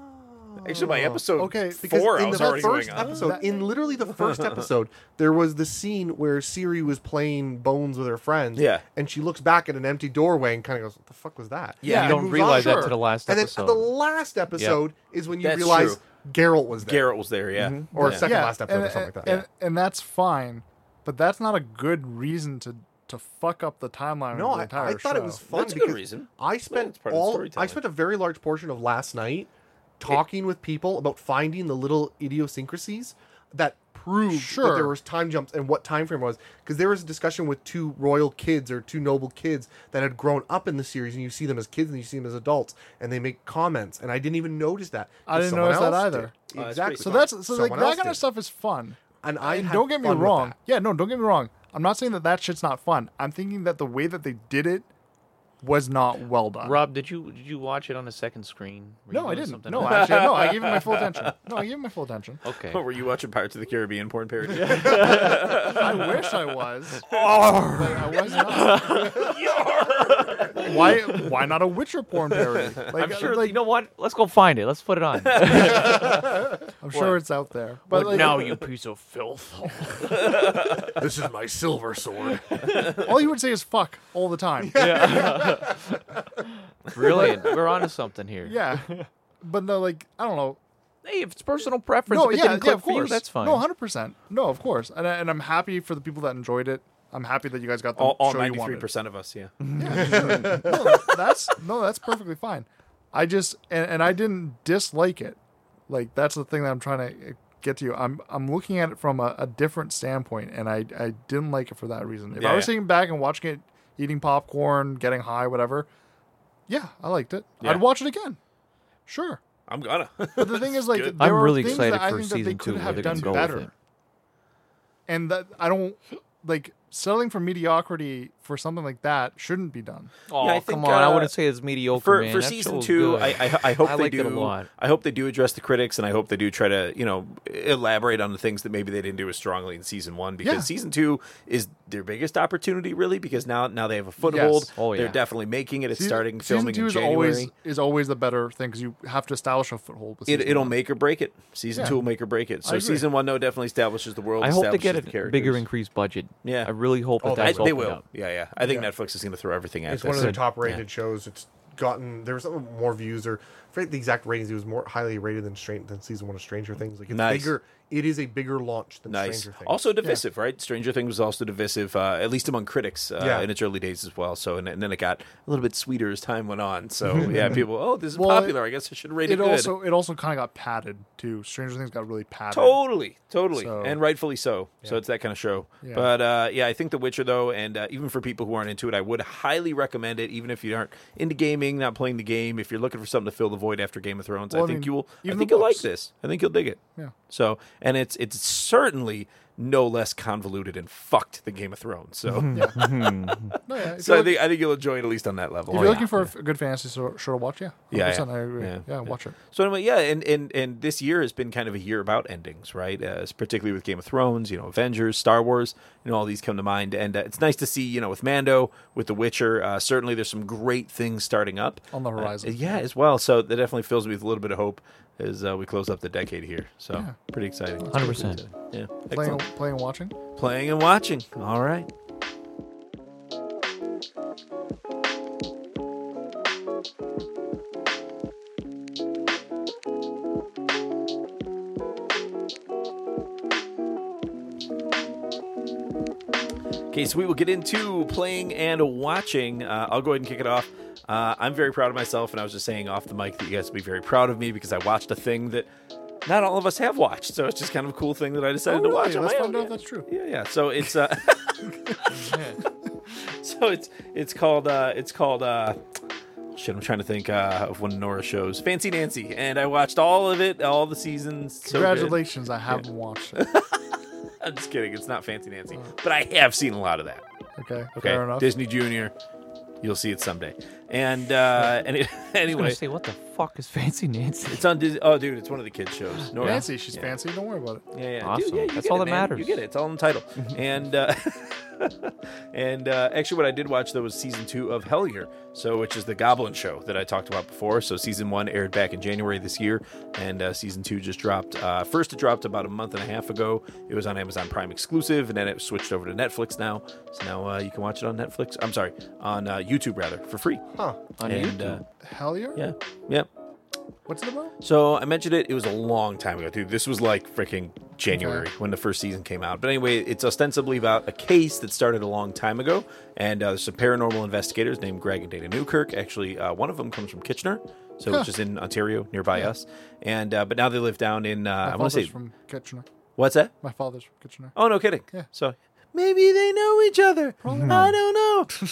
S4: Actually, by episode
S3: okay,
S2: Because
S4: four,
S2: in
S4: I was
S2: the
S4: already
S2: first
S4: going on.
S2: episode, in literally the first episode, there was the scene where Siri was playing bones with her friends.
S4: Yeah.
S2: And she looks back at an empty doorway and kind of goes, what the fuck was that?
S4: Yeah.
S2: And
S4: You
S1: don't
S2: moves
S1: realize that to the last
S2: and
S1: episode.
S2: And then the last episode is when you
S4: That's
S2: realize
S4: true.
S2: Geralt was there.
S4: Garrett was there, yeah,
S2: Mm-hmm. Or
S4: yeah.
S2: second last episode
S3: and,
S2: or something like that.
S3: And, and that's fine, but that's not a good reason to to fuck up the timeline.
S2: No,
S3: of the
S2: I,
S3: entire
S2: I thought
S3: show.
S2: it was fun.
S4: That's a good
S2: because
S4: reason.
S2: I
S4: it's
S2: spent
S4: part of the
S2: all. I
S4: storytelling.
S2: spent a very large portion of last night talking with people about finding the little idiosyncrasies that proved that
S3: Sure.
S2: there was time jumps and what time frame it was. Because there was a discussion with two royal kids or two noble kids that had grown up in the series, and you see them as kids and you see them as adults, and they make comments, and I didn't even notice that.
S3: I
S2: 'cause
S3: didn't
S2: someone
S3: notice that
S2: else
S3: either.
S2: did.
S4: Oh, that's
S2: exactly.
S4: pretty
S3: So
S4: fun.
S3: that's so like
S2: Someone
S3: that
S2: else
S3: kind of
S2: did.
S3: stuff is fun.
S2: And I
S3: And
S2: had
S3: don't get me
S2: fun with
S3: wrong.
S2: that.
S3: Yeah, no, don't get me wrong. I'm not saying that that shit's not fun. I'm thinking that the way that they did it was not well done.
S1: Rob, did you did you watch it on a second screen? Were you
S3: No, I
S1: doing
S3: didn't.
S1: something
S3: No,
S1: else?
S3: actually, no, I gave him my full attention. No, I gave him my full attention.
S1: okay.
S4: Were you watching Pirates of the Caribbean porn parody?
S3: I wish I was. Like, I was not. why? Why not a Witcher porn parody? Like,
S1: I'm sure.
S3: like,
S1: you know what? Let's go find it. Let's put it on. Like,
S3: I'm sure it's out there. But like,
S1: now you piece of filth.
S2: This is my silver sword.
S3: all you would say is "fuck" all the time.
S1: Brilliant. We're onto something here.
S3: Yeah. But no, like I don't know.
S1: Hey, if it's personal preference,
S3: No,
S1: if it
S3: yeah,
S1: didn't
S3: yeah,
S1: click
S3: of
S1: for
S3: course.
S1: you, that's fine.
S3: No, hundred percent. No, of course. And, I- and I'm happy for the people that enjoyed it. I'm happy that you guys got the
S4: all, all
S3: show you wanted.
S4: 93% of us yeah
S3: no, that's no, that's perfectly fine. I just and, and I didn't dislike it. Like that's the thing that I'm trying to uh, get to you. I'm I'm looking at it from a, a different standpoint, and I I didn't like it for that reason. If
S4: Yeah,
S3: I was
S4: yeah.
S3: sitting back and watching it, eating popcorn, getting high, whatever, yeah, I liked it.
S4: Yeah.
S3: I'd watch it again. Sure.
S4: i'm gonna
S3: But the thing is, like,
S4: good.
S3: there
S1: I'm
S3: are
S1: really
S3: things
S1: excited
S3: that I
S1: for
S3: think that they
S1: season two,
S3: could
S1: where
S3: have
S1: they're
S3: done
S1: gonna go with it.
S3: better. And that I don't like settling for mediocrity for something like that shouldn't be done.
S1: Oh,
S4: Yeah, I
S1: come
S4: think,
S1: on. I
S4: uh,
S1: wouldn't say it's mediocre.
S4: for,
S1: man.
S4: for
S1: That
S4: season
S1: show's
S4: two
S1: good.
S4: I, I i hope
S1: I
S4: they
S1: liked
S4: do
S1: it a lot.
S4: i hope they do address the critics and i hope they do try to you know elaborate on the things that maybe they didn't do as strongly in season one because
S3: Yeah.
S4: season two is their biggest opportunity really because now now they have a foothold
S1: Oh, yeah.
S4: they're definitely making it it's
S3: Season-
S4: starting
S3: season
S4: filming
S3: two
S4: in
S3: is
S4: january
S3: always is always the better thing because you have to establish a foothold. With
S4: it,
S3: season
S4: it'll
S3: one.
S4: make or break it. Season
S3: Yeah.
S4: two will make or break it. So
S3: agree.
S4: season one, no, definitely establishes the world.
S1: I hope they
S4: establishes
S1: get
S4: the
S1: a
S4: characters.
S1: bigger increased budget.
S4: Yeah.
S1: I really hope that
S2: Oh,
S1: that's
S4: I- they
S1: opened
S4: will.
S1: up.
S4: Yeah, yeah. I think Netflix is going to throw everything at
S2: It's
S4: this.
S2: one of their
S1: Good.
S2: top rated shows. It's gotten there was some more views or I forget the exact ratings. It was more highly rated than Strange than season one of Stranger Things. Like it's
S4: Nice.
S2: bigger. It is a bigger launch than
S4: Nice.
S2: Stranger Things.
S4: Also divisive, right? Stranger Things was also divisive, uh, at least among critics uh,
S2: Yeah.
S4: in its early days as well. So, and, and then it got a little bit sweeter as time went on. So, yeah, people, oh, this is
S3: Well,
S4: popular. I guess I should rate it,
S3: it
S4: good.
S3: also it also kind of got padded too. Stranger Things got really padded.
S4: Totally, totally,
S3: So-
S4: and rightfully so. So it's that kind of show.
S3: Yeah.
S4: But uh, yeah, I think The Witcher though, and uh, even for people who aren't into it, I would highly recommend it. Even if you aren't into gaming, not playing the game, if you're looking for something to fill the void after Game of Thrones,
S3: Well,
S4: I
S3: I
S4: think
S3: mean,
S4: you will. I
S3: even
S4: think
S3: the
S4: you'll like
S3: books.
S4: this. I think you'll dig it.
S3: Yeah.
S4: So, and it's it's certainly no less convoluted and fucked than Game of Thrones. So,
S3: No, yeah, if
S4: so
S3: you're,
S4: I think I think you'll enjoy it at least on that level. Oh,
S3: if you're looking for a f- good fantasy show, show to watch, yeah,
S4: Yeah,
S3: 100%,
S4: yeah.
S3: I agree.
S4: Yeah.
S3: Yeah, watch it.
S4: So anyway, yeah, and, and and this year has been kind of a year about endings, right? Uh, s- particularly with Game of Thrones, you know, Avengers, Star Wars, you know, all these come to mind, and uh, it's nice to see, you know, with Mando, with The Witcher, uh, certainly there's some great things starting up
S3: On the
S4: Uh,
S3: horizon.
S4: yeah, as well. So that definitely fills me with a little bit of hope as uh, we close up the decade here. So pretty exciting,
S1: 100%.
S4: Yeah,
S3: Playing,
S4: Excellent.
S3: playing, and watching.
S4: playing and watching. All right. Okay, so we will get into playing and watching. Uh, I'll go ahead and kick it off. Uh, I'm very proud of myself, and I was just saying off the mic that you guys will be very proud of me because I watched a thing that not all of us have watched, so it's just kind of a cool thing that I decided to watch.
S3: Hey,
S4: on
S3: let's
S4: my
S3: find
S4: own.
S3: out if that's true.
S4: Yeah, yeah. So it's uh, so it's it's called uh, it's called uh, shit. I'm trying to think uh, of one of Nora shows, Fancy Nancy, and I watched all of it, all the seasons. So good.
S3: Congratulations, I haven't watched it.
S4: I'm just kidding. It's not Fancy Nancy, but I have seen a lot of that.
S3: Okay,
S4: Okay,
S3: fair enough.
S4: Disney Junior. You'll see it someday. And uh, and it,
S1: I'm gonna
S4: anyway,
S1: say, what the fuck is Fancy Nancy?
S4: it's on Disney. Oh, dude, it's one of the kids shows. Nora.
S3: Fancy, she's fancy. Don't worry about it.
S4: Yeah, yeah.
S1: Awesome.
S4: Dude, yeah you
S1: That's
S4: get
S1: all
S4: it,
S1: that
S4: man. You
S1: matters.
S4: get it. It's all in the title. and uh, and uh, actually, what I did watch though was season two of Hellier, so which is the Goblin show that I talked about before. So season one aired back in January this year, and uh, season two just dropped. Uh, first, it dropped about a month and a half ago. It was on Amazon Prime exclusive, and then it switched over to Netflix now. So now uh, you can watch it on Netflix. I'm sorry, on uh, YouTube rather for free.
S2: Huh.
S1: On
S4: and
S1: YouTube.
S4: Uh,
S3: Hellier?
S4: yeah, yeah.
S3: What's it about?
S4: So I mentioned it. It was a long time ago, dude. This was like freaking January when the first season came out. But anyway, it's ostensibly about a case that started a long time ago, and uh, there's some paranormal investigators named Greg and Dana Newkirk. Actually, uh, one of them comes from Kitchener, so which is in Ontario, nearby us. And uh, but now they live down in uh,
S3: My
S4: I want to
S3: father's
S4: say
S3: from Kitchener.
S4: what's that?
S3: My father's from Kitchener.
S4: Oh no, kidding.
S3: Yeah.
S4: So maybe they know each other. I don't know.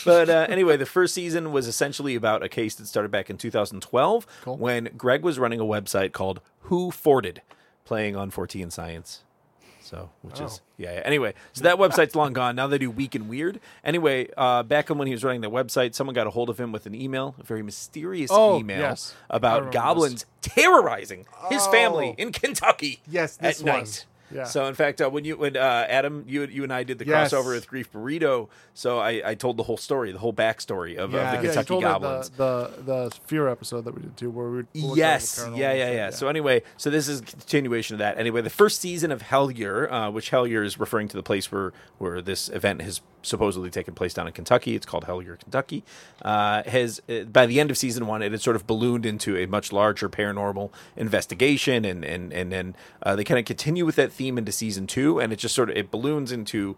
S4: But uh, anyway, the first season was essentially about a case that started back in 2012
S3: Cool.
S4: when Greg was running a website called Who Forted, playing on 14 Science. So, which is
S3: Oh.
S4: yeah, yeah. Anyway, so that website's long gone. Now they do Week and Weird. Anyway, uh, back when he was running that website, someone got a hold of him with an email, a very mysterious
S3: Oh,
S4: email
S3: yes. I
S4: about
S3: remember this.
S4: goblins terrorizing his family
S2: Oh.
S4: in Kentucky.
S2: Yes, this
S4: at
S2: one.
S4: night.
S3: Yeah.
S4: So in fact, uh, when you when uh, Adam, you you and I did the
S2: Yes.
S4: crossover with Grief Burrito, so I, I told the whole story, the whole backstory of, of
S2: Yeah. Yeah,
S4: the
S3: yeah, you
S4: Kentucky
S3: told her
S4: Goblins.
S3: the, the the fear episode that we did too, where we looked at all the
S4: Yes.
S3: paranormal
S4: Yeah, yeah,
S3: shit,
S4: yeah. So anyway, so this is a continuation of that. Anyway, the first season of Hellier, uh, which Hellier is referring to the place where where this event has supposedly taken place down in Kentucky. It's called Hellier, Kentucky. Uh, has uh, by the end of season one, it had sort of ballooned into a much larger paranormal investigation, and and and then uh, they kind of continue with that theme into season two, and it just sort of it balloons into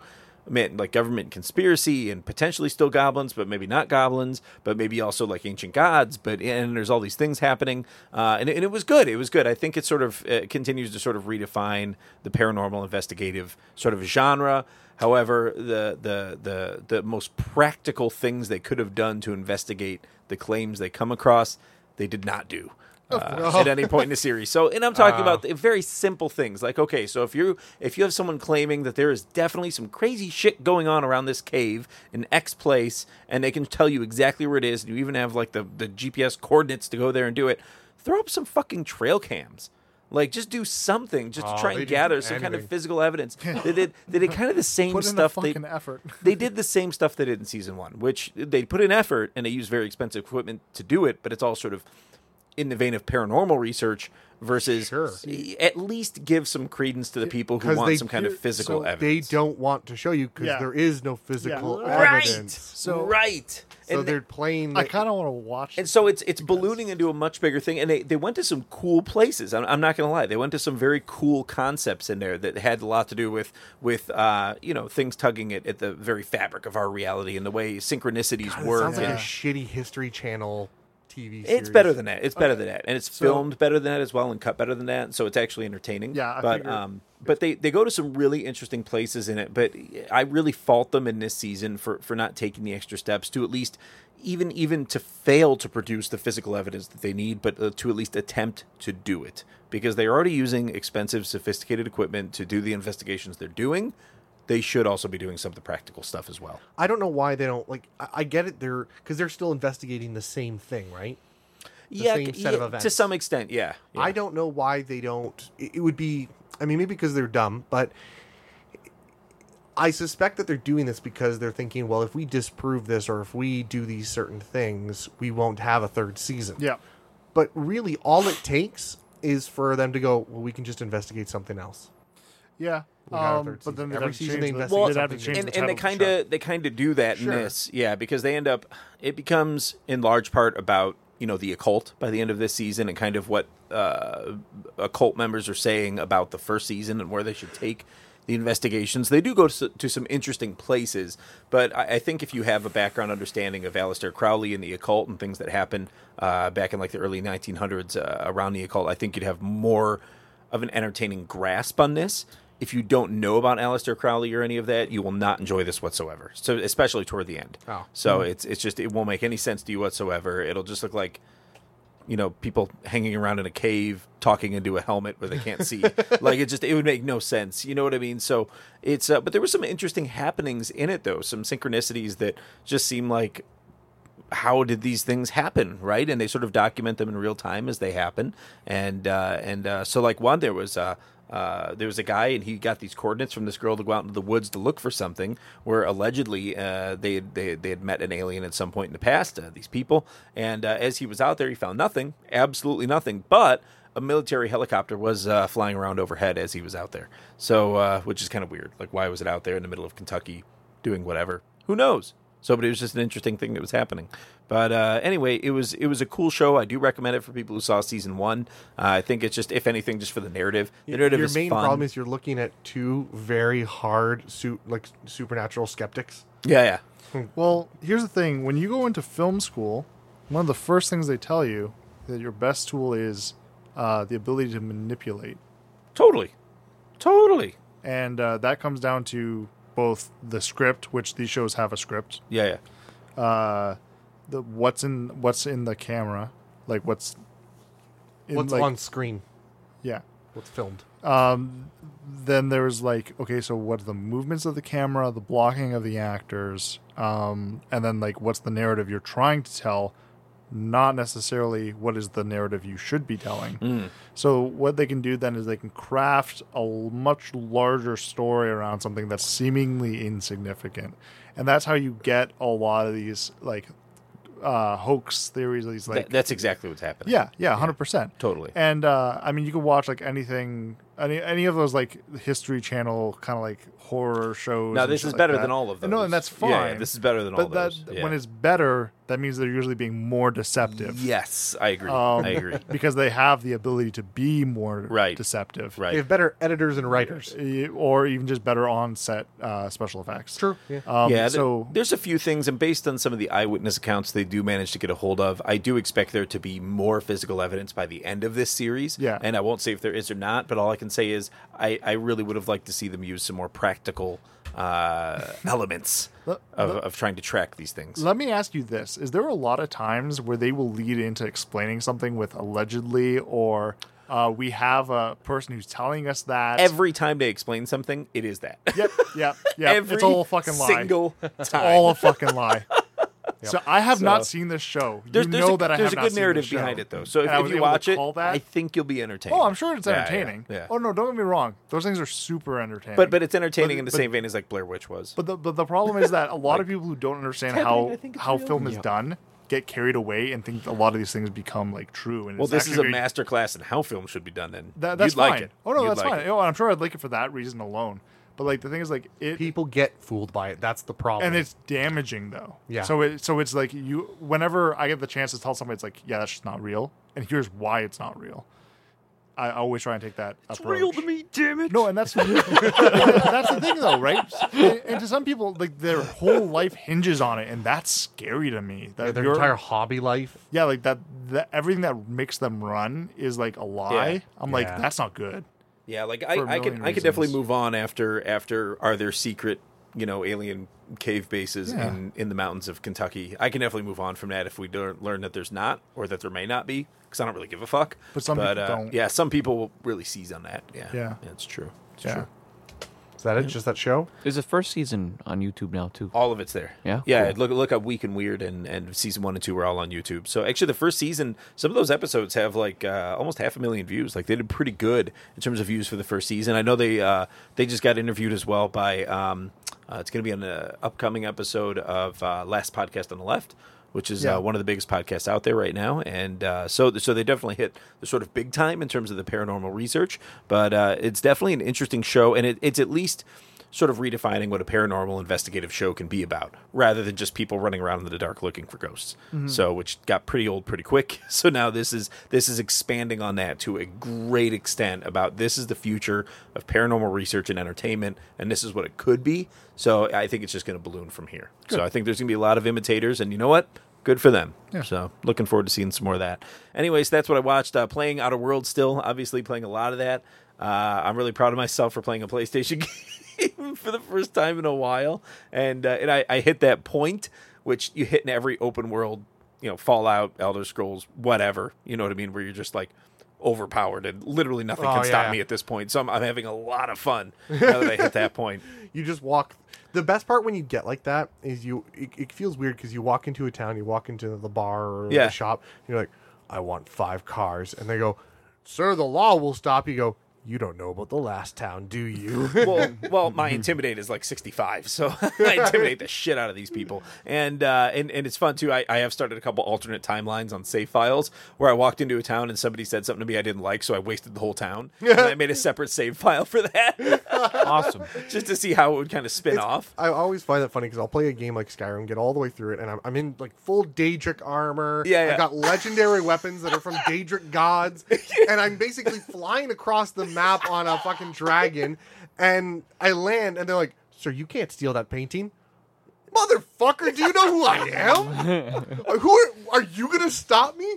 S4: man, like government conspiracy and potentially still goblins, but maybe not goblins, but maybe also like ancient gods. But and there's all these things happening, uh, and, and it was good. It was good. I think it sort of uh, continues to sort of redefine the paranormal investigative sort of genre. However, the the the the most practical things they could have done to investigate the claims they come across, they did not do
S3: Oh,
S4: uh, at any point in the series. So, and I'm talking about the very simple things like, okay, so if you if you have someone claiming that there is definitely some crazy shit going on around this cave in X place, and they can tell you exactly where it is, and you even have like the the GPS coordinates to go there and do it, throw up some fucking trail cams. Like, just do something, just
S3: Oh,
S4: to try
S2: they
S4: and
S2: do
S4: gather some kind of
S2: anything.
S4: physical evidence. they did, they did kind of the same
S3: Put in the
S4: stuff. they-
S3: fucking effort.
S4: they did the same stuff they did in season one, which they put in effort and they used very expensive equipment to do it, but it's all sort of in the vein of paranormal research versus
S2: Sure.
S4: at least give some credence to the people who
S2: 'Cause
S4: want
S2: they
S4: some kind
S2: do-
S4: of physical
S2: so
S4: evidence.
S2: They don't want to show you because
S3: Yeah.
S2: there is no physical
S3: Right.
S2: evidence.
S3: So-
S4: right.
S2: So
S4: and
S2: they're playing.
S3: I
S2: the-
S3: kind of want to watch.
S4: And so it's it's ballooning into a much bigger thing, and they, they went to some cool places. I'm, I'm not going to lie, they went to some very cool concepts in there that had a lot to do with with uh, you know things tugging at, at the very fabric of our reality and the way synchronicities
S2: God, it
S4: work.
S2: sounds like
S4: and-
S2: a shitty History Channel TV. Series.
S4: It's better than that. It's better than that, and it's filmed better than that as well, and cut better than that. So it's actually entertaining.
S3: Yeah, I
S4: but
S3: figured.
S4: um, but they they go to some really interesting places in it. But I really fault them in this season for for not taking the extra steps to at least even even to fail to produce the physical evidence that they need, but uh, to at least attempt to do it because they're already using expensive, sophisticated equipment to do the investigations they're doing. They should also be doing some of the practical stuff as well.
S2: I don't know why they don't like. I, I get it. They're because they're still investigating the same thing, right? The same set of
S4: to
S2: events.
S4: some extent, yeah. yeah.
S2: I don't know why they don't. It it would be. I mean, maybe because they're dumb, but I suspect that they're doing this because they're thinking, well, if we disprove this or if we do these certain things, we won't have a third season.
S3: yeah,
S2: But really, all it takes is for them to go. Well, we can just investigate something else.
S3: yeah.
S2: We got our
S3: Um,
S2: third
S3: but then
S2: season.
S3: they'd
S2: Every
S3: have to
S2: season
S3: change
S2: they
S3: the-
S2: investigate
S3: they'd have
S2: something
S3: to change
S4: and,
S3: the
S4: and they
S3: title of
S4: kind
S3: the show.
S4: of they kind of do that
S2: Sure.
S4: in this yeah because they end up it becomes in large part about you know the occult by the end of this season and kind of what uh, occult members are saying about the first season and where they should take the investigations they do go to, to some interesting places but I, I think if you have a background understanding of Aleister crowley and the occult and things that happened uh, back in like the early 1900s uh, around the occult i think you'd have more of an entertaining grasp on this. If you don't know about Aleister Crowley or any of that, you will not enjoy this whatsoever. So especially toward the end.
S2: Oh.
S4: So it's it's just it won't make any sense to you whatsoever. It'll just look like you know people hanging around in a cave talking into a helmet where they can't see like it just it would make no sense you know what i mean so it's uh, but there were some interesting happenings in it though some synchronicities that just seem like how did these things happen right and they sort of document them in real time as they happen and uh and uh so like one there was uh uh, there was a guy, and he got these coordinates from this girl to go out into the woods to look for something. Where allegedly uh, they had- they they had met an alien at some point in the past. Uh, these people, and uh, as he was out there, he found nothing, absolutely nothing. But a military helicopter was uh, flying around overhead as he was out there. So, uh, which is kind of weird. Like, why was it out there in the middle of Kentucky doing whatever? Who knows? So, but it was just an interesting thing that was happening. But uh, anyway, it was it was a cool show. I do recommend it for people who saw season one. Uh, I think it's just, if anything, just for the narrative. The narrative
S2: Your
S4: is
S2: main
S4: fun.
S2: problem is you're looking at two very hard, su- like supernatural skeptics.
S4: yeah, yeah,
S3: Well, here's the thing: when you go into film school, one of the first things they tell you that your best tool is uh, the ability to manipulate,
S4: totally, totally.
S3: and uh, that comes down to both the script, which these shows have a script,
S4: Yeah, yeah.
S3: uh, the what's in what's in the camera, like what's in,
S2: What's
S3: like-
S2: on screen?
S3: yeah.
S2: What's filmed?
S3: Then there's like okay, so what are the movements of the camera, the blocking of the actors, um, and then like what's the narrative you're trying to tell, not necessarily what is the narrative you should be telling. So what they can do then is they can craft a l- much larger story around something that's seemingly insignificant, and that's how you get a lot of these like uh, hoax theories. These like
S4: That- that's exactly what's happening.
S3: yeah, yeah, hundred percent,
S4: Totally.
S3: And uh, I mean, you can watch like anything, any any of those like History Channel kind of like horror shows.
S4: Now
S3: and
S4: this
S3: shit
S4: is
S3: like
S4: better
S3: that.
S4: than all of
S3: And
S4: them.
S3: No, and that's fine.
S4: Yeah, yeah, this is better than all
S3: but
S4: those.
S3: that
S4: Yeah.
S3: when it's better, that means they're usually being more deceptive
S4: yes, I agree.
S2: Um,
S4: I agree.
S3: because they have the ability to be more
S4: Right.
S3: deceptive,
S2: They
S4: Right.
S2: have better editors and writers.
S3: Eh, Or even just better on set uh, special effects.
S2: True. Yeah.
S3: Um,
S4: yeah, there-
S3: So
S4: there's a few things, and based on some of the eyewitness accounts they do manage to get a hold of, I do expect there to be more physical evidence by the end of this series.
S3: Yeah.
S4: and I won't say if there is or not, but all I can say is I, I really would have liked to see them use some more practical uh, elements of,
S3: Let-
S4: of trying to track these things.
S3: Let me ask you this: Is there a lot of times where they will lead into explaining something with allegedly, or uh, we have a person who's telling us that?
S4: Every time they explain something, it is that.
S3: yep, yep, yep.
S4: Every
S3: it's all a fucking lie.
S4: single
S3: it's all a fucking lie. So I have
S4: So-
S3: not seen this show.
S4: There's,
S3: you
S4: there's
S3: know
S4: a,
S3: that I
S4: there's
S3: have
S4: a
S3: not
S4: good
S3: seen
S4: narrative
S3: this show.
S4: behind it though. So if,
S3: And I
S4: if
S3: was
S4: you
S3: able to
S4: watch it,
S3: call that?
S4: I think you'll be entertained.
S3: Oh, I'm sure it's
S4: Yeah, yeah,
S3: entertaining.
S4: yeah.
S3: Oh no, don't get me wrong; those things are super entertaining.
S4: But but it's entertaining
S3: But-
S4: in the
S3: but-
S4: same vein as like Blair Witch was.
S3: But the but the problem is that a lot of people who don't understand how how film is done get carried away and think a lot of these things become like true. And
S4: well,
S3: it's
S4: this is a
S3: actually very-
S4: master class in how film should be done. Then
S3: That, that's
S4: You'd like
S3: fine.
S4: it.
S3: Oh no,
S4: You'd
S3: that's
S4: like
S3: fine.
S4: it.
S3: You know, I'm sure I'd like it for that reason alone. But like the thing is, like it
S2: People get fooled by it. That's the problem.
S3: and it's damaging though.
S2: Yeah.
S3: So it so it's like you whenever I get the chance to tell somebody, it's like yeah, that's just not real, and here's why it's not real. I always try and take that. It's real to me, damn it. No, and that's that's the thing though, right? And, and to some people, like their whole life hinges on it, and that's scary to me. That
S2: their
S3: you're-
S2: entire hobby life.
S3: yeah, like that, that everything that makes them run is like a lie.
S4: Yeah.
S3: I'm like
S2: Yeah.
S3: that's not good.
S4: Yeah, like I,
S3: For a
S4: I can
S3: million
S4: I can definitely
S3: reasons.
S4: move on after after are there secret you know alien cave bases
S3: Yeah.
S4: in in the mountains of Kentucky? I can definitely move on from that if we lear- learn that there's not or that there may not be because I don't really give a fuck.
S3: But some people
S4: uh,
S3: don't.
S4: Yeah, some people will really seize on that. Yeah,
S3: Yeah.
S4: that's true. It's
S3: Yeah.
S4: true.
S2: Is that it? Just that show?
S1: There's a first season on YouTube now too.
S4: All of it's there.
S1: Yeah?
S4: yeah.
S1: Cool.
S4: Look, look up Week and Weird, and and season one and two are all on YouTube. So actually, the first season, some of those episodes have like uh, almost half a million views. Like they did pretty good in terms of views for the first season. I know they uh, they just got interviewed as well by um, uh, it's going to be on an upcoming episode of uh, Last Podcast on the Left. Which is
S3: Yeah.
S4: uh, one of the biggest podcasts out there right now, and uh, so so they definitely hit the sort of big time in terms of the paranormal research. But uh, it's definitely an interesting show, and it, it's at least sort of redefining what a paranormal investigative show can be about, rather than just people running around in the dark looking for ghosts. So, which got pretty old pretty quick. So now this is this is expanding on that to a great extent about this is the future of paranormal research and entertainment, and this is what it could be. So I think it's just going to balloon from here. So I think there's going to be a lot of imitators, and you know what? Good for them. So looking forward to seeing some more of that. Anyways, that's what I watched. Uh, playing Outer World still, obviously playing a lot of that. Uh, I'm really proud of myself for playing a PlayStation game for the first time in a while, and uh, and I, I hit that point which you hit in every open world, you know, Fallout, Elder Scrolls, whatever. You know what I mean? Where you're just like overpowered and literally nothing
S2: Oh,
S4: can stop
S2: yeah.
S4: me at this point. So I'm, I'm having a lot of fun now that I hit that point.
S2: you just walk the best part when you get like that is you it, it feels weird because you walk into a town you walk into the bar or
S4: Yeah.
S2: the shop and you're like i want five cars and they go sir the law will stop you go you don't know about the last town do you
S4: well, well, my intimidate is like 65, so I intimidate the shit out of these people, and uh, and and it's fun too. I, I have started a couple alternate timelines on save files where I walked into a town and somebody said something to me I didn't like, so I wasted the whole town. and I made a separate save file for that
S1: Awesome.
S4: just to see how it would kind of spin off.
S2: I always find that funny because I'll play a game like Skyrim, get all the way through it, and I'm, I'm in like full Daedric armor.
S4: Yeah, yeah.
S2: I've got legendary weapons that are from Daedric gods, and I'm basically flying across the map on a fucking dragon. And I land, and they're like, "Sir, you can't steal that painting." Motherfucker, do you know who I am? who are, are you gonna stop me?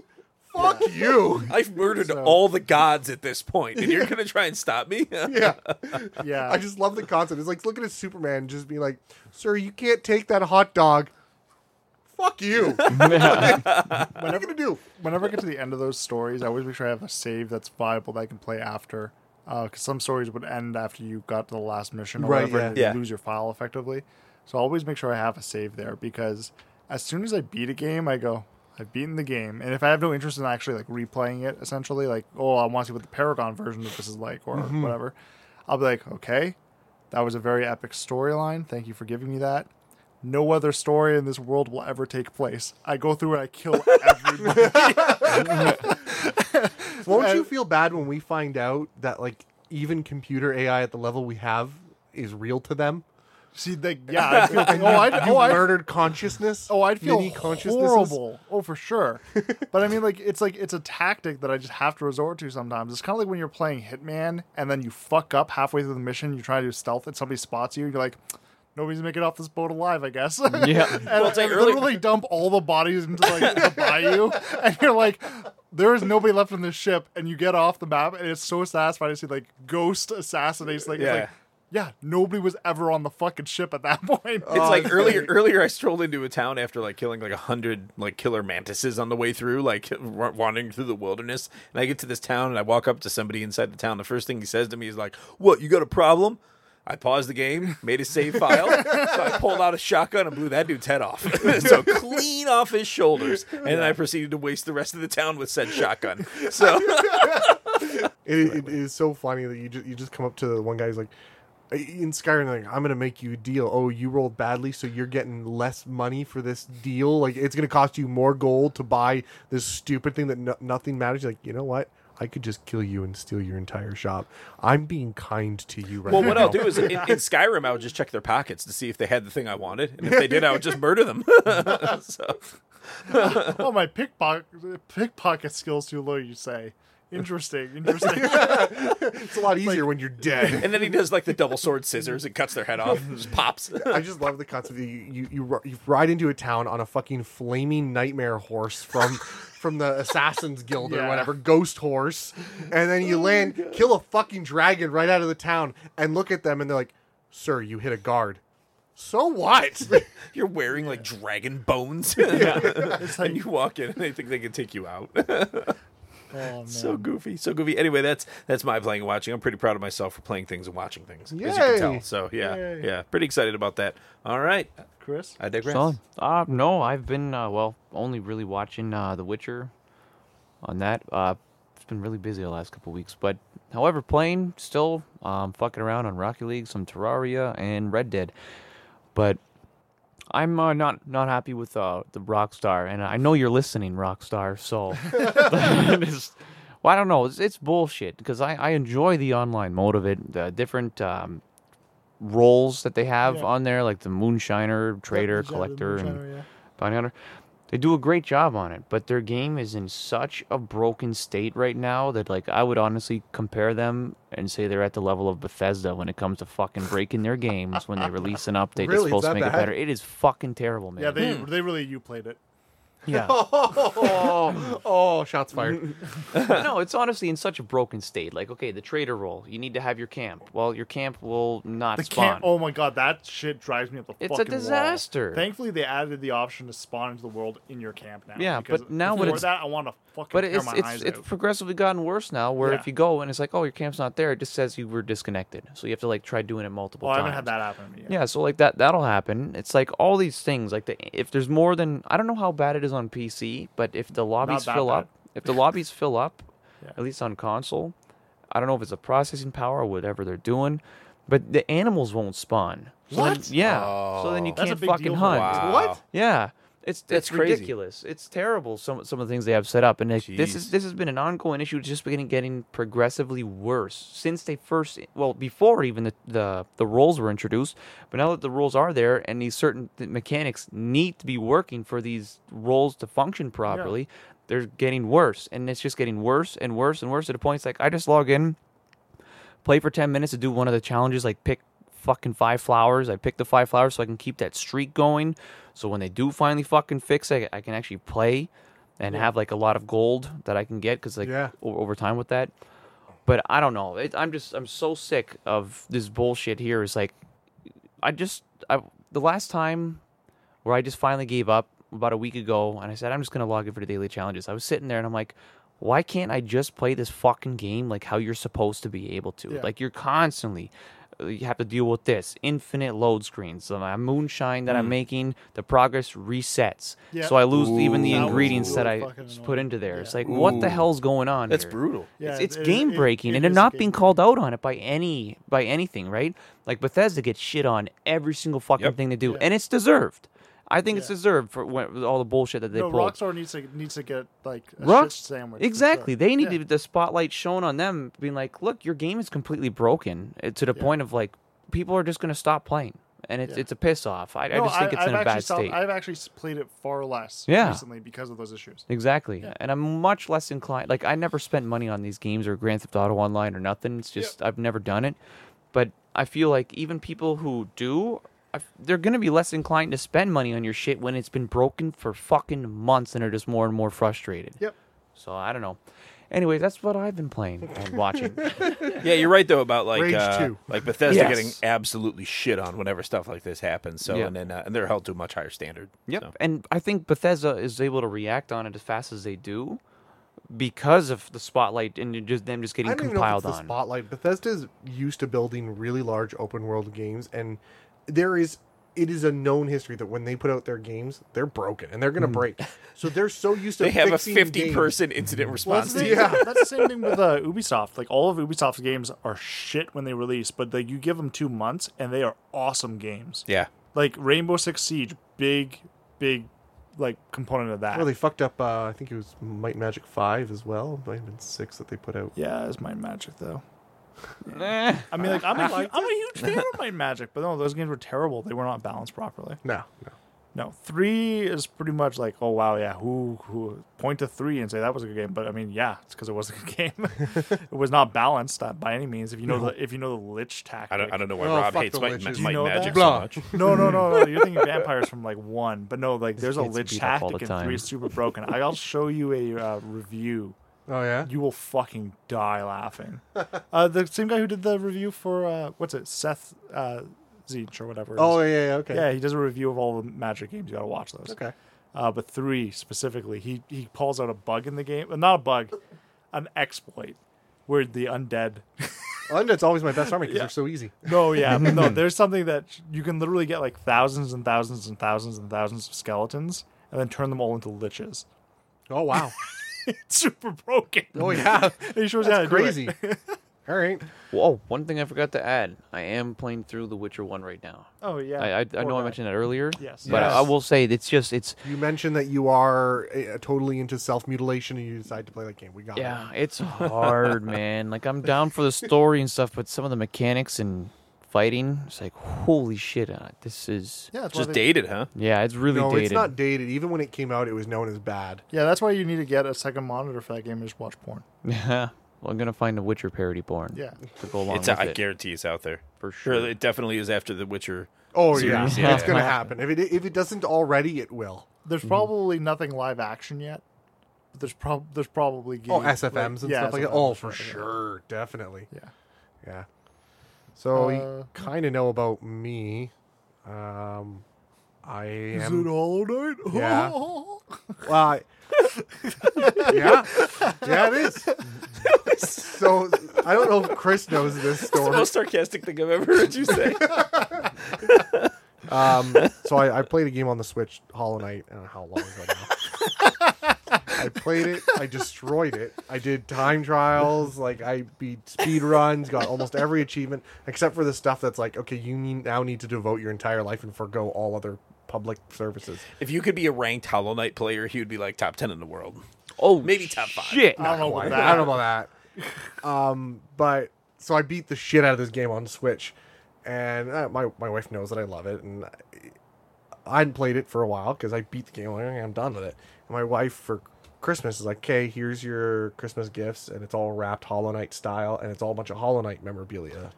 S2: Fuck you.
S4: I've murdered all the gods at this point, and you're gonna try and stop me?
S2: Yeah.
S3: Yeah.
S2: I just love the concept. It's like looking at Superman and just being like, "Sir, you can't take that hot dog." Fuck you. What are you gonna do?
S3: whenever I get to the end of those stories, I always make sure I have a save that's viable that I can play after. Because some stories would end after you got to the last mission or
S2: Right,
S3: whatever,
S2: yeah.
S3: and you
S4: Yeah.
S3: lose your file effectively. So I always make sure I have a save there because as soon as I beat a game, I go, I've beaten the game. And if I have no interest in actually like replaying it, essentially, like, oh, I want to see what the Paragon version of this is like or
S2: Mm-hmm.
S3: whatever, I'll be like, okay, that was a very epic storyline. Thank you for giving me that. No other story in this world will ever take place. I go through and I kill everybody.
S2: Won't you feel bad when we find out that like even computer AI at the level we have is real to them?
S3: See, like, yeah, I feel, oh, I'd,
S2: You
S3: oh, I'd,
S2: murdered consciousness.
S3: oh, I'd feel
S2: mini consciousnesses?
S3: horrible. Oh, for sure. but I mean, like, it's like it's a tactic that I just have to resort to sometimes. It's kind of like when you're playing Hitman and then you fuck up halfway through the mission. You try to do stealth and somebody spots you. You're like, nobody's making it off this boat alive, I guess. and
S1: Yeah.
S3: well,
S4: like early-
S3: literally dump all the bodies into like the bayou, and you're like. There is nobody left on this ship, and you get off the map, and it's so satisfying to see like ghost assassinates. Like, yeah.
S4: Yeah.
S3: it's like, yeah, nobody was ever on the fucking ship at that point.
S4: It's like earlier. Earlier, I strolled into a town after like killing like a hundred like killer mantises on the way through, like wa- wandering through the wilderness. And I get to this town and I walk up to somebody inside the town. The first thing he says to me is like, "What? You got a problem?" I paused the game, made a save file, so I pulled out a shotgun and blew that dude's head off, so clean off his shoulders. And then I proceeded to waste the rest of the town with said shotgun. So
S2: It, it is so funny that you just, you just come up to the one guy who's like, in Skyrim, they're like, I'm going to make you a deal. Oh, you rolled badly, so you're getting less money for this deal. Like, it's going to cost you more gold to buy this stupid thing that no- nothing matters. You're like, you know what? I could just kill you and steal your entire shop. I'm being kind to you right
S4: Well,
S2: now.
S4: what I'll do is in, in Skyrim, I would just check their pockets to see if they had the thing I wanted, and if they did, I would just murder them. so,
S3: oh, my pickpocket pickpocket skills too low. You say, interesting, interesting.
S2: it's a lot easier when you're dead.
S4: and then he does like the double sword scissors and cuts their head off, and just pops.
S2: I just love the concept that you, you you ri- you ride into a town on a fucking flaming nightmare horse from from the Assassin's Guild or
S3: Yeah. Oh
S2: whatever ghost horse, and then you land, kill a fucking dragon right out of the town, and look at them and they're like, "Sir, you hit a guard." So what?
S4: You're wearing like dragon bones, and you walk in, and they think they can take you out.
S3: oh man,
S4: so goofy, so goofy. Anyway, that's that's my playing and watching. I'm pretty proud of myself for playing things and watching things, as you
S2: Yay.
S4: can tell. So yeah,
S3: Yay.
S4: yeah, pretty excited about that. All right,
S3: Chris.
S4: I digress.
S1: Solid. Uh, no, I've been uh, well only really watching uh, The Witcher. On that, uh, it's been really busy the last couple weeks. But however, playing still um, fucking around on Rocky League, some Terraria, and Red Dead. But I'm uh, not not happy with uh, the Rockstar, and I know you're listening, Rockstar. So, just, well, I don't know. It's, it's bullshit because I, I enjoy the online mode of it, the different um, roles that they have on there, like the moonshiner, trader,
S3: Yeah, the
S1: collector,
S3: moonshiner,
S1: and
S3: yeah.
S1: bounty hunter. They do a great job on it, but their game is in such a broken state right now that like I would honestly compare them and say they're at the level of Bethesda when it comes to fucking breaking their games when they release an update
S2: Really?
S1: that's
S2: Is
S1: supposed
S2: that
S1: to make
S2: bad?
S1: it better. It is
S3: Hmm.
S1: fucking terrible, man.
S3: Yeah, they they really you played it.
S1: Yeah.
S2: oh, oh shots fired.
S1: no, it's honestly in such a broken state. Like, okay, the trader role, you need to have your camp. Well, your camp will not
S3: The
S1: spawn.
S3: camp. Oh my god, that shit drives me up the
S1: It's a
S3: fucking wall.
S1: disaster.
S3: Thankfully, they added the option to spawn into the world in your camp now.
S1: Yeah,
S3: because
S1: but now when
S3: before
S1: it's-
S3: that, I want to fucking
S1: but
S3: tear
S1: it's
S3: my eyes
S1: it's it's
S3: out.
S1: progressively gotten worse now. Where
S3: Yeah.
S1: if you go and it's like, oh, your camp's not there, it just says you were disconnected. So you have to like try doing it multiple
S3: Well, I
S1: times.
S3: haven't had that happen to me yet.
S1: Yeah, so like that that'll happen. It's like all these things. Like the if there's more than I don't know how bad it is on PC, but if the lobbies
S3: that
S1: fill
S3: bad.
S1: up, if the lobbies fill up,
S3: Yeah.
S1: at least on console, I don't know if it's a processing power or whatever they're doing, but the animals won't spawn. So then-
S3: What? Oh.
S1: yeah. so then you
S3: That's a
S1: can't
S3: big
S1: fucking
S3: deal for
S1: hunt.
S3: them.
S2: What?
S1: Yeah. It's
S7: That's
S1: it's
S7: crazy.
S1: ridiculous. It's terrible. Some some of the things they have set up, and like, this is
S7: Jeez.
S1: this has been an ongoing issue. It's just been getting progressively worse since they first. Well, before even the the, the roles were introduced, but now that the roles are there and these certain th- mechanics need to be working for these roles to function properly, they're getting worse, and it's just getting worse and worse and worse to the point. It's like I just log in, play for 10 minutes to do one of the challenges like pick fucking five flowers i pick the five flowers so i can keep that streak going so when they do finally fucking fix it i can actually play and have like a lot of gold that i can get because like
S2: Yeah.
S1: o- over time with that but i don't know it, i'm just i'm so sick of this bullshit here is like i just i the last time where I just finally gave up about a week ago and I said, I'm just going to log in for the daily challenges. I was sitting there and I'm like, why can't I just play this fucking game like how you're supposed to be able to? Like, you're constantly, uh, you have to deal with this infinite load screens, the amount of moonshine that I'm making, the progress resets.
S3: Mm. Yeah.
S1: So I lose even the
S3: That was
S1: ingredients that I
S3: really fucking
S1: s- put
S3: annoying.
S1: into there. It's
S3: Yeah.
S1: like, what the hell's going on?
S7: That's
S1: here?
S7: brutal.
S3: Yeah,
S1: it's, it's
S3: it- it-
S1: game
S3: it-
S1: breaking,
S3: it
S1: and they're
S3: is
S1: not
S3: game
S1: being called out on it by any by anything, right? Like Bethesda gets shit on every single fucking thing they do, and it's deserved. I think it's
S3: Yeah.
S1: deserved for when, all the bullshit that they
S3: no,
S1: pulled.
S3: Rockstar needs to needs to get like a
S1: Rock-
S3: shit sandwich. for
S1: exactly.
S3: sure.
S1: They need
S3: Yeah.
S1: to- the spotlight shown on them, being like, "Look, your game is completely broken uh, to the point of like people are just going to stop playing, and it's it's a piss off." I, I
S3: No,
S1: just think it's
S3: I've
S1: in a
S3: actually
S1: bad
S3: stopped-
S1: state.
S3: I've actually s- played it far less
S1: Yeah.
S3: recently because of those issues.
S1: Exactly. And I'm much less inclined like I never spent money on these games or Grand Theft Auto online or nothing. It's just I've never done it. But I feel like even people who do I- they're going to be less inclined to spend money on your shit when it's been broken for fucking months and are just more and more frustrated.
S3: Yep.
S1: So I don't know. Anyways, that's what I've been playing and watching.
S7: Yeah, you're right though about like
S2: Rage
S7: uh,
S2: 2.
S7: like Bethesda
S1: Yes.
S7: getting absolutely shit on whenever stuff like this happens. So
S1: Yeah.
S7: and then uh, and they're held to a much higher standard.
S1: Yep.
S7: So.
S1: And I think Bethesda is able to react on it as fast as they do because of the spotlight and just them just getting
S2: I don't even know if
S1: compiled
S2: it's the
S1: on.
S2: spotlight. Bethesda's used to building really large open world games, and there is it is a known history that when they put out their games, they're broken and they're going to break. So they're so used to
S7: Hmm. They have a
S2: fixing
S7: 50
S2: games.
S7: person incident
S3: Well,
S7: response
S3: that's, the
S7: team.
S3: thing- that's the same thing with uh, Ubisoft. Like all of Ubisoft's games are shit when they release, but like you give them two months and they are awesome games.
S7: Yeah.
S3: Like Rainbow Six Siege, big, big, like component of that.
S2: Well, they fucked up. Uh, I think it was Might and Magic Five as well. Might have been six that they put out.
S3: yeah, it's Mind Magic though.
S1: Eh.
S3: I mean, like I'm a, hu- I'm a huge fan of Mind Magic, but no, those games were terrible. They were not balanced properly.
S2: No, no.
S3: No, three is pretty much like, oh wow, yeah, who who point to three and say that was a good game, but I mean, yeah, it's because it was a good game. it was not balanced uh, by any means. If you know the if you know the lich tactic,
S7: I don't, I don't know why
S2: Oh,
S7: Rob
S2: fuck
S7: hates
S2: the
S7: Mike,
S2: witches.
S7: Mike
S3: You know
S7: Magic
S3: that?
S7: so much.
S3: No, no, no, no. You're thinking vampires from like one, but no, like there's a
S1: kid's
S3: lich
S1: beat up all the
S3: tactic and
S1: time.
S3: three is super broken. I'll show you a uh, review.
S2: Oh yeah.
S3: You will fucking die laughing. Uh, the same guy who did the review for uh, what's it, Seth uh, Zeech or whatever. it is.
S2: Oh yeah. yeah okay.
S3: yeah, he does a review of all the Magic games. You gotta watch those.
S2: Okay.
S3: uh, but three specifically, he he calls out a bug in the game, well, not a bug, an exploit where the undead.
S2: Undead's always my best army because they're so easy.
S3: No, yeah, but no, there's something that you can literally get like thousands and thousands and thousands and thousands of skeletons, and then turn them all into liches.
S2: Oh wow.
S3: It's super broken.
S2: Oh yeah.
S3: He shows you how to
S2: That's
S3: do it.
S2: crazy. All right.
S1: Whoa, one thing I forgot to add. I am playing through The Witcher 1 right now.
S3: Oh yeah.
S1: I, I, I
S3: poor
S1: know I
S3: guy.
S1: mentioned that earlier.
S3: Yes.
S1: But I, I will say it's just, it's,
S2: You mentioned that you are uh, totally into self mutilation and you decide to play that game. We got it.
S1: yeah, it's hard, man. Like, I'm down for the story and stuff, but some of the mechanics and fighting, it's like, holy shit, uh, this is,
S3: Yeah, that's why
S7: Just
S3: they-
S7: dated, huh?
S1: yeah, it's really
S2: No,
S1: dated.
S2: it's not dated. Even when it came out, it was known as bad.
S3: Yeah, that's why you need to get a second monitor for that game and just watch porn.
S1: Yeah. Well, I'm going to find a Witcher parody porn.
S3: Yeah.
S1: To go along
S7: It's
S1: with
S7: I
S1: it.
S7: guarantee it's out there.
S1: for
S7: Sure,
S1: sure.
S7: it definitely is after The Witcher.
S2: Oh
S7: Series,
S2: yeah.
S7: yeah.
S2: it's
S1: Mm-hmm.
S2: gonna happen. If it if it doesn't already, it will.
S3: There's probably nothing live action yet, But there's prob there's probably gay,
S2: Oh, SFMs and
S3: yeah,
S2: stuff like that.
S3: SFMs,
S2: Oh, for
S3: right, yeah.
S2: sure, definitely.
S3: Yeah.
S2: Yeah. So
S3: Uh,
S2: you kind of know about me. Um, I
S3: Is
S2: am.
S3: it all night?
S2: Yeah. Well, I- yeah, yeah, it is. so I don't know if Chris knows this
S4: the
S2: story.
S4: most sarcastic thing I've ever heard you say.
S2: Um, so I, I played a game on the Switch, Hollow Knight. I don't know how long ago now. I played it. I destroyed it. I did time trials. Like I beat speed runs. Got almost every achievement except for the stuff that's like, okay, you need, now need to devote your entire life and forego all other public services.
S4: if you could be a ranked Hollow Knight player, he would be like top ten in the world.
S1: Oh,
S4: Maybe top five.
S1: shit.
S3: I don't know about
S2: Why-
S3: that.
S2: I don't know about that. Um, but so I beat the shit out of this game on Switch, and uh, my my wife knows that I love it, and I, I hadn't played it for a while because I beat the game. Like, "Okay, I'm done with it. And my wife for Christmas is like, "Okay, here's your Christmas gifts, and it's all wrapped Hollow Knight style, and it's all a bunch of Hollow Knight memorabilia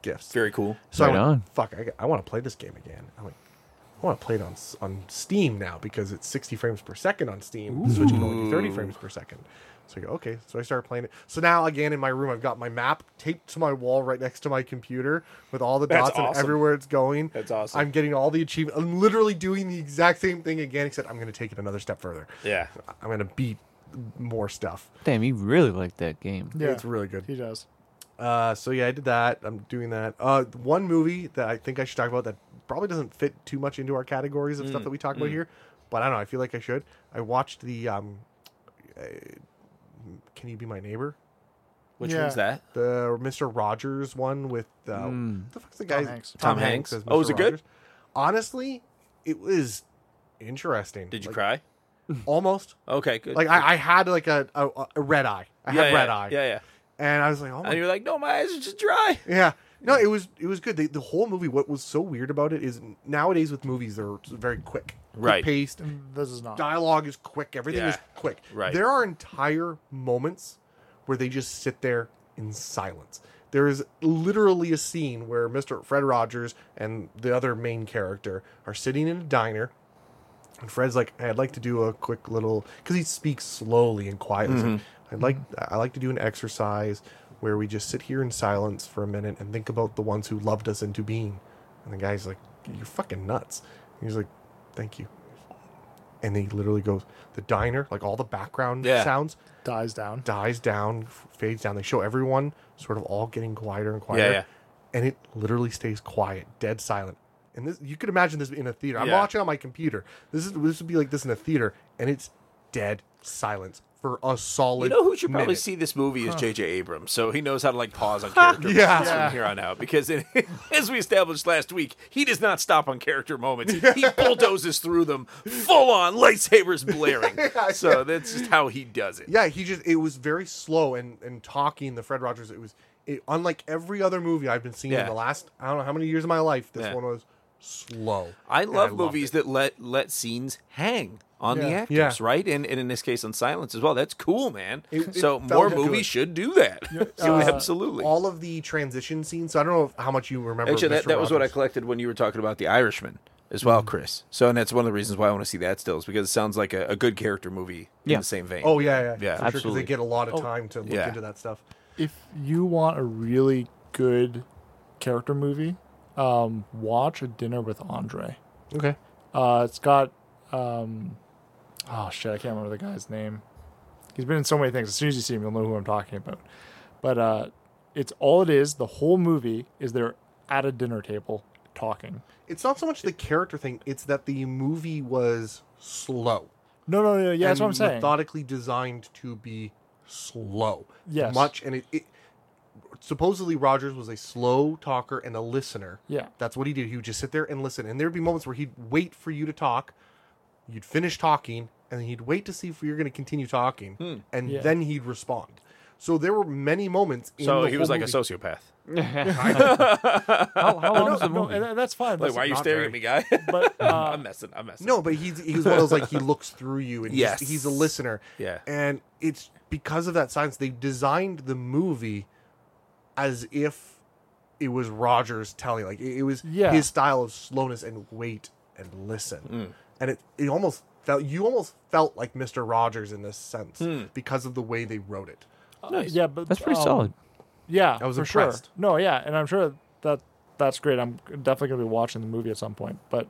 S2: gifts."
S4: Very cool.
S2: So
S1: Right
S2: I went,
S1: on.
S2: fuck, I, want to play this game again. I'm like, I want to play it on S- on Steam now because it's 60 frames per second on Steam. The Switch can only do 30 frames per second. So I go, okay. So I started playing it. So now again in my room, I've got my map taped to my wall right next to my computer with all the
S4: That's
S2: dots and
S4: awesome.
S2: everywhere it's going.
S4: That's awesome.
S2: I'm getting all the achievement. I'm literally doing the exact same thing again, except I'm going to take it another step further.
S4: Yeah.
S2: I'm going to beat more stuff.
S1: Damn, you really like that game.
S3: Yeah,
S2: It's really good.
S3: he does.
S2: Uh, so yeah, I did that. I'm doing that. Uh, one movie that I think I should talk about that probably doesn't fit too much into our categories
S4: Mm,
S2: of stuff that we talk about here, but I don't know. I feel like I should. I watched the um, uh, Can You Be My Neighbor?
S4: Which
S3: Yeah.
S4: one's that?
S2: The Mister Rogers one with uh, what the fuck's the guy's
S3: Hanks.
S4: Mm. Tom Hanks.
S2: as
S4: Oh, is
S2: Mr.
S4: it good?
S2: Rogers. Honestly, it was interesting.
S4: Did you
S2: Like,
S4: cry?
S2: Almost.
S4: Okay, good.
S2: Like I, I had like a, a, a red eye. I
S4: yeah,
S2: had red
S4: yeah,
S2: eye,
S4: Yeah, yeah.
S2: and I was like, oh my
S4: And you're like, no, my eyes are just dry.
S2: Yeah. No, it was it was good. The, the whole movie. What was so weird about it is nowadays with movies they're very quick,
S4: Right.
S2: Paced.
S3: This is not.
S2: Dialogue is quick. Everything is
S4: Yeah.
S2: quick.
S4: Right.
S2: There are entire moments where they just sit there in silence. There is literally a scene where Mr. Fred Rogers and the other main character are sitting in a diner and Fred's like, "Hey, I'd like to do a quick little, because he speaks slowly and quietly. He's like, I'd like, I like to do an exercise where we just sit here in silence for a minute and think about the ones who loved us into being. And the guy's like, you're fucking nuts. And he's like, thank you. And he literally goes, the diner, like all the background
S4: Yeah.
S2: sounds
S3: dies down.
S2: dies down, f- fades down. They show everyone sort of all getting quieter and quieter.
S4: Yeah, yeah.
S2: And it literally stays quiet, dead silent. And this you could imagine this in a theater. I'm
S4: Yeah.
S2: watching on my computer. This is this would be like this in a theater, and it's dead silence for a solid.
S4: You know who should probably
S2: minute.
S4: see this movie is J.J. Abrams, so he knows how to like pause on character
S2: Yeah.
S4: moments from here on out. Because in, as we established last week, he does not stop on character moments. He bulldozes through them, full on lightsabers blaring. so that's just how he does it.
S2: Yeah, he just it was very slow and and talking. The Fred Rogers, it was it, unlike every other movie I've been seeing
S4: Yeah.
S2: in the last I don't know how many years of my life. This
S4: Yeah.
S2: one was slow.
S4: I
S2: And
S4: love
S2: loved
S4: movies
S2: it.
S4: that let let scenes hang on the
S3: Yeah.
S4: actors,
S2: Yeah.
S4: right? And, and in this case, on silence as well. That's cool, man.
S2: It- it
S4: so
S2: felt
S4: more
S2: good.
S4: movies should do that.
S3: uh,
S4: Absolutely.
S2: All of the transition scenes. So I don't know if- how much you remember.
S4: Actually, that,
S2: Mr.
S4: that was what I
S2: Rogers.
S4: collected when you were talking about The Irishman as well, Chris. So, and that's one of the reasons why I want to see that still is because it sounds like a, a good character movie
S1: Yeah.
S4: in the same vein.
S2: Oh yeah, yeah,
S4: Yeah.
S2: for sure, 'cause
S1: Absolutely.
S2: they get a lot
S3: Oh,
S2: of time to look
S4: Yeah.
S2: into that stuff.
S3: If you want a really good character movie, um, watch A Dinner with Andre.
S2: Okay.
S3: Uh, it's got, um, oh shit, I can't remember the guy's name. He's been in so many things. As soon as you see him, you'll know who I'm talking about. But uh, it's all it is. The whole movie is they're at a dinner table talking.
S2: It's not so much the character thing; it's that the movie was slow.
S3: No, no, no. Yeah, that's
S2: and
S3: what I'm saying.
S2: Methodically designed to be slow.
S3: Yes.
S2: Much, and it, it supposedly Rogers was a slow talker and a listener.
S3: Yeah.
S2: That's what he did. He would just sit there and listen, and there'd be moments where he'd wait for you to talk. You'd finish talking, and then he'd wait to see if you're going to continue talking,
S4: Hmm.
S2: and
S3: Yeah.
S2: then he'd respond. So there were many moments. In
S4: so
S2: the
S4: he was
S2: whole
S4: like
S2: movie-
S4: a sociopath.
S1: How, how long is the
S3: No,
S1: movie?
S3: and and that's fine.
S4: Like,
S3: That's
S4: why are you
S3: not
S4: staring at me, guy?
S3: But uh,
S4: I'm messing. I'm messing.
S2: No, but he's he was one of those like he looks through you and he's-
S4: Yes.
S2: he's, a listener.
S4: Yeah.
S2: And it's because of that science they designed the movie as if it was Rogers telling like it, it was
S3: Yeah.
S8: Hmm.
S2: his style of slowness and wait and listen. And it it almost felt you almost felt like Mr. Rogers in this sense
S8: Hmm.
S2: because of the way they wrote it.
S3: uh,
S8: Yeah, but
S1: That's
S2: Oh.
S1: pretty
S8: um,
S1: solid.
S8: Yeah,
S2: I was
S8: for
S2: impressed.
S8: Sure. No, yeah, and I'm sure that that's great. I'm definitely gonna be watching the movie at some point. But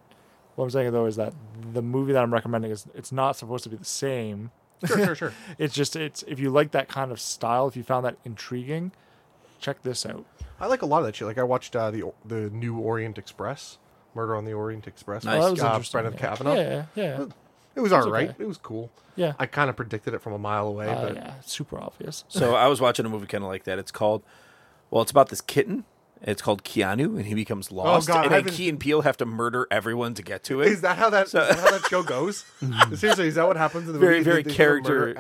S8: what I'm saying though is that the movie that I'm recommending is it's not supposed to be the same.
S2: Sure, sure, sure.
S8: It's just it's if you like that kind of style, if you found that intriguing, check this out.
S2: I like a lot of that shit. Like I watched uh, the the new Orient Express, Murder on the Orient Express.
S8: Oh, that
S2: with,
S8: was
S2: uh,
S8: interesting.
S2: Brendan
S8: yeah.
S2: Kavanaugh.
S8: Yeah, yeah,
S2: It was all right.
S8: okay.
S2: It was cool.
S8: yeah.
S2: I kind of predicted it from a mile away,
S3: Oh,
S8: Uh,
S2: but
S8: yeah, super obvious.
S4: So I was watching a movie kind of like that. It's called, well, it's about this kitten. It's called Keanu, and he becomes lost.
S2: God,
S4: and then
S2: I haven't-
S4: Key and Peele have to murder everyone to get to it.
S2: is that how that, is that how that show goes? Seriously, is that what happens in the
S4: Very,
S2: movie?
S4: very
S2: They- they sort of murder
S4: character-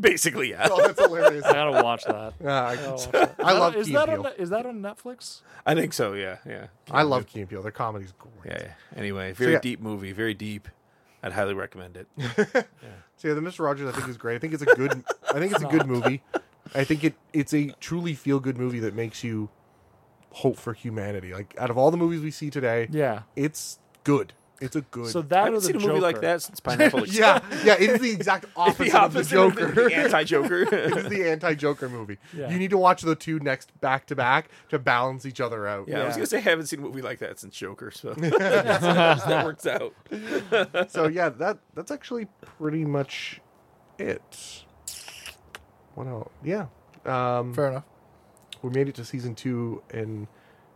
S4: Basically, yeah.
S2: Oh, that's hilarious.
S8: I gotta watch that.
S2: Yeah, I,
S3: Oh,
S8: Gotta watch that.
S2: I love
S8: is
S2: Key
S8: that
S2: and
S8: on,
S2: Peele.
S8: is that on Netflix?
S4: I think so. Yeah, yeah,
S2: I love Key and Peele. Their comedy's great.
S4: yeah. yeah. Anyway, very
S2: yeah.
S4: deep movie. Very deep. I'd highly recommend it.
S2: So yeah, the Mister Rogers I think is great. I think it's a good. I think it's a good movie. I think it it's a truly feel good movie that makes you hope for humanity. Like out of all the movies we see today,
S8: Yeah.
S2: it's good. It's a good.
S8: So
S4: I
S8: that
S4: haven't
S8: is
S4: seen
S8: the
S4: a movie like
S8: Joker.
S4: that since Pineapple Express.
S2: yeah, yeah, it is the exact
S4: the
S2: opposite,
S4: opposite
S2: of
S4: of
S2: the Joker.
S4: the anti Joker.
S2: It's the anti-Joker movie.
S8: Yeah.
S2: You need to watch the two next back to back to balance each other out.
S4: Yeah, I was
S8: Yeah.
S4: gonna say I haven't seen a movie like that since Joker, so that works out.
S2: So yeah, that that's actually pretty much it. What else? Yeah. Um,
S3: Fair enough.
S2: we made it to season two in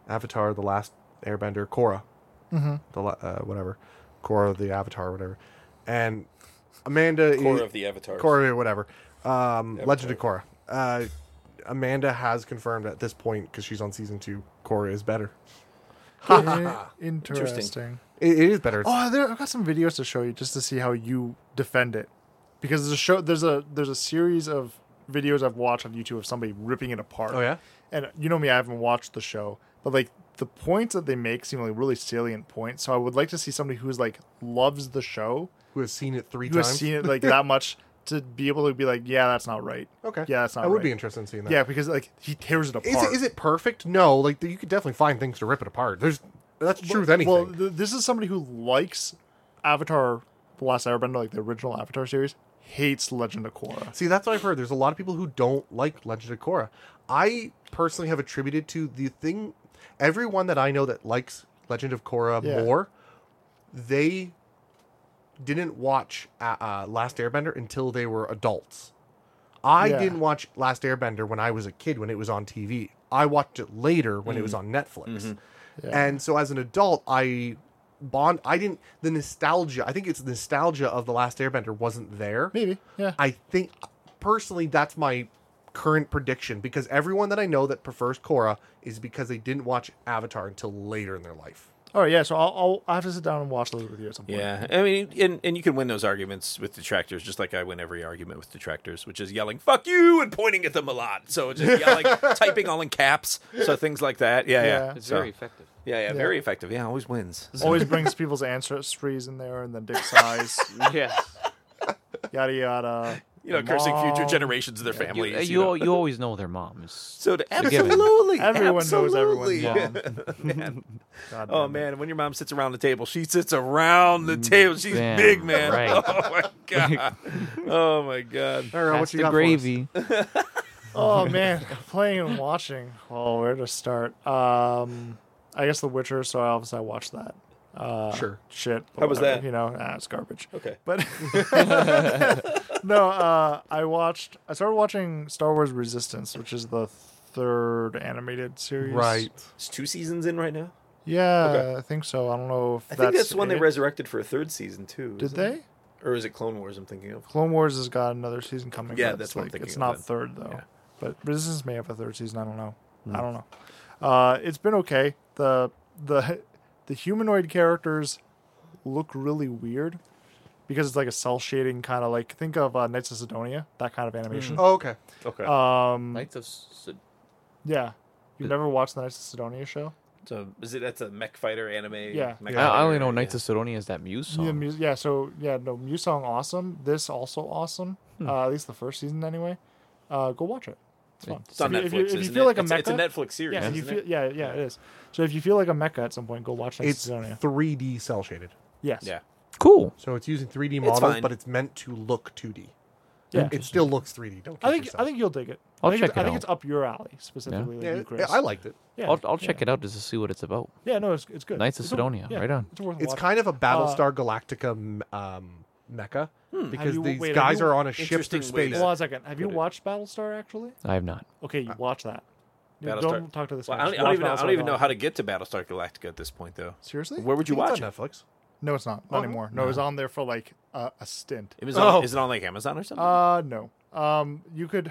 S2: Avatar: The Last Airbender, Korra, mm-hmm. the la- uh, whatever, Korra the Avatar, whatever, and Amanda
S4: Core
S2: is,
S4: of the Avatar.
S2: Korra, whatever, um, Legend of Korra. Uh, Amanda has confirmed at this point because she's on season two, Korra is better.
S3: In- Interesting.
S2: It, it is better.
S3: Oh, there, I've got some videos to show you just to see how you defend it, because there's a show, there's a there's a series of videos I've watched on YouTube of somebody ripping it apart.
S2: Oh, yeah?
S3: and you know me, I haven't watched the show, but like the points that they make seem like really salient points. So I would like to see somebody who's like loves the show,
S2: Who has seen it three
S3: who
S2: times?
S3: has seen it like that much, to be able to be like, yeah, that's not right.
S2: Okay,
S3: yeah, that's not.
S2: I would
S3: right.
S2: be interested in seeing that.
S3: Yeah, because like he tears it apart.
S2: Is it, is it perfect? No, like you could definitely find things to rip it apart. There's that's true with anything.
S3: Well, th- this is somebody who likes Avatar: The Last Airbender, like the original Avatar series, hates Legend of Korra.
S2: See, that's what I've heard. There's a lot of people who don't like Legend of Korra. I personally have attributed to the thing. Everyone that I know that likes Legend of Korra
S3: Yeah.
S2: more, they didn't watch uh, uh, Last Airbender until they were adults. I
S3: Yeah.
S2: didn't watch Last Airbender when I was a kid when it was on TV. I watched it later when it was
S3: Mm-hmm.
S2: on Netflix. And so as an adult, I bond I didn't the nostalgia. I think it's nostalgia of the Last Airbender wasn't there.
S3: Maybe, yeah.
S2: I think personally that's my current prediction because everyone that I know that prefers Korra is because they didn't watch Avatar until later in their life.
S3: All right, yeah. So I'll, I'll I have to sit down and watch those with you at some point.
S4: Yeah, I mean, and, and you can win those arguments with detractors, just like I win every argument with detractors, which is yelling "fuck you" and pointing at them a lot. So just yelling, typing all in caps, so things like that. Yeah, yeah,
S3: Yeah.
S1: It's
S4: So-
S1: very effective.
S4: yeah, yeah, very effective. Yeah, always wins.
S3: Always brings people's ancestries in there and then dick size,
S1: Yeah.
S3: yada yada.
S4: You know,
S3: The
S4: cursing future
S3: mom.
S4: generations of their
S1: You, uh,
S4: families. you
S1: you,
S4: know.
S1: al- you always know their mom. It's-
S4: So to,
S1: a given.
S4: absolutely,
S3: Everyone knows
S4: absolutely.
S3: everyone's mom. God
S4: Oh
S3: damn it.
S4: man, when your mom sits around the table, she sits around the table. She's
S1: Damn,
S4: big, man.
S1: right.
S4: Oh my god. Oh my god.
S2: All right, what
S1: That's
S2: you
S1: the
S2: got for us?
S1: gravy.
S3: Oh man, playing and watching. Oh, where to start? Um, I guess The Witcher. So obviously I watched that. Uh,
S2: Sure.
S3: Shit. but
S4: How was
S3: whatever,
S4: that?
S3: You know, nah, it's garbage.
S4: Okay.
S3: But no, uh, I watched. I started watching Star Wars Resistance, which is the third animated series.
S2: Right.
S4: It's two seasons in right now.
S3: Yeah,
S4: Okay.
S3: I think so. I don't know if
S4: I think that's the one they
S3: it.
S4: resurrected for a third season too.
S3: Did
S4: isn't
S3: they?
S4: it? Or is it Clone Wars? I'm thinking of.
S3: Clone Wars has got another season coming.
S4: Yeah,
S3: but
S4: that's
S3: it's
S4: what I'm
S3: like,
S4: thinking
S3: It's
S4: of
S3: not
S4: then.
S3: third though,
S4: Yeah. Hmm.
S3: but Resistance may have a third season. I don't know. I don't know. Uh, it's been okay. the the The humanoid characters look really weird because it's like a cell shading kind of like think of uh, Knights of Sidonia that kind of animation.
S2: Oh, okay.
S4: Okay.
S3: Um,
S1: Knights of Sid-
S3: yeah, you've never watched the Knights of Sidonia show?
S4: so is it that's a mech fighter anime?
S3: Yeah.
S4: Mech
S1: I, I
S4: fighter,
S1: only know
S4: yeah.
S1: Knights of Sidonia is that Muse song.
S3: Yeah, mu- yeah, so yeah, no, Mew Song awesome. This also awesome.
S4: Hmm.
S3: Uh, at least the first season anyway. Uh, go watch it. It's fun.
S4: It's on Netflix.
S3: if you, if you, if you
S4: isn't
S3: feel
S4: it?
S3: like a
S4: it's,
S3: mecha,
S4: it's a Netflix series.
S3: Yeah, if you
S4: isn't
S3: feel,
S4: it?
S3: yeah, yeah, it is. So if you feel like a mecha at some point, go watch Next
S2: It's
S3: Sidonia.
S2: 3D cell shaded.
S3: Yes.
S4: Yeah.
S1: Cool.
S2: So it's using 3D models,
S4: fine.
S2: but it's meant to look 2D.
S9: Yeah.
S2: It still looks 3D. Don't kid
S9: I think
S2: yourself.
S9: I think you'll dig it.
S1: I'll
S9: I think
S1: check
S9: it's, I
S1: it
S9: think
S1: out.
S9: it's up your alley specifically. like
S2: Yeah,
S9: you,
S2: it-
S9: Chris.
S2: I liked it.
S9: Yeah,
S1: I'll, I'll check it out just to see what it's about.
S9: Yeah, no, it's, it's good.
S1: Knights of
S9: It's a-
S1: Sidonia,
S9: yeah,
S1: right on.
S9: It's, worth a
S2: It's
S9: watch.
S2: kind of a Battlestar Galactica m- um, mecha because
S9: Hmm. Have you-
S2: these
S9: wait, have
S2: guys
S9: you-
S2: are on a ship
S4: Interesting
S2: through
S4: way
S2: space.
S4: to-
S9: Hold on a second. Have you watched Battlestar actually?
S1: I have not.
S9: Okay,
S2: Uh,
S9: you watch that. You
S4: Battlestar-
S9: Don't talk to this.
S4: Well,
S9: guy,
S4: I don't,
S9: just
S4: I don't
S9: watch
S4: even, know, I
S9: Battlestar
S4: don't even know
S9: Galactica.
S4: how to get to Battlestar Galactica at this point, though.
S3: Serioly?
S4: Where would you
S2: It's
S4: watch
S2: on
S4: it?
S2: Netflix.
S3: No, it's not. Not anymore. No, it was on there for like uh, a stint.
S4: It was on- Is it on like Amazon or something?
S3: Uh, no. Um, you could.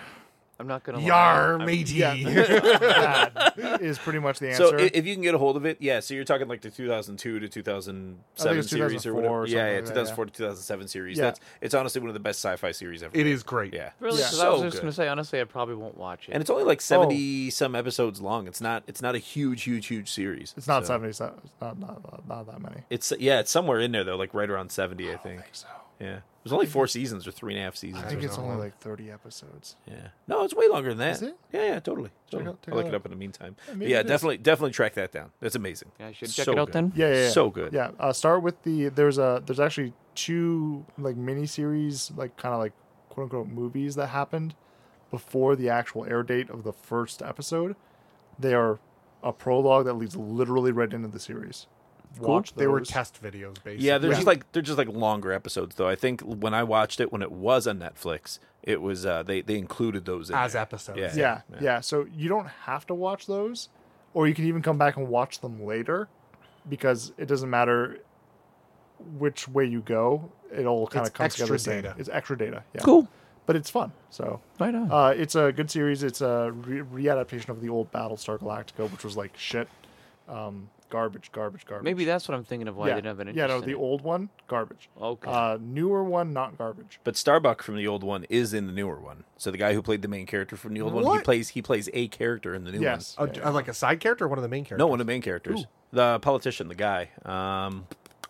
S1: I'm not gonna.
S2: Yar, matey.
S3: that is pretty much the answer.
S4: so i- if you can get a hold of it, yeah. So you're talking like the 2002 to 2007
S3: it's
S4: series or whatever.
S3: 2004 or
S4: yeah, yeah,
S3: something like that,
S4: 2004 to 2007 series.
S3: Yeah.
S4: That's it's honestly one of the best sci-fi series ever.
S2: It is great.
S4: Yeah.
S1: Really?
S3: Yeah.
S1: 'Cause I was
S4: So
S1: just
S4: good.
S1: gonna say honestly, I probably won't watch it.
S4: And it's only like 70 some episodes long. It's not it's not a huge huge huge series.
S3: it's not
S4: So-
S3: 77. It's not, not, not Oh, that many.
S4: It's yeah, it's somewhere in there though, like right around 70, I think.
S3: So
S4: Yeah. There's only 4 seasons or three and a half seasons.
S3: I
S4: or
S3: think it's
S4: something.
S3: only like 30 episodes.
S4: Yeah. No, it's way longer than that.
S3: Is it?
S4: Yeah, yeah, totally. totally.
S3: out- check
S4: I'll look
S3: it
S4: it
S3: out.
S4: up in the meantime. But
S3: maybe
S4: yeah,
S3: it is.
S4: definitely definitely track that down. That's amazing.
S1: yeah, I should check
S4: So
S1: it out
S4: good.
S1: then.
S3: Yeah, yeah, yeah.
S4: So good.
S3: Yeah, uh, start with the there's a there's actually two like mini series like kind of like quote unquote movies that happened before the actual air date of the first episode. They are a prologue that leads literally right into the series. Watch
S2: They were
S3: those.
S2: test videos, basically.
S4: Yeah, they're just like they're just like longer episodes though. I think when I watched it when it was on Netflix, it was uh they they included those in
S2: as
S4: there.
S2: episodes.
S4: Yeah.
S3: yeah, yeah, So you don't have to watch those, or you can even come back and watch them later, because it doesn't matter which way you go. It all kind
S2: It's
S3: of comes together.
S2: extra
S3: the same.
S2: data.
S3: It's extra data. Yeah.
S1: Cool.
S3: But it's fun. So
S1: Right on.
S3: Uh, it's a good series. It's a re- readaptation of the old Battlestar Galactica, which was like shit, um, garbage, garbage, garbage.
S1: Maybe that's what I'm thinking of. Why I didn't have an
S3: yeah,
S1: interest.
S3: no, the
S1: in it.
S3: old one, garbage.
S1: Okay.
S3: Uh, newer one, not garbage.
S4: But Starbuck from the old one is in the newer one. So the guy who played the main character from the old one, he
S2: What?
S4: plays he plays a character in the new
S3: Yes.
S2: Uh, d- uh, like a side character or one of the main
S4: one.
S2: characters?
S4: No, one of the main characters. The politician, the guy. Um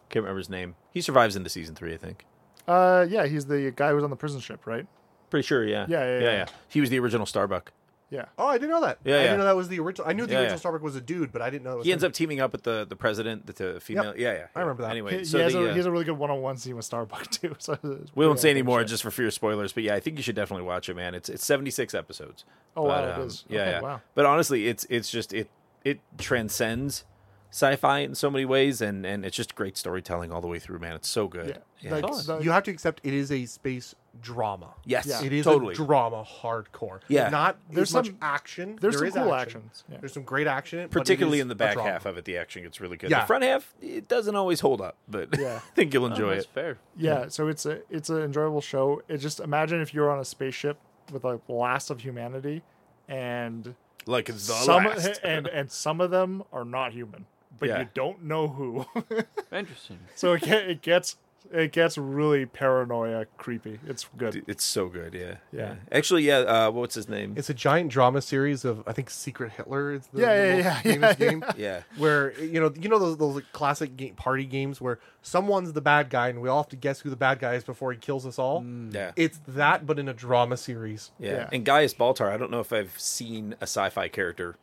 S4: can't remember his name. He survives into season three, I think.
S3: Uh, yeah, he's the guy who was on the prison ship, right?
S4: Pretty sure, yeah.
S3: Yeah, yeah, yeah.
S4: He was the original Starbuck.
S3: Yeah.
S2: Oh, I didn't know that.
S4: Yeah,
S2: I
S4: yeah.
S2: didn't know that was the original. I knew the
S4: Yeah,
S2: original
S4: yeah.
S2: Starbuck was a dude, but I didn't know. It was
S4: He ends
S2: him.
S4: up teaming up with the the president, the, the female. Yeah, yeah,
S2: I remember
S4: yeah.
S2: that.
S4: Anyway,
S3: he,
S4: so
S3: he has
S4: the,
S3: a,
S4: uh,
S3: he has a really good one-on-one scene with Starbuck too. So it's
S4: we won't
S3: pretty
S4: say
S3: epic
S4: anymore
S3: shit.
S4: just for fear of spoilers, but yeah, I think you should definitely watch it, man. It's it's 76 episodes.
S3: Oh,
S4: but,
S3: wow, it
S4: um,
S3: is.
S4: Yeah,
S3: Okay,
S4: yeah.
S3: wow.
S4: But honestly, it's it's just it it transcends sci-fi in so many ways and and it's just great storytelling all the way through, man. It's so good.
S3: Yeah.
S4: Yeah.
S3: Like,
S1: Fun.
S3: the-
S2: You have to accept it is a space drama.
S4: Yes,
S3: Yeah.
S2: It is
S4: totally.
S2: a drama hardcore.
S4: Yeah.
S2: Not
S3: There's
S2: there's much
S3: some-
S2: action.
S3: there's
S2: There
S3: some
S2: is
S3: cool
S2: action.
S3: actions, yeah.
S2: There's some great action. but it
S4: Particularly
S2: is
S4: in the
S2: a
S4: back
S2: drama.
S4: half of it, the action gets really good.
S2: Yeah.
S4: The front half, it doesn't always hold up, but
S3: Yeah.
S4: I think you'll enjoy
S1: that's
S4: it.
S1: fair.
S3: yeah so it's a it's an enjoyable show it just imagine if you're on a spaceship with like the last of humanity and
S4: Like it's the
S3: some
S4: last.
S3: and and some of them are not human but
S4: Yeah.
S3: you don't know who
S1: Interesting.
S3: so it, get, it gets it gets really paranoia creepy it's good
S4: Dude, It's so good, yeah.
S3: Yeah.
S4: Actually, yeah, uh, what's his name?
S2: It's a giant drama series of I think Secret Hitler is the,
S3: Yeah,
S2: the
S3: yeah,
S2: most
S3: yeah,
S2: famous
S3: yeah,
S2: game.
S4: yeah.
S2: Where you know you know those those like, classic game, party games where someone's the bad guy and we all have to guess who the bad guy is before he kills us all.
S4: Yeah.
S2: It's that, but in a drama series.
S4: Mm. Yeah.
S3: Yeah.
S4: And Gaius Baltar, I don't know if I've seen a sci-fi character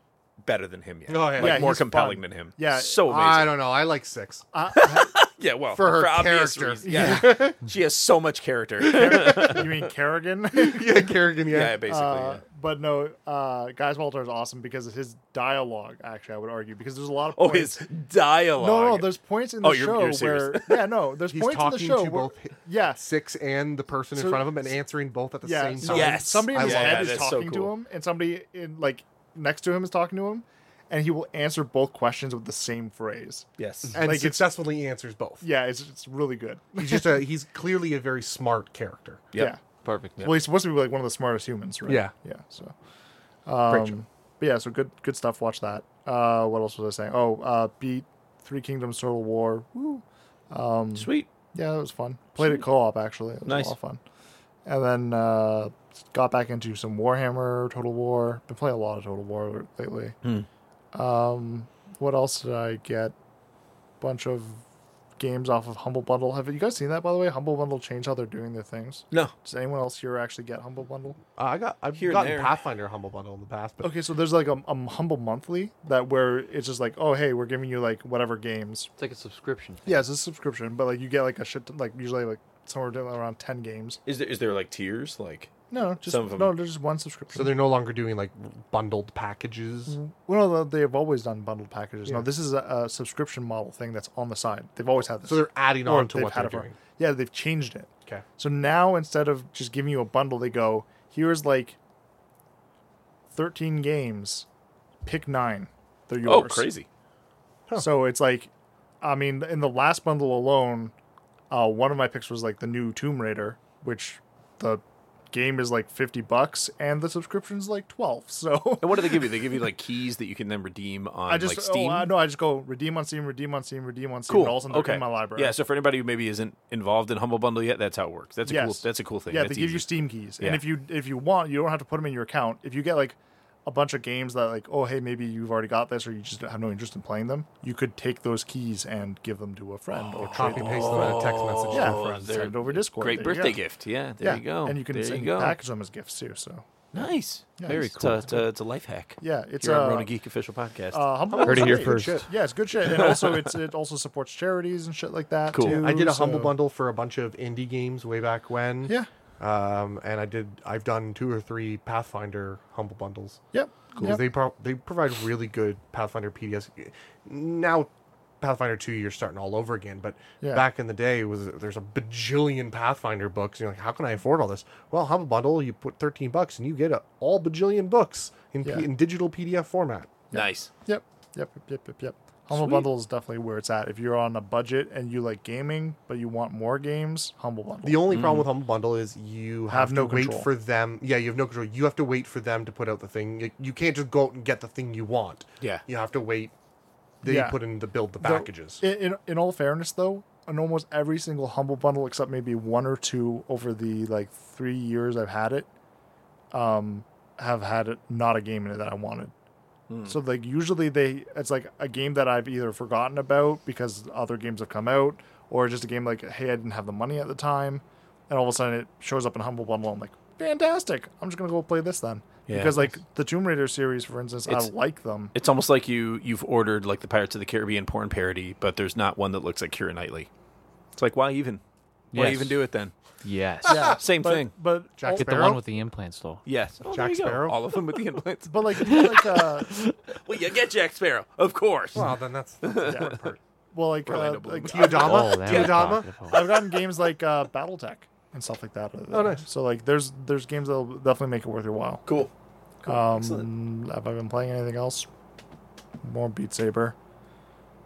S4: better than him yet.
S2: Oh, yeah.
S4: Like
S2: Yeah,
S4: more
S3: he's
S4: compelling
S3: fun.
S4: than him.
S3: Yeah.
S4: So amazing.
S2: I don't know. I like six.
S4: yeah, well,
S2: for her
S4: obvious
S2: character.
S4: reasons. Yeah. she has so much character.
S3: you mean kerrigan
S2: yeah, Kerrigan. Yeah.
S4: yeah, basically.
S3: Uh,
S4: yeah.
S3: but no uh guys walter is awesome because of his dialogue actually i would argue because there's a lot of
S4: Oh,
S3: points-
S4: his dialogue.
S3: no, no, there's points in the
S4: Oh, you're-
S3: show
S4: you're serious.
S3: where yeah, no, there's
S2: He's
S3: points in the
S2: talking
S3: show
S2: to
S3: where
S2: both hi-
S3: yeah,
S2: six and the person in
S3: So-
S2: front of him and answering both at the
S3: yeah,
S2: same
S3: so
S2: time.
S4: Yes.
S3: somebody in
S2: I
S3: his
S2: love
S3: head
S2: that.
S3: is
S4: That's so
S3: talking to
S4: cool.
S3: him, and somebody in like next to him is talking to him, and he will answer both questions with the same phrase.
S4: yes.
S2: And
S3: Like, it's-
S2: successfully answers both.
S3: Yeah, it's it's really good.
S2: He's just a he's clearly a very smart character.
S4: Yep.
S1: Perfect.
S3: Yeah, well, he's supposed to be like one of the smartest humans, right?
S2: Yeah.
S3: yeah. So,
S2: Great job.
S3: um, but yeah, so good good stuff. Watch that. Uh, what else was I saying? Oh, uh, beat Three Kingdoms Total War. Woo.
S4: Sweet.
S3: Yeah, that was fun. Played it co-op actually. It was
S4: Nice.
S3: a lot of fun. And then uh, got back into some Warhammer, Total War. Been playing a lot of Total War lately. Um, what else did I get? Bunch of games off of Humble Bundle. Have you guys seen that by the way? Humble Bundle changed how they're doing their things.
S4: No.
S3: Does anyone else here actually get Humble Bundle?
S2: Uh, I got I've
S4: Here and
S2: gotten
S4: there.
S2: Pathfinder Humble Bundle in the past, but
S3: Okay, so there's like a, a Humble Monthly that where it's just like, oh hey, we're giving you like whatever games.
S10: It's like a subscription.
S3: Yeah, it's a subscription, but like you get like a shit, like usually like somewhere around ten games.
S4: Is there is there like tiers? Like
S3: No, just
S4: Some of 'em.
S3: no, there's just one subscription.
S2: so they're no longer doing like bundled packages.
S3: Well, no, they have always done bundled packages. No, this is a, a subscription model thing that's on the side. They've always had this.
S2: So they're adding
S3: Or
S2: on to
S3: they've
S2: what
S3: had
S2: they're
S3: it for-
S2: doing.
S3: Yeah, they've changed it.
S2: Okay.
S3: So now instead of just giving you a bundle, they go, here's like 13 games, pick nine. They're yours.
S4: oh crazy.
S3: So it's like, I mean, in the last bundle alone, uh, one of my picks was like the new Tomb Raider, which the game is like 50 bucks and the subscription's like 12. So
S4: And what do they give you? They give you like keys that you can then redeem on
S3: I just
S4: like Steam.
S3: Oh, I, no, I just go redeem on Steam, redeem on Steam, redeem on Steam.
S4: cool.
S3: and all of a sudden they're
S4: okay.
S3: in my library.
S4: Yeah. So for anybody who maybe isn't involved in Humble Bundle yet, that's how it works. That's a cool.
S3: Yes.
S4: That's a cool thing.
S3: yeah, they
S4: that's
S3: give you
S4: easy.
S3: Steam keys,
S4: Yeah.
S3: and if you if you want, you don't have to put them in your account. If you get like a bunch of games that like, oh hey, maybe you've already got this, or you just have no interest in playing them, you could take those keys and give them to a friend or trade
S2: Copy
S3: them.
S2: paste them in a text message.
S3: Yeah,
S2: to a friend.
S3: send it over
S4: Oh,
S3: Discord.
S4: Great
S3: There you
S4: birthday
S3: go.
S4: gift. Yeah. There
S3: yeah.
S4: you go.
S3: And you can
S4: there
S3: send-
S4: you go.
S3: package them as gifts too. So
S4: Nice.
S3: Yeah,
S4: Very
S3: it's-
S4: cool. It's a, it's a life hack.
S3: yeah, it's
S4: Here on
S3: uh,
S4: Rona Geek official podcast.
S3: uh, humble
S1: Heard it here
S3: Good
S1: first.
S3: shit. Yeah, it's good shit, and also it's it also supports charities and shit like that.
S4: Cool.
S3: Too,
S2: I did a
S3: so-
S2: humble bundle for a bunch of indie games way back when.
S3: Yeah.
S2: Um, and I did. I've done two or three Pathfinder humble bundles.
S3: Yep.
S2: Cool.
S3: yep.
S2: They pro- they provide really good Pathfinder PDS. Now, Pathfinder two, you're starting all over again. But
S3: Yeah.
S2: back in the day, was there's a bajillion Pathfinder books. And you're like, how can I afford all this? Well, humble bundle, you put thirteen bucks and you get a, all bajillion books in
S3: Yeah.
S2: P- in digital PDF format.
S4: nice.
S3: Yep. Yep. Yep. Yep. Yep. yep. Humble Bundle is definitely where it's at. If you're on a budget and you like gaming, but you want more games, Humble Bundle.
S2: The only problem with Humble Bundle is you have,
S3: Mm. Have
S2: to
S3: no
S2: wait
S3: control.
S2: for them. Yeah, you have no control. You have to wait for them to put out the thing. You, you can't just go out and get the thing you want.
S4: Yeah.
S2: You have to wait. They
S3: Yeah. Oh,
S2: put in the build the
S3: Though,
S2: packages.
S3: in, in, in all fairness, though, on almost every single Humble Bundle, except maybe one or two over the like three years I've had it, um, have had it not a game in it that I wanted.
S4: Hmm.
S3: So like usually they it's like a game that I've either forgotten about because other games have come out, or just a game like hey I didn't have the money at the time, and all of a sudden it shows up in Humble Bundle. I'm like fantastic! I'm just gonna go play this then
S4: Yeah.
S3: because like the Tomb Raider series for instance
S4: It's-
S3: I like them.
S4: It's almost like you you've ordered like the Pirates of the Caribbean porn parody, but there's not one that looks like Kira Knightley. It's like why even? Why
S1: Yes.
S4: even do it then?
S1: Yes.
S3: Yeah,
S4: Same
S3: but,
S4: thing.
S3: But
S2: Jack
S1: Get the
S2: Sparrow?
S1: one with the implants though.
S4: Yes. Oh,
S2: Jack
S4: there you go.
S2: Sparrow?
S4: All of them with the implants.
S3: But like, you get, like uh,
S4: well, you get Jack Sparrow, of course.
S2: Well, then that's, that's the important part.
S3: well, like, uh,
S4: Relatable.
S3: like I've,
S2: Diodama?
S1: Oh, that I'm
S2: Diodama?
S1: talking about.
S3: I've gotten games like uh, BattleTech and stuff like that. Oh,
S2: nice.
S3: So like, there's there's games that'll definitely make it worth your while.
S4: cool.
S3: Um, have I been playing anything else? More Beat Saber.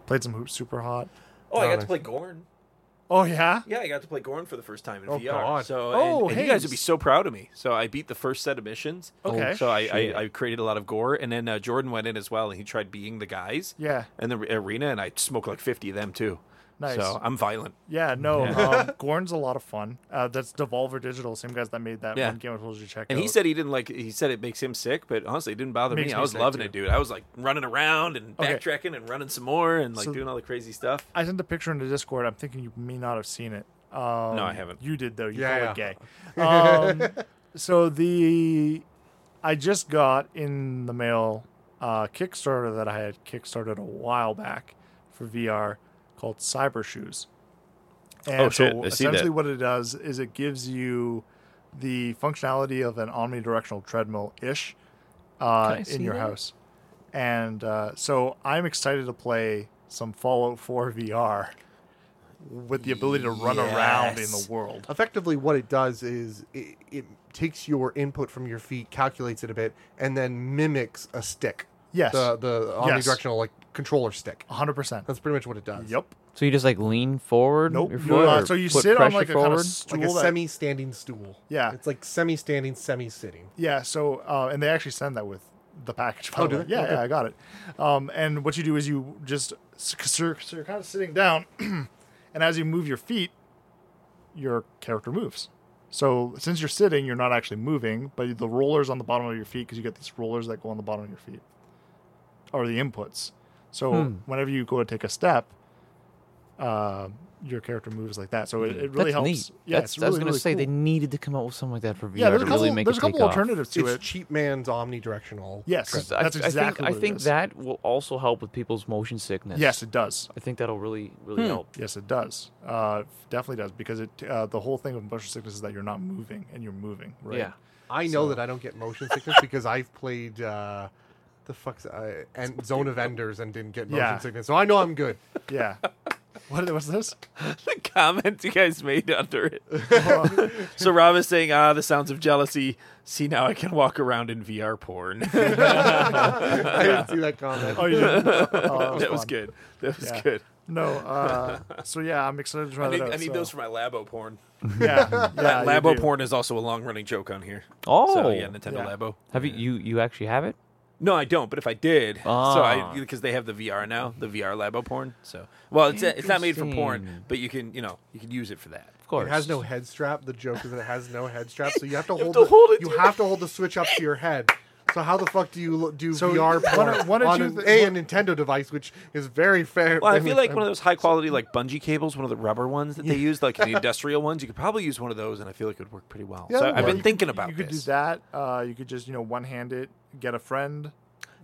S3: Played some Hoop Super Hot.
S4: Oh, I got
S2: nice.
S4: to play Gorn.
S3: Oh yeah.
S4: Yeah, I got to play Gorn for the first time in
S2: Oh,
S4: VR.
S2: God.
S4: So,
S3: Oh,
S4: and, and you guys
S3: hey.
S4: would be so proud of me. So I beat the first set of missions.
S3: Okay.
S4: So I, I, I created a lot of gore, and then uh, Jordan went in as well, and he tried being the guys.
S3: Yeah.
S4: And the arena, and I smoked like fifty of them too.
S3: Nice.
S4: So I'm violent.
S3: Yeah. No. Um, Gorn's a lot of fun. Uh, that's Devolver Digital, same guys that made that
S4: Yeah.
S3: one game I told you to check
S4: And
S3: out.
S4: he said he didn't like. He said it makes him sick, but honestly, it didn't bother
S3: Makes
S4: me. I
S3: me
S4: was
S3: sick,
S4: loving
S3: too.
S4: it, dude. I was like running around and
S3: Okay.
S4: backtracking and running some more and like
S3: So-
S4: doing all the crazy stuff.
S3: I sent a picture into Discord. I'm thinking you may not have seen it. Um,
S4: No, I haven't.
S3: You did though. You
S2: Yeah,
S3: called it gay. Um, so the I just got in the mail uh, Kickstarter that I had kickstarted a while back for VR called Cyber Shoes. And
S4: Oh, shit,
S3: So
S4: I see that.
S3: essentially, what it does is it gives you the functionality of an omnidirectional treadmill ish uh, in your house. And uh, so I'm excited to play some Fallout 4 VR with the ability to run around in the
S4: Yes.
S3: world.
S2: Effectively, what it does is it, it takes your input from your feet, calculates it a bit, and then mimics a stick.
S3: Yes.
S2: The, the
S3: Yes.
S2: omnidirectional like controller stick.
S3: 100%.
S2: That's pretty much what it does.
S3: Yep.
S1: So you just like lean forward.
S3: Nope.
S1: your
S3: You,
S1: foot,
S3: uh,
S1: or
S3: so you
S1: put
S3: sit on
S1: pressure
S3: like a
S1: forward.
S3: kind of stool.
S2: Like a
S3: that-
S2: semi standing stool.
S3: Yeah.
S2: It's like semi standing, semi sitting.
S3: yeah. So, uh, and they actually send that with the package. by
S2: Oh,
S3: the
S2: do
S3: way.
S2: they?
S3: Yeah,
S2: Okay.
S3: yeah, I got it. Um, and what you do is you just, so you're kind of sitting down, and as you move your feet, your character moves. So since you're sitting, you're not actually moving, but the rollers on the bottom of your feet because you get these rollers that go on the bottom of your
S1: Hmm.
S3: feet are the inputs. So whenever you go to take a step, uh, your character moves like that. So it, it really
S1: That's
S3: helps.
S1: neat.
S3: Yeah,
S1: That's,
S3: it's
S1: I was
S3: really,
S1: gonna
S3: really
S1: say they
S3: cool.
S1: needed to come out with something like that for VR
S3: yeah. There's a
S1: to
S3: couple.
S1: really make
S3: there's a
S1: it
S3: couple
S1: take off.
S3: alternatives to
S2: it's
S3: it.
S2: cheap man's omnidirectional.
S3: Yes,
S2: trip.
S1: I-
S3: that's
S1: I,
S3: exactly.
S1: think,
S3: what
S1: I
S3: it
S1: think
S3: is.
S1: that will also help with people's motion sickness.
S3: Yes,
S1: I
S3: it does.
S1: think that'll really really help.
S3: Yes, it does. Uh, it definitely does because it uh, the whole thing with motion sickness is that you're not moving and you're moving. Right.
S1: Yeah.
S2: I know that I don't get motion sickness because I've played uh, the fuck's uh, and Zone of Enders and didn't get motion
S3: Yeah.
S2: sickness, so I know I'm good.
S3: Yeah. what was this?
S4: the comment you guys made under it. so Rob is saying, "Ah, the sounds of jealousy. See now, I can walk around in VR porn." that
S2: I didn't see that comment.
S3: Oh, you didn't? Oh, that,
S4: was
S3: fun.
S4: good. That was
S3: Yeah.
S4: good.
S3: No. Uh, so yeah, I'm excited to try
S4: I need,
S3: that out.
S4: I need
S3: so-
S4: those for my labo porn.
S3: Yeah. yeah you
S4: labo
S3: do.
S4: porn is also a long running joke on here.
S1: Oh,
S4: so, yeah, Nintendo
S3: Yeah.
S4: Labo.
S1: have you, you you actually have it?
S4: No, I don't. But if I did, so
S1: Ah.
S4: I because they have the VR now, the VR Labo porn. So well, it's it's not made for porn,
S1: Interesting.
S4: but you can you know you can use it for that.
S1: Of course.
S2: It has no head strap. The joke is that it has no head strap, so you have to hold.
S4: to
S2: the,
S4: hold it
S2: You
S4: to your-
S2: have to hold the switch up to your head. So how the fuck do you lo- do
S11: So
S2: VR
S11: one or-
S2: porn
S11: one or
S2: on
S11: two
S2: an,
S11: thi-
S2: a, a Nintendo device, which is very fair?
S4: Well, I feel like one of those high quality like bungee cables, one of the rubber ones that they use, like the industrial ones. You could probably use one of those, and I feel like it would work pretty well.
S2: Yeah,
S4: so
S2: it would
S4: I've
S2: work.
S4: been thinking about
S3: You could
S4: this.
S3: do that. Uh, you could just you know one hand it, get a friend.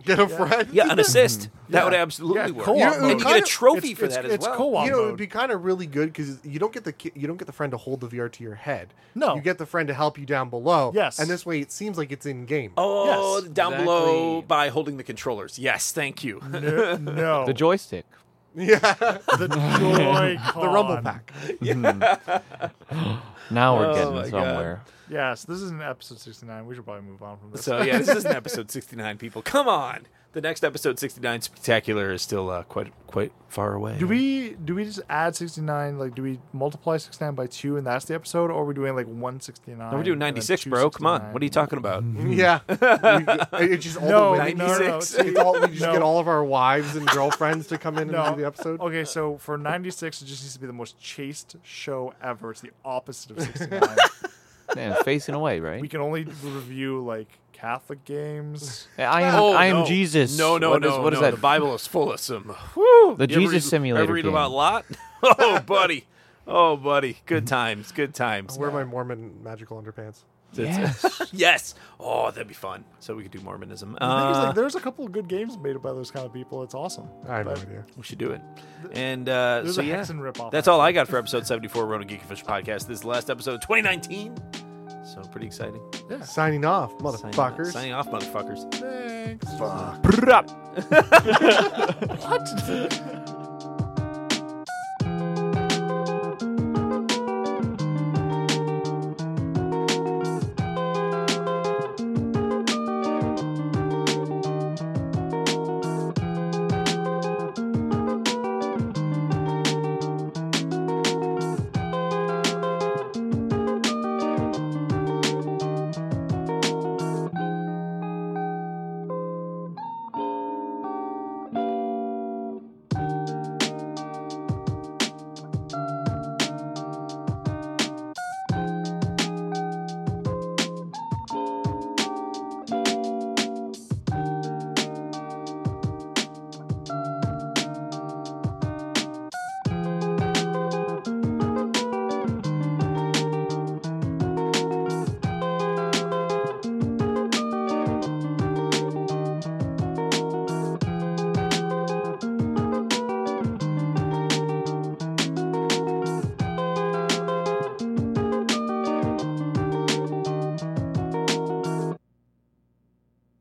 S2: get a friend.
S4: Yeah, an assist that would
S3: Yeah.
S4: absolutely
S3: Yeah,
S4: work.
S3: co-op
S4: And
S2: mode.
S4: you get a
S2: Kinda-
S4: trophy
S3: it's,
S4: for
S3: it's,
S4: that as
S3: it's
S4: well.
S3: co-op
S2: You know, it
S3: mode.
S2: would be kind of really good because you don't get the ki- you don't get the friend to hold the VR to your head.
S3: No.
S2: you get the friend to help you down below.
S3: Yes.
S2: and this way it seems like it's in game.
S4: Oh,
S3: Yes,
S4: down below
S1: exactly.
S4: by holding the controllers. Yes, thank you.
S3: no, no.
S1: the joystick.
S2: yeah,
S3: the joy
S2: the rumble pack.
S1: Now we're
S4: Oh my
S1: getting
S4: God.
S1: somewhere.
S3: Yes, this is an episode 69. We should probably move on from this.
S4: so yeah, this is an episode sixty nine. People, come on. The next episode sixty nine spectacular is still uh, quite quite far away.
S3: do we do we just add 69 like do we multiply 69 by 2 and that's the episode or are we doing like 169
S4: No, we're doing ninety six, bro. Come on. What are you talking about?
S2: Yeah, we, it's just all
S3: No,
S2: the
S3: no,
S2: women.
S3: no, no.
S2: It's all, we just
S3: No.
S2: get all of our wives and girlfriends to come in
S3: No. Oh,
S2: and do the episode.
S3: okay so for 96 it just needs to be the most chaste show ever it's the opposite of 69
S1: And facing away, right?
S3: we can only review like catholic games
S1: I am
S4: Oh,
S1: I am
S4: no.
S1: Jesus.
S4: No, no,
S1: What
S4: no.
S1: is- what is
S4: no.
S1: that?
S4: The Bible is full of some. Woo, You
S1: The
S4: ever
S1: Jesus
S4: read-
S1: simulator
S4: Ever read
S1: game.
S4: about Lot? Oh, buddy. Oh, buddy. Good times. Good times.
S2: I wear my Mormon magical underpants.
S1: Oh, Yes.
S4: Yes. Oh, that'd be fun. So we could do Mormonism.
S3: I think it's
S4: Uh,
S3: like, there's a couple of good games made by those kind of people it's awesome
S2: I have no
S3: But-
S2: idea.
S4: we should do it. And uh,
S3: There's
S4: so
S3: a
S4: yeah,
S3: Hexen ripoff.
S4: that's all I got for episode 74 Roto Geekifish podcast. This is the last episode of 2019. So pretty exciting.
S2: Signing off,
S4: Signing-
S2: motherfuckers.
S4: Signing off, motherfuckers.
S3: Thanks.
S2: Fuck.
S4: Brrrap.
S3: What?